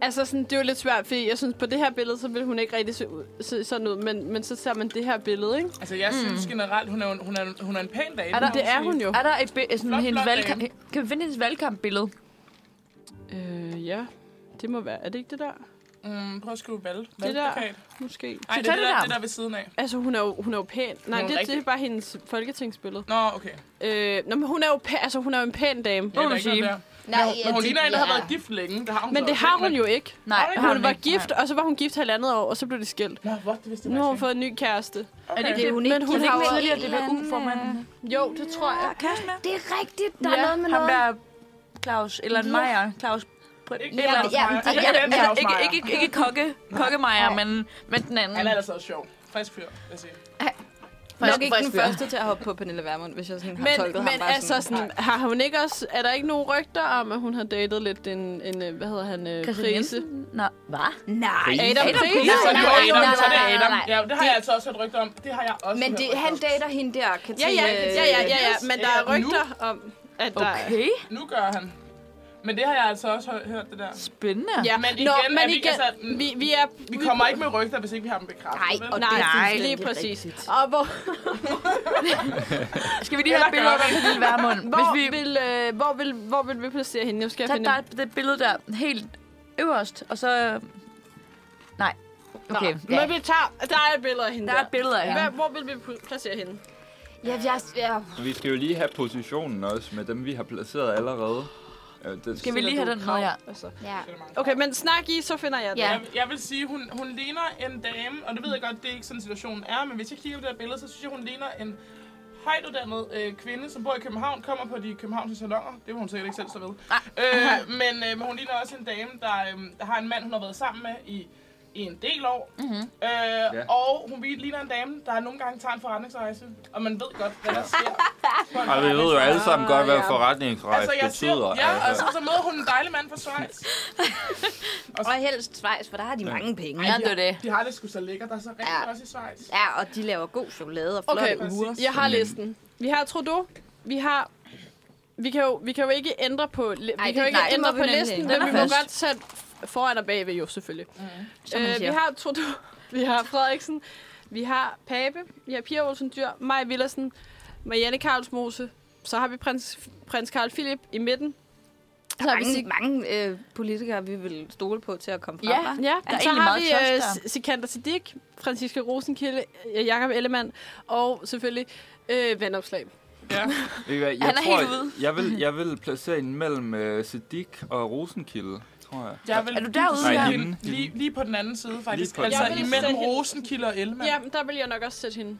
S3: Altså, sådan, det er jo lidt svært, fordi jeg synes, på det her billede, så vil hun ikke rigtig se, ud, se sådan ud. Men, men så ser man det her billede, ikke?
S5: Altså, jeg synes generelt, hun er, en- hun er, en- hun er en pæn dame.
S4: Er der-
S5: må
S3: Det
S5: man
S3: er
S5: sige.
S3: hun jo.
S4: Er der et bi- sådan
S5: Flot,
S4: hendes
S5: flot
S4: valgkamp? Kan vi finde hendes valgkampbillede?
S3: Øh, ja. Det må være. Er det ikke det der?
S5: Mm, prøv at skrive valg.
S3: der-
S5: valgplakat.
S3: Måske.
S5: Nej, det
S4: tag
S5: er
S4: det
S5: det der,
S4: der.
S5: det der ved siden af.
S3: Altså, hun er jo, hun er jo pæn. Nej,
S5: Hun er
S3: det, det,
S5: rigtig-
S3: er bare hendes folketingsbillede.
S5: Nå, okay.
S3: Øh, nå, men hun er jo pæn, altså, hun er jo en pæn dame.
S5: Ja,
S4: må
S5: der
S4: man
S5: er ikke
S4: sige.
S5: noget der. Men hun- men hun ligner en, der har været gift længe. Det har hun
S3: Men
S5: så
S3: det
S5: også,
S3: har
S5: ikke?
S3: hun
S5: Men-
S3: jo ikke.
S4: Nej,
S5: Har hun
S4: har
S3: Hun var
S4: ikke. Nej.
S3: gift, og så var hun gift halvandet år, og så blev de skilt.
S5: Nå, hvor, det vidste jeg
S3: Nu har hun
S5: faktisk
S3: fået en ny kæreste.
S5: ikke.
S4: det
S5: Okay.
S4: ikke
S1: hun
S3: Men hun har jo...
S4: tidligere DBU formanden.
S3: Jo, det tror jeg.
S9: Det er rigtigt. Der er noget med
S4: ham der
S9: noget.
S4: Claus, eller en Maja, Claus Brød.
S5: Ikke
S4: Eller,
S5: Claus Meyer.
S4: Altså,
S5: Ikke den Claus
S4: ikke,
S5: Meyer.
S4: ikke, ikke, ikke kokke, kokke Maja, men, men den anden.
S5: Han er altså også sjov. Frisk fyr, vil jeg sige.
S1: Nok ikke den
S4: frisk fyr.
S1: første til at hoppe på Pernille Vermund, hvis jeg sådan har
S3: Men,
S1: tolket ham
S3: men
S1: bare
S3: altså, sådan, har hun ikke også... Er der ikke nogen rygter om, at hun har datet lidt en... en øh, hvad hedder han? Øh,
S4: Christian
S3: Prise?
S4: altså Jensen? Nå, hvad?
S9: Nej.
S3: Adam
S4: Adam
S3: Prise?
S5: Ja, så er Altså, det jo
S9: nej,
S5: Adam,
S9: nej,
S5: så er det
S9: nej, nej,
S5: Adam.
S9: nej.
S5: Ja, det har jeg altså også hørt rygter om. Det har jeg også
S1: Men
S5: hørt
S1: det,
S5: rygter
S1: han
S5: om.
S1: dater hende der, Katrine.
S3: Ja, ja, ja, ja, ja, ja, men der er
S5: Ja, øh, nu.
S3: rygter om, at der er...
S4: Okay,
S5: Nu gør han. Men det har jeg altså også hø- hørt, det der.
S4: spændende.
S3: Ja,
S5: Men
S3: Nå,
S5: igen, er
S3: men
S5: vi ikke-
S3: igen,
S5: altså, mm,
S3: vi, vi er...
S5: Vi kommer ikke med rygter, hvis ikke vi har dem bekræftet. vel?
S3: og nej,
S4: nej,
S3: lige præcis. Og hvor,
S4: Skal vi lige have et billede af, hvad Pernille Vermund? Hvis
S3: hvor,
S4: vi,
S3: vil, øh, hvor, vil, hvor vil vi placere hende? Nu skal jeg
S4: tag
S3: finde...
S4: dig det billede der helt øverst, og så... Nej, okay.
S3: Nå, Men vi tager... Der er et billede af hende
S4: Der er et billede af
S3: Hvad,
S4: hende.
S3: hvor vil vi pu- placere hende?
S9: Ja, jeg, jeg,
S2: Vi skal jo lige have positionen også med dem, vi har placeret allerede. Øh, det,
S4: Skal vi lige have den med, ja.
S3: Altså.
S9: ja.
S3: Okay, men snak I, så finder jeg det.
S9: Ja.
S5: Jeg, jeg vil sige, hun, hun ligner en dame, og det ved jeg godt, det er ikke sådan situationen er, men hvis jeg kigger på det her billede, så synes jeg, hun ligner en højtuddannet øh, kvinde, som bor i København, kommer på de københavnske salonger. Det må hun sikkert ikke selv så ved. Øh, men, øh, men hun ligner også en dame, der, øh, der har en mand, hun har været sammen med i, i en del år. Mm-hmm. Øh, ja. Og hun ligner en dame, der nogle gange tager en forretningsrejse, og man ved godt, hvad der sker. på en
S2: Og vi ved jo alle sammen godt, hvad forretningsrejse
S5: Altså, jeg siger,
S2: betyder.
S5: ja, og så, så møder hun en dejlig mand fra Schweiz.
S1: Og helst Schweiz, for der har de mange penge.
S4: Ja, det er det.
S5: De har det sgu så lækkert, der er så rent ja.
S1: Ja.
S5: også i Schweiz.
S1: Ja, og de laver god chokolade og flotte
S3: Okay,
S1: okay. uger.
S5: Præcis.
S3: jeg har listen. Vi har Trudeau, vi har... Vi kan, jo, vi kan jo ikke ændre på, li- vi
S1: det-
S3: kan jo ikke
S1: nej, det må
S3: ændre
S1: vi
S3: på
S1: nemlig
S3: listen,
S1: ikke.
S3: men
S4: Den er
S3: vi må
S4: fast.
S3: godt sætte foran og bagved jo selvfølgelig.
S4: man
S3: Øh, vi
S4: siger.
S3: har Trudeau, vi har Frederiksen, vi har Pape, vi har Pia Olsen Dyr, Maja Villersen, Marianne Karlsmose, så har vi prins, prins Karl Philip i midten. Så har vi
S1: Mange,
S3: Sig-
S1: mange øh, politikere, vi vil stole på til at komme frem.
S4: Ja.
S1: hva'?
S3: Ja,
S4: Der er
S3: så
S4: egentlig
S3: har
S4: meget
S3: vi
S4: touch
S3: øh,
S4: der.
S3: S- Sikander Siddiq, Franziska Rosenkilde, øh, Jakob Ellemann og selvfølgelig øh, vandopslag.
S2: Ved I hvad, Jeg
S4: Han er
S2: tror,
S4: helt ude.
S2: Jeg vil, jeg vil placere en mellem uh, Siddiq og Rosenkilde, tror jeg.
S5: Jeg vil
S4: Er du derude,
S5: lige-
S2: Nej,
S5: lige,
S2: hende.
S5: lige, lige på den anden side, faktisk.
S2: på den
S5: Altså
S2: anden side.
S5: imellem Rosenkilde og Ellemann.
S3: Ja, men der vil jeg nok også sætte hende.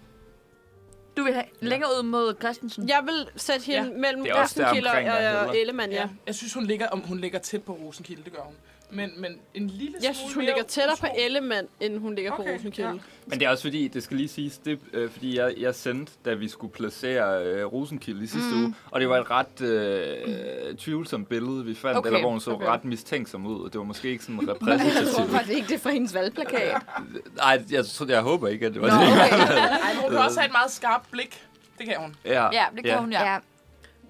S4: Du vil have længere ud mod Christensen.
S3: Jeg vil sætte hende ja. mellem
S2: Det er også
S3: Rosenkilde
S2: deromkring, jeg
S3: og,
S2: hælder.
S3: og Ellemann, ja.
S5: Ja. Jeg synes, hun ligger, om hun ligger tæt på Rosenkilde, det gør hun. Men, men en lille smule
S3: Jeg synes, hun
S5: mere
S3: ligger tættere på
S5: utro.
S3: Ellemann, end hun ligger på
S5: Okay,
S3: Rosenkilde.
S5: ja.
S2: Men det er også fordi, det skal lige siges, det, øh, fordi jeg, jeg sendte, da vi skulle placere øh, Rosenkilde i sidste mm. uge, og det var et ret øh, tvivlsomt billede, vi fandt,
S4: Okay,
S2: okay. eller hvor hun så
S4: okay.
S2: okay. ret mistænksom ud, og det var måske ikke sådan
S1: Jeg tror
S2: repræsentativt.
S1: faktisk ikke, det er fra hendes valgplakat.
S2: Nej, jeg, jeg, jeg håber ikke, at det var
S1: Nå,
S2: det.
S1: okay.
S5: Ej, men hun kan også have et meget skarpt blik. Det kan hun.
S4: Ja, det kan hun, ja.
S1: ja.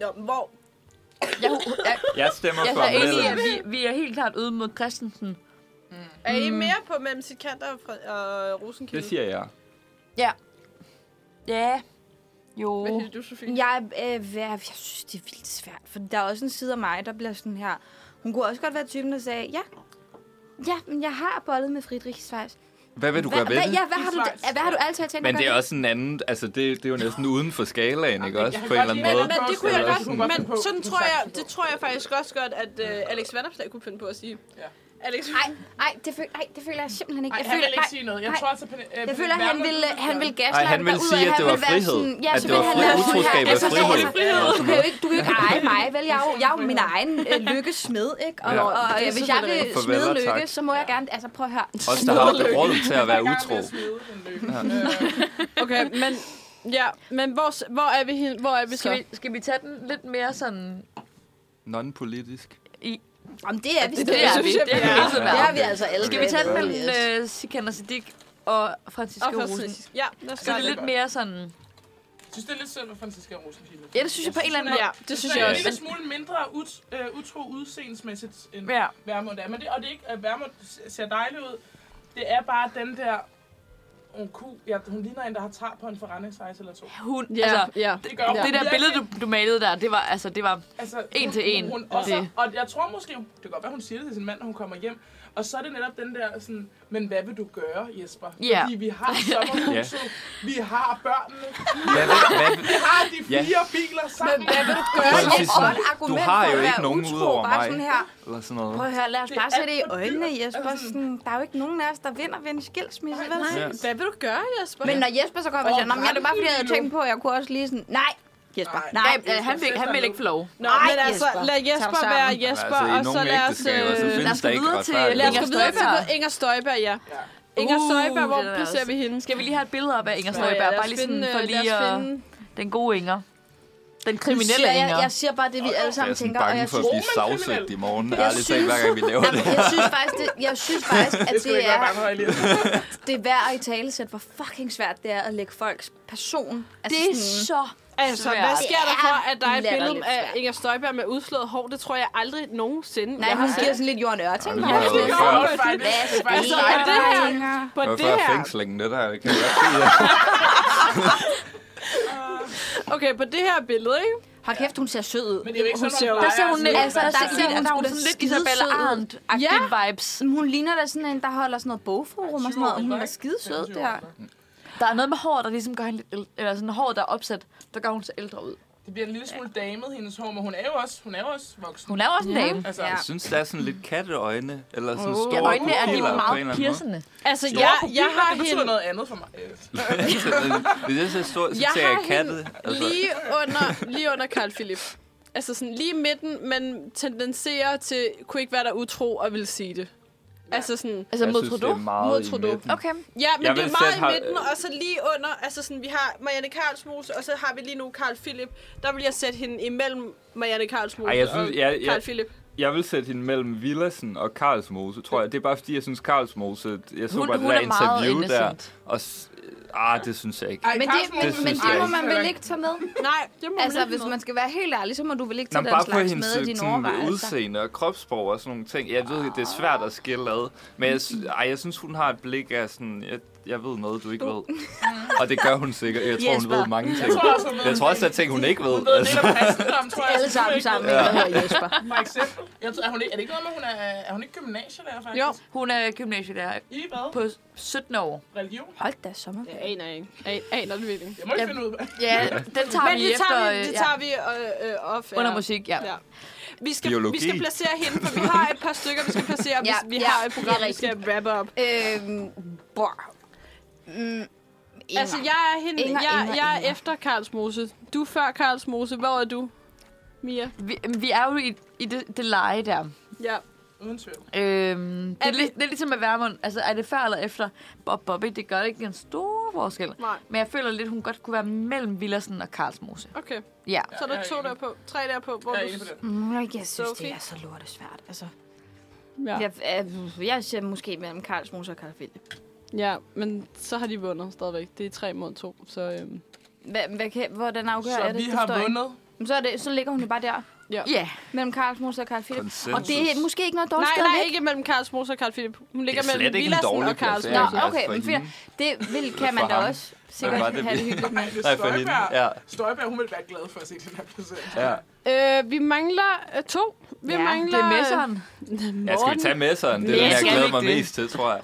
S3: Nå, hvor?
S4: Jeg, jeg,
S2: Jeg stemmer
S4: jeg
S2: for
S4: er enig i, at
S2: mellem.
S4: vi, vi er helt klart ude mod Christensen.
S3: Er I mere på mellem Sikander og, Fre- og Rosenkilde?
S2: Det siger jeg.
S4: Ja. Jo.
S3: Hvad siger du, Sofie?
S1: Jeg, øh, hvad- jeg synes, det er vildt svært, for der er også en side af mig, der bliver sådan her... Hun kunne også godt være typen, der sagde, ja, ja, men jeg har bollet med Friedrich Schweiz.
S2: Hvad vil du gøre ved
S1: hvad,
S2: det?
S1: ja, hvad har, du,
S5: Schweiz.
S1: hvad har du altid tænkt
S2: Men
S1: at
S2: det er
S1: gøre
S2: også en anden, altså det, det er jo næsten uden for skalaen, ikke også,
S5: kan
S2: på en eller anden
S5: godt lide-
S2: måde.
S3: Men det kunne jeg
S2: Eller
S3: godt,
S2: sådan-
S3: men sådan tror jeg, det tror jeg faktisk også godt, at øh, Alex Vandopslag kunne finde på at sige.
S5: Ja.
S3: Alex,
S1: Nej, nej, det, føl, ej, det føler jeg simpelthen ikke.
S5: Ej,
S1: jeg
S5: han
S1: føler,
S5: vil ikke sige noget. Jeg
S1: nej.
S5: tror altså, Pernille- øh,
S1: Jeg føler, at han
S5: Vermund-
S1: vil, han vil
S2: Nej,
S1: gaslighte
S2: han
S1: dig
S2: vil
S1: ud,
S2: sige,
S1: og
S2: at
S1: han
S2: det var
S1: vil være
S2: frihed.
S1: Sådan, ja,
S2: At
S1: så
S2: det
S1: vil
S2: var
S1: han
S2: fri-
S1: være sådan
S2: utroskab
S1: her.
S2: er
S1: Altså, så
S2: frihed.
S1: altså, Du kan jo ikke, du kan jo ikke eje mig, vel? Jeg er jo, jeg er jo min egen øh, lykkes smed, ikke? Og,
S2: Ja.
S1: og, og
S3: Det er
S1: hvis jeg vil
S3: selvfølgelig
S1: smede
S2: rigtigt. Farvel og
S1: lykke,
S2: tak.
S1: så må jeg gerne... Altså, prøv at høre.
S2: Os, der har råd til at være utro.
S5: Øh,
S3: Okay, men... Ja, men hvor, s- hvor er vi hen, hvor er vi så?
S4: Skal vi, skal vi tage den lidt mere sådan...
S2: Non-politisk.
S1: Jamen, det er vi
S4: Det er vi.
S1: stadig.
S4: Det er vi.
S1: Det er vi altså alle.
S4: Skal vi tage den
S1: med?
S4: mellem øh, Sikander Siddiq og Francisco
S3: Og
S4: Rosen?
S3: Francis. Ja, lad os
S4: Så
S3: gøre
S4: det er
S3: det.
S4: lidt mere sådan...
S5: Jeg synes, det er lidt synd for Franziska Rosenkilde.
S4: Ja, det synes jeg på en eller anden måde.
S3: Ja, det synes
S5: Så
S3: jeg
S5: er en
S3: også.
S5: lille smule mindre ut, øh, utro udseendsmæssigt, end
S4: Ja.
S5: ja. Værmund er. Men det, og det er ikke, at Værmund ser dejlig ud. Det er bare den der... Hun, ku, ja, hun ligner en, der har tar på en forretningsrejse eller to.
S4: Hun,
S3: Ja,
S4: altså,
S3: ja.
S5: Det gør hun
S4: det der
S5: virkelig.
S4: billede, du, du malede der, det var, altså, det var...
S5: altså,
S4: en
S5: hun,
S4: til en.
S5: Hun, hun også,
S4: Det.
S5: og jeg tror måske, det kan godt være, hun siger det til sin mand, når hun kommer hjem. Og så er det netop den der sådan, men hvad vil du gøre, Jesper?
S4: Ja.
S5: Fordi vi har sommerhuset, vi har børnene,
S2: Hvad, vil- hvad, vil-
S5: vi har de
S2: Ja.
S5: fire biler sammen. Men,
S1: vil du gøre?
S2: Præcis.
S1: Et godt argument
S2: Du har
S1: for
S2: jo
S1: at
S2: ikke
S1: være
S2: nogen
S1: utro,
S2: udover
S1: bare
S2: mig.
S1: Sådan her.
S2: eller sådan noget.
S1: Prøv at høre, lad os
S5: Det
S1: bare
S5: er
S1: sætte det i
S5: alt for
S1: øjnene,
S5: dyrt.
S1: Jesper.
S5: Altså sådan-
S1: Sådan, der er jo ikke nogen af os, der vinder ved en skilsmisse, vel?
S2: Ja.
S3: Hvad vil du gøre, Jesper?
S1: Men når Jesper så kommer og siger, "Nå, men jeg er det bare fordi, jeg havde tænkt på, at jeg kunne også lige sådan, nej, Jesper,
S5: Nej.
S1: nej.
S4: Nej, øh, han, vil, han vil ikke få lov.
S3: Nå,
S1: Ej,
S3: men altså,
S1: Jesper.
S3: lad
S1: Tag
S3: Jesper
S1: dig
S3: være
S1: sammen.
S3: Jesper,
S2: Altså, i
S3: og så
S2: nogle
S3: lad os...
S2: ægteskaber, så
S3: øh,
S4: lad os
S2: findes der ikke
S4: gå videre til-
S2: retfærdighed.
S3: Lad os
S4: Inger
S3: gå videre
S4: Støjberg.
S3: til Inger Støjberg, ja.
S5: Ja.
S3: Inger
S4: Uh,
S3: Støjberg, hvor
S4: det er der
S3: placerer
S4: også.
S3: vi hende?
S4: Skal vi lige have et billede op af Inger
S3: Nå
S4: Støjberg?
S3: lad
S4: Bare
S3: os
S4: lige sådan
S3: finde,
S4: for
S3: øh, lad os
S4: lige at...
S3: finde-
S4: Den gode Inger. Den
S1: Nu
S4: kriminelle
S1: siger jeg,
S4: Inger.
S1: jeg siger bare det, vi alle
S2: Jeg er
S1: sammen
S2: sådan
S1: tænker, og
S2: bange
S1: jeg
S2: for at
S1: synes,
S2: blive
S5: Roman-kriminel.
S2: savsøgt i morgen.
S1: Jeg
S2: Ærligt talt,
S1: synes-
S2: hver gang vi laver det.
S1: Jamen, jeg synes faktisk, det, jeg synes faktisk at
S5: Det
S1: det,
S5: skulle ikke
S1: er,
S5: være mange høje lige.
S1: det er værd at i tale sætte, hvor fucking svært det er at lægge folks person. Altså,
S4: det er
S1: sådan,
S4: så...
S3: Altså,
S4: svært.
S3: hvad sker der
S1: Det
S3: for,
S1: er
S3: at der er et billede
S1: latterligt
S3: af
S1: svært.
S3: Inger Støjberg med udslået hår? Det tror jeg aldrig nogensinde,
S1: nej,
S3: jeg
S1: hun
S3: har
S1: giver
S3: set.
S1: sådan lidt jorden øre ting.
S2: det
S1: Ja,
S2: må jeg
S5: Det
S2: Ja.
S5: gør det faktisk. Det er faktisk
S3: Altså, er det her, på
S2: Hvorfor
S3: det
S2: er
S3: her,
S2: fængslingen det der? Det kan jeg godt sige.
S3: okay, på det her billede, ikke?
S1: Hold kæft, hun ser sød ud.
S5: Men det er jo ikke
S3: Hun
S5: sådan,
S3: ser
S5: man
S3: jo-
S4: Der
S5: plejer
S4: ser
S5: at
S4: hun
S5: se
S4: lidt,
S5: ud.
S1: altså,
S4: altså, der,
S1: der-
S4: der, der, der,
S1: der-
S4: der,
S1: hun er
S4: sådan lidt
S1: skidesød.
S4: Isabella Arndt-agtige
S3: Ja.
S4: vibes.
S1: Hun ligner da sådan en, der holder sådan noget bogforum og sådan noget, og hun er skidesød der.
S4: Der er noget med hår, der ligesom gør hende lidt ældre, eller sådan hår, der er opsat, der gør hun så ældre ud.
S5: Det bliver en lille smule damet, hendes hår, men hun er jo også, hun er jo også voksen.
S4: Hun er jo også en dame.
S5: Altså,
S1: Ja.
S2: Jeg synes, der er sådan lidt katteøjne, eller sådan
S3: Åh.
S2: store
S4: Ja, øjnene er lige
S2: pupiller på en eller
S4: meget
S2: anden måde.
S4: piercende.
S3: Altså,
S5: store
S3: jeg,
S5: pupiller,
S3: jeg har
S5: det betyder
S3: hende
S5: noget andet for mig. Øh,
S2: Altså, Hvis jeg ser stort, så
S3: Jeg
S2: ser jeg
S3: har
S2: katte. Altså,
S3: lige under, lige under Carl Philip. Altså sådan lige i midten, men tendenserer til, kunne ikke være der utro og vil sige det. Altså sådan,
S4: Altså
S2: jeg
S4: mod
S2: synes, det
S4: Trudeau.
S2: er meget i
S3: Mod Trudeau.
S2: midten.
S4: Okay.
S3: ja, men
S2: Jeg
S3: det er
S2: vil
S3: meget
S2: sætte
S3: i
S2: ham-
S3: midten, og så lige under, altså sådan, vi har Marianne Karlsmose, og så har vi lige nu Carl Philip. Der vil jeg sætte hende imellem Marianne Karlsmose
S2: Ej, jeg synes-
S3: og
S2: jeg- jeg-
S3: Carl Philip.
S2: Jeg vil sætte hende mellem Villersen og Karlsmose, tror jeg. Det er bare fordi, jeg synes Karlsmose... Jeg så
S4: Hun-
S2: bare det
S4: hun
S2: der
S4: er meget
S2: interview der.
S4: innocent.
S2: Og s- ah, det synes jeg ikke.
S5: Ej,
S1: Men det,
S5: Carsten,
S1: men,
S2: Det
S1: men
S2: synes
S1: det
S2: jeg
S1: må
S2: ikke.
S1: man vel ikke tage med?
S3: Nej, det må
S1: Altså,
S3: man
S1: hvis
S3: ikke
S1: man skal være helt ærlig, så må du vel ikke
S2: Nå,
S1: tage
S2: men
S1: den
S2: bare på
S1: slags
S2: hendes
S1: med i dine
S2: sådan,
S1: overvejelser.
S2: udseende og kropsprog og sådan nogle ting. Jeg ved, det er svært at skille ad. Men jeg, sy- ej, jeg synes, hun har et blik af sådan... Jeg, jeg ved noget, du ikke ved. Og det gør hun sikkert. Jeg tror, hun
S4: Jesper.
S2: ved mange ting.
S5: tror også, hun ved
S2: Jeg tror også, der er ting, hun ikke
S5: Hun
S2: ved.
S5: ved en
S2: Altså,
S5: del om kristendom, tror jeg.
S1: Alle sammen sammen,
S2: Ja.
S1: der hedder Jesper.
S5: For eksempel. Jeg tror, er, hun ikke, er det ikke noget med, hun er, er hun ikke gymnasielærer, faktisk?
S3: Jo.
S4: Hun er gymnasielærer
S5: I hvad?
S4: på 17 år.
S5: Religion?
S1: Hold da sommer.
S3: Jeg aner ikke. Jeg aner det virkelig. ikke.
S5: Det må vi
S4: Ja.
S5: finde ud af.
S4: Ja, den tager
S3: Men
S4: vi
S3: det
S4: efter
S3: tager vi,
S4: øh,
S3: det
S4: ja,
S3: tager vi øh, øh, off air.
S4: under musik, ja.
S3: Ja. Vi skal, vi
S2: Biologi.
S3: skal placere hende, for vi har et par stykker, vi skal placere, ja,
S1: Ja,
S3: vi, vi
S1: ja,
S3: har et
S1: det er
S3: program, vi skal wrap up.
S1: Øhm, bror. Mm, Inger.
S3: Altså, jeg er, hende,
S1: Inger,
S3: jeg,
S1: Inger,
S3: jeg er
S1: Inger.
S3: efter Karlsmose. Du er før Karlsmose. Hvor er du, Mia?
S4: Vi, vi er jo i, i det, det leje der.
S3: Ja.
S5: Uden tvivl.
S4: Øhm, det,
S3: Er
S4: er
S3: vi-
S4: li, det er ligesom med Værmund. Altså, er det før eller efter Bob Bobby? Det gør ikke en stor forskel.
S3: Nej.
S4: Men jeg føler lidt, hun godt kunne være mellem Villersen og Karlsmose.
S3: Okay,
S4: Ja.
S3: så er
S5: jeg
S3: der
S5: er
S3: to
S5: enig.
S3: der på. Tre der på. Hvor
S5: Jeg er
S3: du...
S5: enig på den.
S1: Mm, Jeg synes,
S3: Sophie?
S1: det er så lortesvært. Altså,
S3: Ja.
S1: jeg, øh, jeg, jeg ser måske mellem Karlsmose og Karl Philip.
S3: ja, men så har de vundet stadigvæk. Det er tre mod to. Så øhm,
S1: Hvad, hvad kan, hvordan afgør
S5: Så
S1: jeg det?
S5: vi
S1: Det
S5: har
S1: forstår jeg ikke.
S5: vundet.
S1: Men Så, er det, så ligger hun jo bare der,
S4: Ja.
S1: mellem Karlsmose og Karl Philip. Og
S2: Konsensus.
S1: det er måske ikke noget dårligt
S3: Nej,
S1: sted at
S3: nej,
S1: ligge.
S3: ikke mellem Karlsmose og Karl Philip. Hun ligger
S2: slet
S3: mellem
S2: ikke en
S3: Villadsen
S2: dårlig
S3: og Karlsmose.
S2: placering.
S1: Nå,
S2: Altså,
S1: okay,
S2: for
S1: men
S2: hende.
S1: fint. Det vil, kan man
S2: For
S1: da
S2: ham.
S1: også
S2: Hvad var
S1: sikkert
S2: det,
S1: have det
S2: vi-
S1: hyggeligt med.
S2: Nej, for hende. Ja,
S5: Støjberg, hun ville være glad for at se den her placering.
S2: ja.
S3: Øh, vi mangler øh, to. Vi
S1: Ja,
S3: mangler... øh,
S4: Det er messeren.
S2: Jeg skal vi tage med sådan. Det er
S4: Ja,
S2: den, jeg
S4: skal vi
S2: glæder
S4: ikke
S2: mig
S4: det?
S2: mest til, tror jeg.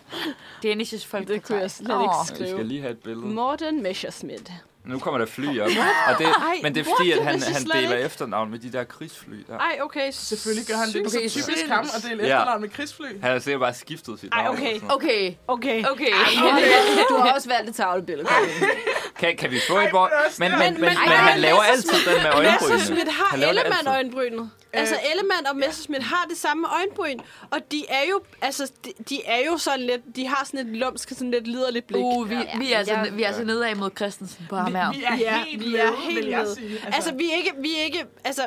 S4: Dennis' folk.
S3: Det kunne jeg slet ikke
S2: Vi skal
S3: skrive.
S2: lige have et billede.
S3: Morten Messerschmidt.
S2: Nu kommer der fly op. Og det, men det er fordi,
S3: what?
S2: at han,
S3: Det vidste jeg
S2: han
S3: slet
S2: deler
S3: ikke.
S2: efternavn med de der krigsfly. Der.
S3: Ej, okay.
S5: Selvfølgelig gør han det.
S4: Okay,
S5: Det er så typisk
S4: synes-
S5: ham at dele
S2: Ja.
S5: efternavn med krigsfly.
S2: Han har sikkert bare skiftet sit navn.
S3: okay.
S2: eller sådan noget.
S4: Okay,
S3: Okay.
S4: okay.
S1: Du har også valgt et tavlebillede.
S2: Kan, kan vi få et hvor...
S5: hvor er det
S2: Men, men, men,
S5: stærkt.
S2: men,
S3: Men-
S2: men
S3: men-
S2: han laver
S3: men-
S2: altid den med øjenbrynene.
S3: Messerschmidt har
S2: Han laver det altid.
S3: Ellemann-øjenbrynet. Altså, Ellemann og Messerschmidt har det samme øjenbryn, og de er jo, altså, de, de er jo sådan lidt, de har sådan et lumsk, sådan lidt liderligt blik.
S4: Uh, vi, vi, er altså, vi er altså nedad mod Christensen på ham her.
S5: Vi er
S3: Ja,
S5: helt
S3: vi er
S5: med,
S3: helt
S5: vil jeg
S3: med.
S5: sige.
S3: Altså, vi er ikke, vi er ikke, altså,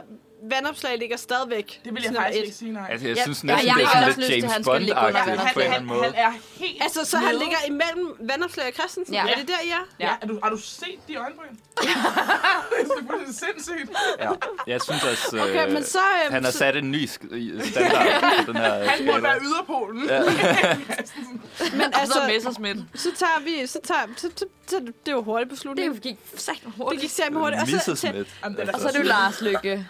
S3: vandopslag ligger stadigvæk.
S5: det vil jeg
S3: sådan
S5: faktisk
S3: et.
S5: ikke sige, nej.
S2: Altså, jeg
S4: Ja,
S2: synes
S4: ja,
S2: næsten,
S4: jeg
S2: det er
S4: har
S2: sådan
S4: også
S2: lidt
S4: lyst til,
S2: James
S4: han skal ligge under
S2: Bond-agtigt
S4: vandet.
S2: på en eller anden måde.
S5: han er helt...
S3: Altså, så han
S5: nede.
S3: ligger imellem vandopslag og Christensen.
S1: Ja.
S3: Ja. Er det der, ja?
S5: Ja, Øh, er du, har du set de øjenbryn? det er selvfølgelig sindssygt.
S2: Ja. Jeg synes også,
S3: Okay, men så...
S2: øh,
S3: Øh,
S2: han har
S3: så-
S2: sat en ny sk- i- standard på den her
S5: Han burde
S2: skala.
S5: være yderpolen. Ja.
S3: men
S4: Og så
S3: altså,
S4: Messersmith.
S3: så tager vi... Så tager, så, så, så, det var hurtig beslutning.
S4: Det gik sagt
S3: Det
S4: hurtigt.
S3: gik sammen hurtigt. Og så,
S2: Mrs. Smith.
S5: Jamen, den er
S4: Og så er det jo Lars Lykke.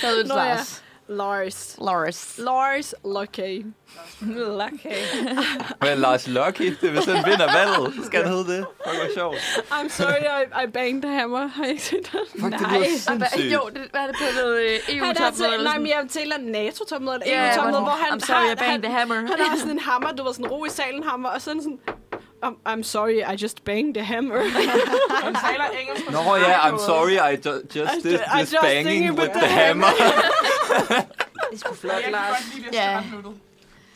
S4: Fadøls
S3: Nå ja.
S4: Lars.
S3: Lars.
S4: Loris.
S3: Lars Lucky. Lucky.
S2: Men Lars Lucky, det er hvis han vinder valget, så skal han hedde det. Fuck, hvor sjovt.
S3: I'm sorry, I, I banged the hammer. Har I ikke set det?
S2: Fuck, det lyder sindssygt.
S4: altså, Jo, det, hvad er det på noget øh,
S3: Han er til,
S4: EU-topmøde?
S3: nej, men jeg taler NATO-topmøde eller
S4: Ja,
S3: EU-topmøde, hvor han,
S4: I'm sorry, I
S3: han,
S4: banged the
S3: han,
S4: hammer.
S3: han har sådan en hammer, du var sådan ro i salen hammer, og sådan sådan, I'm, I'm sorry, I just banged the hammer.
S5: Han taler engelsk på
S2: Nå ja, I'm sorry, I ju- just
S3: I
S2: did
S3: ju- I
S2: this
S3: just
S2: banging
S3: thinking
S2: with
S3: with
S2: the
S3: the
S2: hammer.
S1: Det skulle flot,
S5: Jeg kan
S1: Lars.
S5: godt lide det, jeg
S4: Ja.
S5: ret nuttet.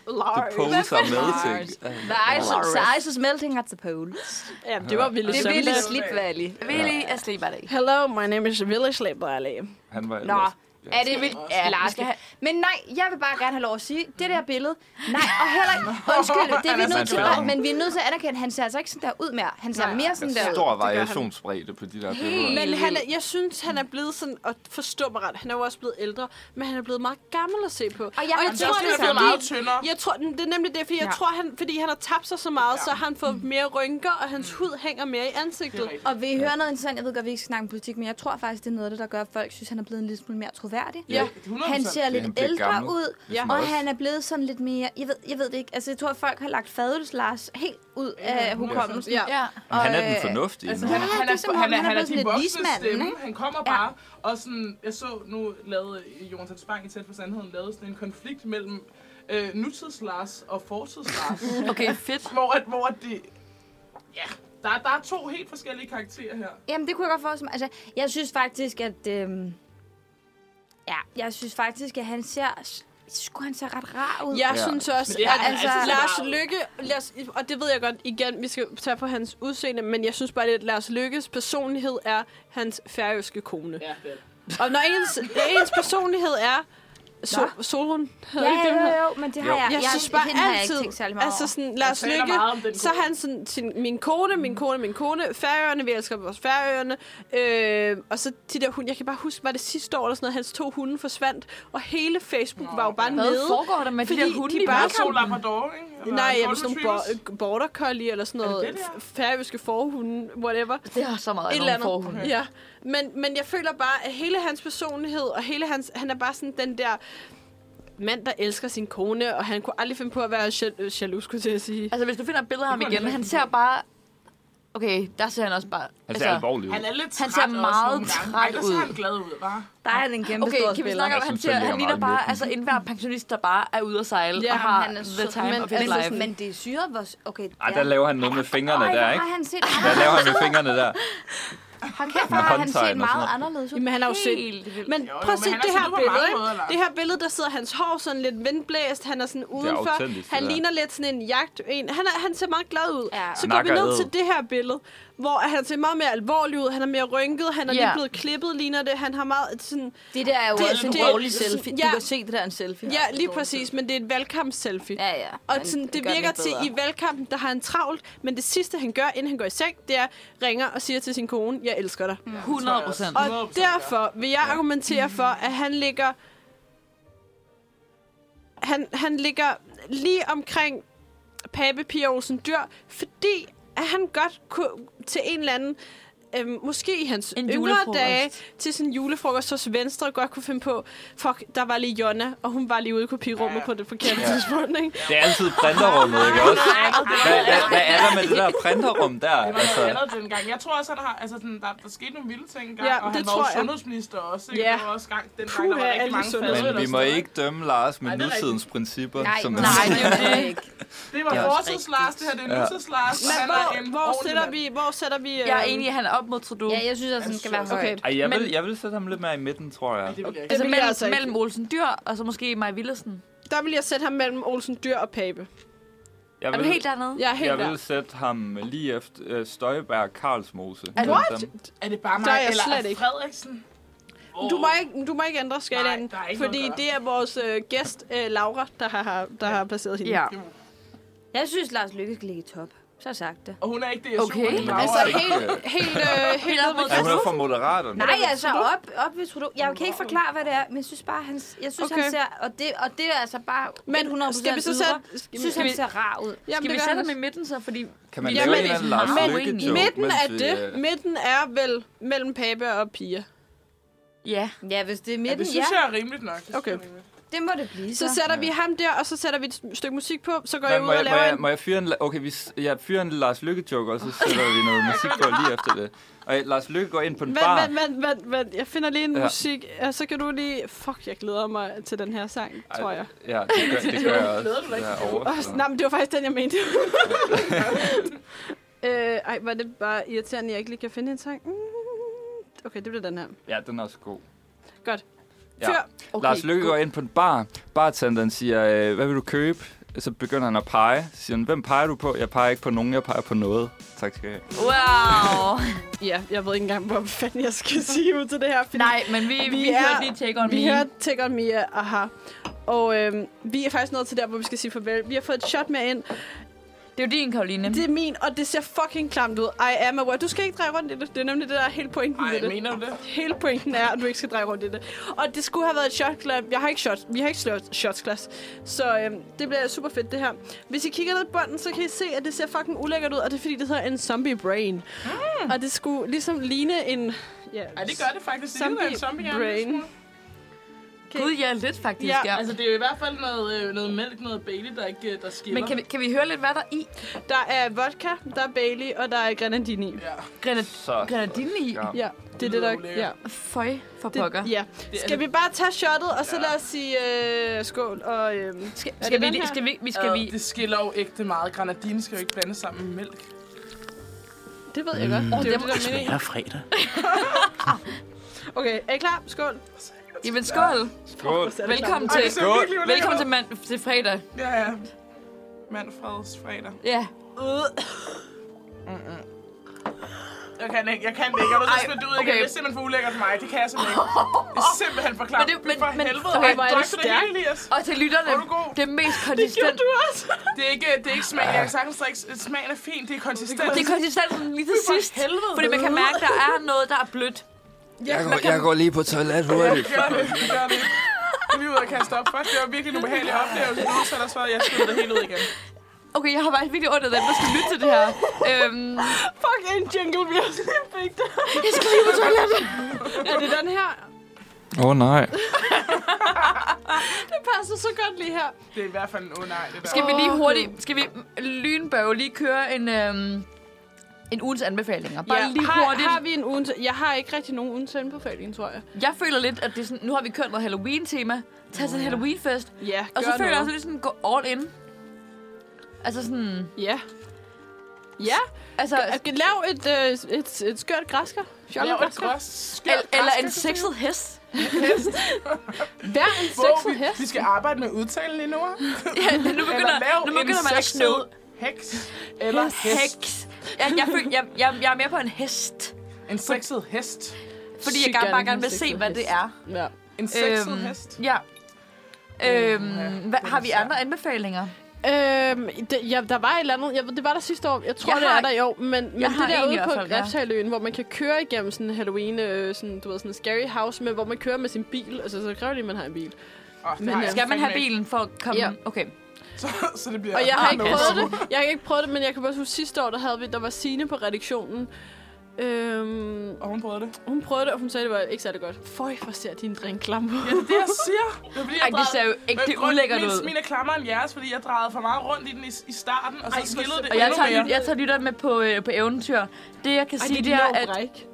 S2: The
S3: Lars.
S2: poles are melting.
S1: The ice, the ice is melting at the poles.
S3: Ja, det var Ville
S1: Det er
S3: Sømland.
S1: virkelig Slip Valley.
S4: Really, jeg slipper det.
S3: Hello, my name is Ville Slipperli.
S2: Han var
S1: Nå,
S2: ellers...
S1: er det vildt? Ja, Lars.
S4: skal have-
S1: Men nej, jeg vil bare gerne have lov at sige, det der billede, nej, og heller ikke, undskyld, det Mhm. er vi
S5: Han er
S1: nødt til,
S2: sådan.
S1: men vi er nødt til at anerkende, han ser altså ikke sådan der ud mere. Han ser mere sådan der ud.
S2: Stor variationsbredde på de der billeder.
S3: Men han er, jeg synes, han er blevet sådan, og forstå mig ret, han er jo også blevet ældre, men han er blevet meget gammel at se på. Og
S1: jeg har
S3: jeg
S1: det
S5: Jeg
S1: også
S5: tror, det
S1: det
S5: bliver
S1: samme.
S5: meget tyndere.
S3: Jeg tror, det er nemlig det, fordi ja. jeg tror, han, fordi han har tabt sig så meget, ja. så har han fået mere rynker, og hans hud hænger mere i ansigtet.
S5: rigtigt.
S1: Og vil I høre noget interessant? Jeg ved godt, vi ikke skal snakke om politik, men jeg tror faktisk, det er noget af det, der gør, at folk synes, han er blevet en lille smule mere troværdig.
S3: Ja.
S5: 100%.
S1: Han ser lidt
S2: han bliver
S1: ældre
S2: gammel,
S1: ud,
S2: ligesom
S1: og
S2: os.
S1: han er blevet sådan lidt mere... Jeg ved, jeg ved det ikke. Altså, jeg tror, at folk har lagt fadøls Lars helt ud af hukommelsen.
S3: Ja.
S4: Ja.
S2: Men han er
S1: og,
S2: den
S1: øh,
S2: fornuftige.
S5: Altså,
S2: nu.
S5: han, han,
S1: det er
S5: er,
S1: som om,
S5: han, er,
S1: han er
S5: han er
S1: blevet
S5: de
S1: lidt
S5: voksne
S1: vismanden,
S5: stemme.
S1: ikke?
S5: Han kommer bare, og sådan, jeg så, nu lavede Jonathan Spang i Tæt på Sandheden, lavede sådan en konflikt mellem øh, nutids-Lars og fortids-Lars.
S4: Okay, fedt.
S5: hvor, at, hvor at det, ja, der, er- der er to helt forskellige karakterer her.
S1: Jamen, det kunne jeg godt forestille mig. Altså, jeg synes faktisk, at... Øhm, ja, jeg synes faktisk, at han ser... s- Skulle han se ret rar ud?
S3: Jeg
S2: Ja.
S3: ja. synes også,
S5: det
S3: at
S5: har han
S3: altså,
S5: altid
S3: Lars
S5: været.
S3: Lykke, Lars, og det ved jeg godt igen, vi skal tage på hans udseende, men jeg synes bare, lidt, at Lars Lykkes personlighed er hans færøske kone.
S5: Ja, det er
S3: Og når ens, ens personlighed er so, Solrun,
S1: ja,
S3: hedder det ikke
S1: ja,
S3: den her?
S1: jo, jo, men det har
S2: Jo.
S1: jeg.
S3: Jeg, jeg synes bare
S1: hende har jeg
S3: altid,
S1: ikke tænkt særlig meget
S3: altså
S1: over.
S3: sådan, Lars
S5: taler meget om den
S3: Lykke, så er
S5: kone.
S3: han sådan, sin, min kone, min kone, min kone, færøerne, vi elsker vores færøerne, øh, og så de der hunde, jeg kan bare huske, var det sidste år eller sådan noget, hans to hunde forsvandt, og hele Facebook var jo bare
S4: Hvad
S3: nede.
S4: foregår der med de
S3: Fordi
S4: der hunde
S3: de
S4: i
S3: bare
S5: bare
S4: bare...
S3: Kampen.
S5: to Labrador, ikke? Eller
S3: Nej, jeg
S5: Golden
S3: ved sådan øh, nogle
S5: Retrievers.
S3: bo- border collie eller sådan
S5: det
S3: noget,
S5: det, det er?
S3: f- færøske forhunde, whatever.
S4: Det har så meget
S3: Et
S4: af
S3: eller
S4: nogle
S3: andet.
S4: forhunde.
S3: Ja, men, men jeg føler bare, at hele hans personlighed og hele hans... Han er bare sådan den der mand, der elsker sin kone, og han kunne aldrig finde på at være jal- øh, jaloux, skulle jeg til at sige.
S4: Altså, hvis du finder et billede af ham
S5: Det kunne
S4: igen,
S5: han
S4: han ser bare... Okay, der ser han også bare... altså,
S2: Han ser alvorlig ud.
S5: Han er lidt
S4: Han
S5: træt
S4: ser
S5: også
S4: meget
S5: nogle gange.
S4: træt
S5: Ej, der ser
S4: ud.
S5: han glad ud, hva'?
S1: Der er en kæmpe
S4: Ah, Okay,
S1: stor
S4: kan vi
S1: spiller.
S4: snakke om,
S2: Jeg
S4: han,
S2: synes,
S4: ser,
S2: den ligger
S4: han ligner
S2: meget
S4: bare
S2: lukket.
S4: altså, enhver pensionist, der bare er ude at sejle
S3: Ja,
S4: og har
S1: han er
S4: the
S1: sød,
S4: time
S3: men
S4: of his
S1: Altså,
S4: life.
S1: men det er syre, hvor... Okay,
S2: Ej, der laver han noget med fingrene
S1: Ej,
S2: der,
S1: hvor
S2: ikke?
S1: har han set...
S2: Der laver han med fingrene der.
S1: Hold kæft, hvor har han set
S2: håndtegn og
S1: meget
S2: sådan noget.
S1: anderledes ud.
S3: Men han er jo selv...
S4: Helt vildt.
S3: Men
S5: Jo, jo,
S3: prøv at
S5: men
S3: se
S5: han er
S3: det
S5: sådan
S3: her
S5: på mange
S3: billede,
S5: måder, Lars.
S3: ikke? Det her billede, der sidder hans hår sådan lidt vindblæst, han er sådan udenfor.
S2: autentisk, det
S3: han
S2: der.
S3: ligner lidt sådan en jagt. En. Han, er, han ser meget glad ud.
S1: Ja.
S3: Så går vi
S2: Nakker
S3: ned
S2: ad.
S3: til det her billede, hvor han ser meget mere alvorlig ud, han er mere rynket, han er
S4: Ja.
S3: lige blevet klippet, ligner det, han har meget sådan...
S1: Det der er jo
S3: Det-
S1: også en
S3: det-
S1: dårlig selfie. Du
S3: ja.
S1: kan se, det der er en selfie.
S3: Ja, lige præcis, men det er et valgkamps-selfie.
S1: Ja, ja.
S3: Og
S1: Men
S3: sådan, det
S1: gør den
S3: virker
S1: ikke
S3: til,
S1: bedre.
S3: i valgkampen, der har han travlt, men det sidste, han gør, inden han går i seng, det er, ringer og siger til sin kone, jeg elsker dig. Mm.
S4: 100 procent.
S3: Og
S5: 100%
S3: derfor vil jeg argumentere for, at han ligger... Han, han ligger lige omkring Pape Pia Olsen Dyr, fordi at han godt kunne til en eller anden... Øhm, måske i hans
S4: En
S3: yngre
S4: julefrokost.
S3: dage til sin julefrokost hos Venstre godt kunne finde på, fuck, der var lige Jonna, og hun var lige ude i kopirummet
S5: Ja.
S3: på det forkerte tidspunkt, ikke?
S2: Det er altid printerrummet, ikke også? Hvad, hvad, hvad er der med det der printerrum der?
S5: Det var
S2: Altså,
S5: noget andet dengang. Jeg tror også, at der, har, altså, sådan, der, der skete nogle vilde ting engang,
S3: Ja,
S5: og han
S3: det
S5: var
S3: tror
S5: jo
S3: jeg.
S5: sundhedsminister også. Ikke?
S3: Ja.
S5: Det var også gang, dengang, der
S3: Puha,
S5: var
S3: alle
S5: rigtig mange
S3: sundheds-
S5: fædre.
S2: men
S5: eller
S2: vi må
S5: sådan noget.
S2: ikke dømme Lars med
S5: Nej, det er rigtigt.
S2: nutidens principper.
S1: Nej,
S2: som
S1: nej,
S4: Nej,
S1: det
S4: det er jo
S1: er
S4: det.
S1: jo ikke.
S5: Det var
S2: Ja.
S5: fortids-Lars, det her det er
S2: Ja.
S5: nutids-Lars. og
S3: Men
S5: han er en
S3: hvor, hvor,
S5: ordentlig
S3: sætter
S5: mand.
S3: vi, Altså, hvor sætter vi...
S4: Jeg er
S3: øhm,
S4: enig, at han er op mod Trudeau.
S1: Ja, jeg synes også, den skal være høj.
S3: Okay.
S2: Ej, jeg vil,
S4: Men-
S2: jeg vil sætte ham lidt mere i midten, tror jeg.
S5: Det vil jeg ikke.
S4: Altså,
S3: vil jeg
S4: mellem,
S3: altså ikke.
S4: mellem Olsen Dyr og så måske Maja Willesen.
S3: Der vil jeg sætte ham mellem Olsen Dyr og Pape.
S2: Jeg
S4: Er du
S2: vil,
S4: helt dernede?
S3: Jeg er helt
S2: jeg
S3: der.
S2: vil sætte ham lige efter øh, Støjberg Karlsmose.
S4: What?
S2: Dem.
S5: Er det bare mig,
S3: Der er jeg
S5: eller
S3: slet
S5: er
S3: ikke.
S5: Frederiksen?
S3: Du må ikke, du må ikke ændre skalaen,
S5: Nej, der er ikke noget
S3: fordi
S5: at gøre.
S3: det er vores øh, gæst, øh, Laura, der har, der har placeret hende.
S4: Ja.
S1: Jeg synes, Lars Lykke skal ligge i top. Så sagt det.
S5: Og hun er ikke det, jeg
S4: Okay.
S3: Altså
S5: Altså,
S3: helt, helt, øh, helt op
S2: Er
S4: Altså,
S2: hun er fra Moderaterne?
S1: Nej, altså op, op ved Trudeau. Jeg kan ikke forklare, hvad det er, men jeg synes bare, han, jeg synes, okay.
S3: Okay.
S1: han ser... Og det, og det er altså bare
S3: Men
S1: 100
S3: skal vi så sætte- skal vi-
S1: synes,
S4: skal
S1: han
S4: vi-
S1: ser rar ud.
S3: Jamen,
S4: Skal vi
S3: det gør
S4: sætte
S3: han
S4: ham i midten så? Fordi
S2: Kan man
S4: vi-
S2: lave
S4: Jamen,
S2: en eller anden
S4: meget
S2: Lars
S4: uenige.
S2: Lykke-joke?
S4: øh,
S3: Midten
S2: mens
S3: af
S2: vi, øh,
S3: det, midten er vel mellem Pape og Pia.
S4: Ja.
S1: Ja, hvis det er
S5: Ja,
S1: midten,
S5: det
S1: ja,
S5: synes jeg er rimeligt nok. Det synes
S3: Okay.
S5: jeg er rimeligt.
S1: det må det blive.
S3: Så sætter vi ham der, og så sætter vi et s- stykke musik på, så går jeg ud
S2: må,
S3: og
S2: jeg, må,
S3: laver
S2: jeg,
S3: en...
S2: må jeg fyre en... La- Okay, vi, s- jeg fyrer en Lars Lykke-joke, og så sætter vi noget musik på lige efter det. Og øh, Lars Lykke går ind på en
S3: Vent,
S2: bar.
S3: vent, vent, vent, vent. Jeg finder lige en
S2: Ja.
S3: musik, og så kan du lige... Fuck, jeg glæder mig til den her sang, tror jeg.
S2: Ja, det gør, det gør jeg også.
S5: Glæder du dig ikke til
S2: Ja, over-
S3: Åh, nej, men det var faktisk den, jeg mente. øh, ej, var det bare irriterende, at jeg ikke lige kan finde en sang? Mm. Okay, det bliver den her.
S2: Ja, den er også god.
S3: Godt.
S2: Ja.
S3: Fyr.
S2: Okay, Lars Lykke går ind på en bar. Bartenderen siger, øh, hvad vil du købe? Så begynder han at pege. Så siger han, hvem peger du på? Jeg peger ikke på nogen, jeg peger på noget. Tak skal I have.
S4: Wow.
S3: Ja, jeg ved ikke engang, hvor fanden jeg skal sige ud til det her. fordi
S4: Nej, men vi, vi,
S3: Vi
S4: vi
S3: er-
S4: hørte lige Take On
S3: Vi
S4: Me.
S3: hører Take On Me, af aha. Og øhm, vi er faktisk nået til der, hvor vi skal sige farvel. Vi har fået et shot med ind.
S4: Det er jo din, Karoline.
S3: Det er min, og det ser fucking klamt ud. I am aware. Du skal ikke dreje rundt i det. Det er nemlig det, der er hele pointen
S5: Ej,
S3: ved det.
S5: mener du det?
S3: Hele pointen er, at du ikke skal dreje rundt i det. Og det skulle have været et shotglas. Jeg har ikke shot. Vi har ikke slået shotsglas. Så øhm, det bliver super fedt, det her. Hvis I kigger ned i bunden, så kan I se, at det ser fucking ulækkert ud. Og det er fordi, det hedder en zombie brain. Mm. Og det skulle ligesom ligne en... Ja,
S5: Ej, det gør det faktisk. Det
S3: Zombie
S5: ligner en zombie er en lille
S3: brain.
S5: smule.
S4: Gud, ja, lidt faktisk.
S3: Ja,
S4: Ja,
S5: Altså, det er jo i hvert fald noget, øh, noget mælk, noget Bailey, der ikke øh, der skiller.
S4: Men kan vi, kan vi høre lidt, hvad der er i?
S3: Der er vodka, der er Bailey, og der er grenadine i.
S5: Ja.
S4: Grenad-
S2: Så,
S4: Grenadine i?
S2: ja.
S3: Ja, det er det,
S5: lyder
S3: der...
S5: ulækkert.
S3: Ja.
S4: Føj for pokker.
S3: Det, ja. Skal vi bare tage shottet, og så lad os sige øh, skål, og... Øh,
S4: Skal,
S3: det
S4: skal, vi,
S3: den her?
S4: skal vi, vi, skal vi,
S5: Øh, Det skiller jo ægte meget. Granadine skal jo ikke blande sammen med mælk.
S3: det ved jeg godt. Mm. Det er jo
S6: Det
S3: det, der er meningen.
S6: smager af fredag.
S3: Okay, er I klar? Skål.
S4: Jamen, skål.
S2: Skål.
S3: Så er det
S4: Velkommen
S5: Ej,
S4: til,
S5: det ser
S2: Skål.
S5: virkelig ulækkert
S4: velkommen til,
S5: ud.
S4: mand, til fredag.
S5: Ja, ja. Manfreds fredag.
S4: Ja.
S5: Jeg kan ikke, jeg kan det ikke. Jeg er nødt til at
S4: Ej,
S5: smide det ud igen.
S4: okay.
S5: Det er simpelthen for ulækkert for mig. Det kan jeg simpelthen ikke. Det er simpelthen for klart.
S4: Men det- men-
S5: for
S4: men-
S5: helvede.
S4: okay,
S5: Ej,
S4: hvor er
S5: drak
S4: det
S5: du det
S4: stærkt.
S5: hele, Elias?
S4: Og til lytterne,
S5: Hvor er du god.
S4: det mest konsistent.
S3: Du også.
S5: Det er ikke, det er ikke smagen. Jeg kan sagtens drikke. Smagen er fin. Det er konsistent.
S4: Det er konsistensen lige til
S5: for
S4: sidst.
S5: helvede.
S4: Fordi man kan mærke, der er noget, der er blødt.
S2: Jeg går, jeg går lige på toilet hurtigt.
S5: Gør det, gør det. Vi er ude at kaste op først. Det var virkelig en ubehagelig oplevelse. Du udsætter os for, at jeg skyder det hele ud igen.
S4: Okay, jeg har faktisk virkelig ondt af dem, der skal lytte til det her. øhm,
S3: Fuck, en jingle, vi også lige fik der.
S4: jeg skal lige på toilettet.
S3: Er det den her?
S2: Åh oh, nej.
S3: Det passer så godt lige her.
S5: Det er i hvert fald en oh, nej, det der.
S4: Skal vi lige hurtigt, skal vi lynbøv lige køre en, øhm, en ugens anbefalinger? Bare ja, lige
S3: har,
S4: hurtigt.
S3: har vi en ugen til- Jeg har ikke rigtig nogen ugen til anbefaling, tror jeg.
S4: Jeg føler lidt, at det er sådan, nu har vi kørt noget Halloween-tema. Tag til Halloween-fest.
S3: Ja, gør
S4: Og så føler
S3: noget.
S4: jeg også lidt sådan, gå all in. Altså sådan,
S3: Ja. Ja,
S4: altså,
S3: lav et, øh, et, et skørt græsker.
S5: Lav et
S3: Fjollegræsker.
S5: grås
S4: el-
S5: skørt
S4: eller en
S5: græsker,
S4: sexet hest.
S3: Hver en sexet
S5: vi,
S3: hest.
S5: vi skal arbejde med udtalen lige nu.
S4: Ja, nu
S5: Eller
S4: begynder,
S5: lav
S4: nu begynder
S5: en
S4: man at
S5: sexet
S4: snude.
S5: heks. Eller hest.
S4: Heks. Jeg, jeg, føler, jeg, jeg, jeg er mere på en hest.
S5: En sexet hest.
S4: Fordi
S3: Sygt
S4: jeg gerne,
S3: gerne
S4: bare
S3: en
S4: gerne vil se,
S3: sexet
S4: hvad
S3: hest.
S4: det er.
S3: Ja.
S5: En sexet
S4: Øhm,
S5: hest.
S4: Ja.
S5: Uha,
S4: Øhm, hvad,
S5: den
S4: har
S5: er
S4: vi
S5: svær.
S4: andre anbefalinger?
S3: Øhm, det, ja, der var et eller andet. Jeg, ved- det var der sidste år. Jeg tror,
S4: Jeg
S3: jeg det har,
S4: har-
S3: er der i år. Men, men det
S4: har
S3: der
S4: en i
S3: ude
S4: hvert
S3: på
S4: fald, ja.
S3: Refshaløen, hvor man kan køre igennem sådan en Halloween, øh, sådan, du ved, sådan en scary house, men hvor man kører med sin bil. Altså, så kræver det, at man har en bil.
S5: Oh,
S3: Men, øh,
S4: Skal man have bilen for at komme?
S3: Ja.
S4: Okay.
S5: Så, så det bliver...
S3: Og jeg har ikke
S5: Ah, no.
S3: prøvet det. Jeg har ikke prøvet det, men jeg kan bare huske, sidste år, der, havde vi, der var Sine på redaktionen. Øhm,
S5: Og hun prøvede det.
S3: hun prøvede det, og hun sagde, det var ikke særlig godt. Føj, hvor ser din drink klam ud.
S5: Ja, det er det, jeg siger. Det er, fordi, jeg
S4: Ej, det
S5: drejede-
S4: ser jo ikke det
S5: Men grund-
S4: ulækkert
S5: min-
S4: ud.
S5: Min er klammere end jeres, fordi jeg drejede for meget rundt i den i, i starten, og så
S3: Ej, hvor
S5: skillede det
S4: Og jeg
S5: endnu
S4: tager,
S5: mere.
S4: lyt- jeg tager lytter med på, øh, på eventyr. Det, jeg kan
S3: Ej,
S4: sige,
S3: det,
S4: det er, at
S3: at...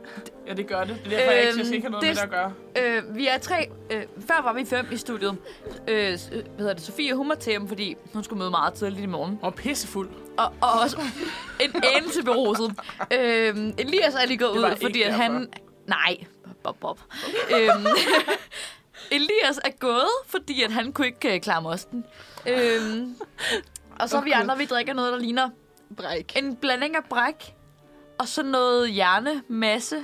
S5: Ja, det gør det. Det er derfor, jeg, ikke, jeg skal ikke have noget
S4: Øhm,
S5: med det at gøre.
S4: øh, vi er tre... Øh, før var vi fem i studiet. Øh, s- øh, hvad hedder det? Sofie, hun var til ham, fordi hun skulle møde meget tidligt i morgen.
S5: Og pissefuld.
S4: Og, og også en anelse beruset. Øh, Elias er lige gået
S5: Det var
S4: ud,
S5: ikke
S4: fordi at
S5: derfor.
S4: han... Nej. Bob, bob. Øhm, Elias er gået, fordi at han kunne ikke øh, klare mosten. Øhm, og så er vi andre, vi drikker noget, der ligner
S3: Bræk.
S4: en blanding af bræk og så noget hjernemasse.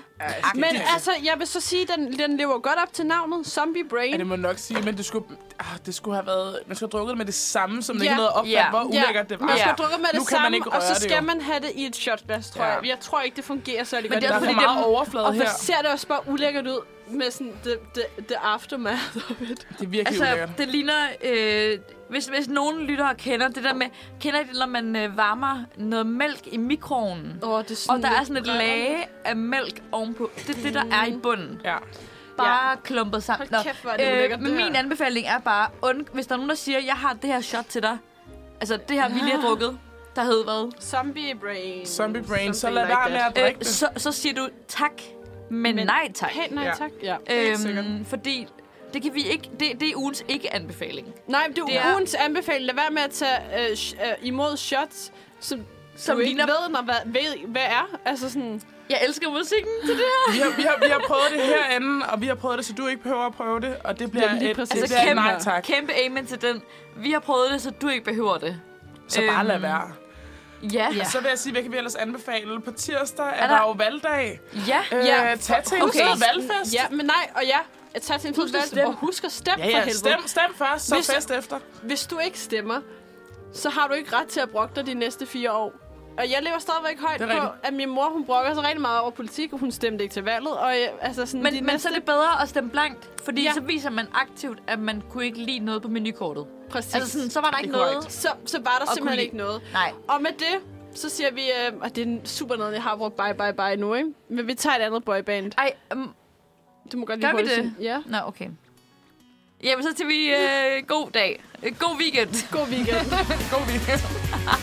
S3: Men altså, jeg vil så sige, den, den lever godt op til navnet Zombie Brain.
S5: Ja, det må jeg nok sige, men det skulle, ah, det skulle have været... Man skulle have drukket det med det samme, som det
S3: Ja.
S5: ikke havde opfattet,
S4: Ja.
S5: hvor ulækkert det var.
S3: Man skal
S4: Ja.
S3: drukke med det
S5: Nu kan man
S3: samme,
S5: ikke
S3: og så
S5: røre det
S3: skal
S5: jo.
S3: man have det i et shotglas, tror
S5: Ja.
S3: jeg. Jeg tror ikke, det fungerer særlig
S4: Men
S3: godt.
S4: det er
S5: Der
S4: også
S5: er
S4: fordi
S5: for
S4: det
S5: meget overflade
S3: og
S5: her.
S3: for ser det også bare ulækkert ud med sådan the, the, the aftermath of it.
S5: Det er virkelig altså,
S4: Altså,
S5: ulækkert.
S4: det ligner... Øh, hvis, hvis nogen lytter og kender det der med... Kender I det, når man øh, varmer noget mælk i mikroovnen?
S3: Oh, det er sådan
S4: Og der er sådan et lag af mælk ovenpå. Det er det, der er i bunden.
S5: Ja.
S4: bare ja. klumpet sammen.
S3: Mm.
S4: Øh,
S3: Hold kæft, hvor er det ulækkert,
S4: men
S3: det her.
S4: min anbefaling er bare, und, hvis der er nogen, der siger, jeg har det her shot til dig, altså det her, vi lige har drukket, der hed hvad?
S3: Zombie brain.
S5: Zombie brain, så
S3: Something
S5: lad være med at
S3: that.
S5: drikke
S4: Øh,
S5: det.
S4: så, så siger du tak, men, men nej tak.
S3: Pænt nej,
S5: Ja.
S3: tak. Ja.
S4: Øhm, fordi det kan vi ikke, det, det er ugens ikke-anbefaling.
S3: Nej, men det er
S4: Det er-
S3: det ugens anbefaling. Lad være med at tage øh, sh- øh, imod shots,
S4: Som
S3: som, som du ikke
S4: ligner-
S3: ved, når, hvad, ved, hvad er. Altså sådan,
S4: Jeg elsker musikken til det her.
S5: Vi har, vi, har, vi har prøvet det herinde, og vi har prøvet det, så du ikke behøver at prøve det. Og det bliver
S3: Jamen, lige
S5: et,
S3: præcis.
S5: det
S4: Altså
S5: bliver et
S4: kæmpe,
S5: nej tak.
S4: kæmpe amen til den. Vi har prøvet det, så du ikke behøver det.
S5: Så bare lad
S4: Øhm,
S5: være.
S4: Ja. Ja.
S5: Så vil jeg sige, hvad kan vi ellers anbefale? På tirsdag er,
S4: Er
S5: der
S4: der-
S5: jo valgdag.
S4: ja.
S5: Øh,
S3: Ja,
S5: tag til en
S4: okay.
S5: fed valgfest.
S3: ja, men nej, og ja. At tage til en
S4: Altså- Husk at
S3: fodbold,
S4: stemme.
S3: og husk at stemme
S5: Ja,
S3: for
S5: ja,
S3: helvede.
S5: stem, stem først, så
S3: Hvis-
S5: fest efter.
S3: Hvis du ikke stemmer, så har du ikke ret til at brokke dig de næste fire år. Og jeg lever stadigvæk højt
S5: Det
S3: på,
S5: er rigtigt.
S3: at min mor hun brokker sig rigtig meget over politik, og hun stemte ikke til valget. Og jeg, altså sådan, de
S4: Men, men så
S3: næste,
S4: er det bedre at stemme blankt, fordi
S3: Ja.
S4: ja. så viser man aktivt, at man kunne ikke lide noget på menukortet.
S3: præcis.
S4: Altså sådan, så var der ikke
S5: Det er
S4: noget.
S5: korrekt.
S3: så, så var der
S4: kunne
S3: simpelthen
S4: lide.
S3: ikke noget.
S4: Nej.
S3: Og med det, så siger vi, øh, og det er super noget, jeg har brugt bye bye bye nu, ikke? Men vi tager et andet boyband.
S4: Ej, um,
S3: Du må godt lige
S4: gør vi
S3: holde
S4: det?
S3: sin- Ja.
S4: Nå, okay. Jamen, så til vi øh, god dag. Øh, God weekend.
S3: God weekend.
S5: God weekend.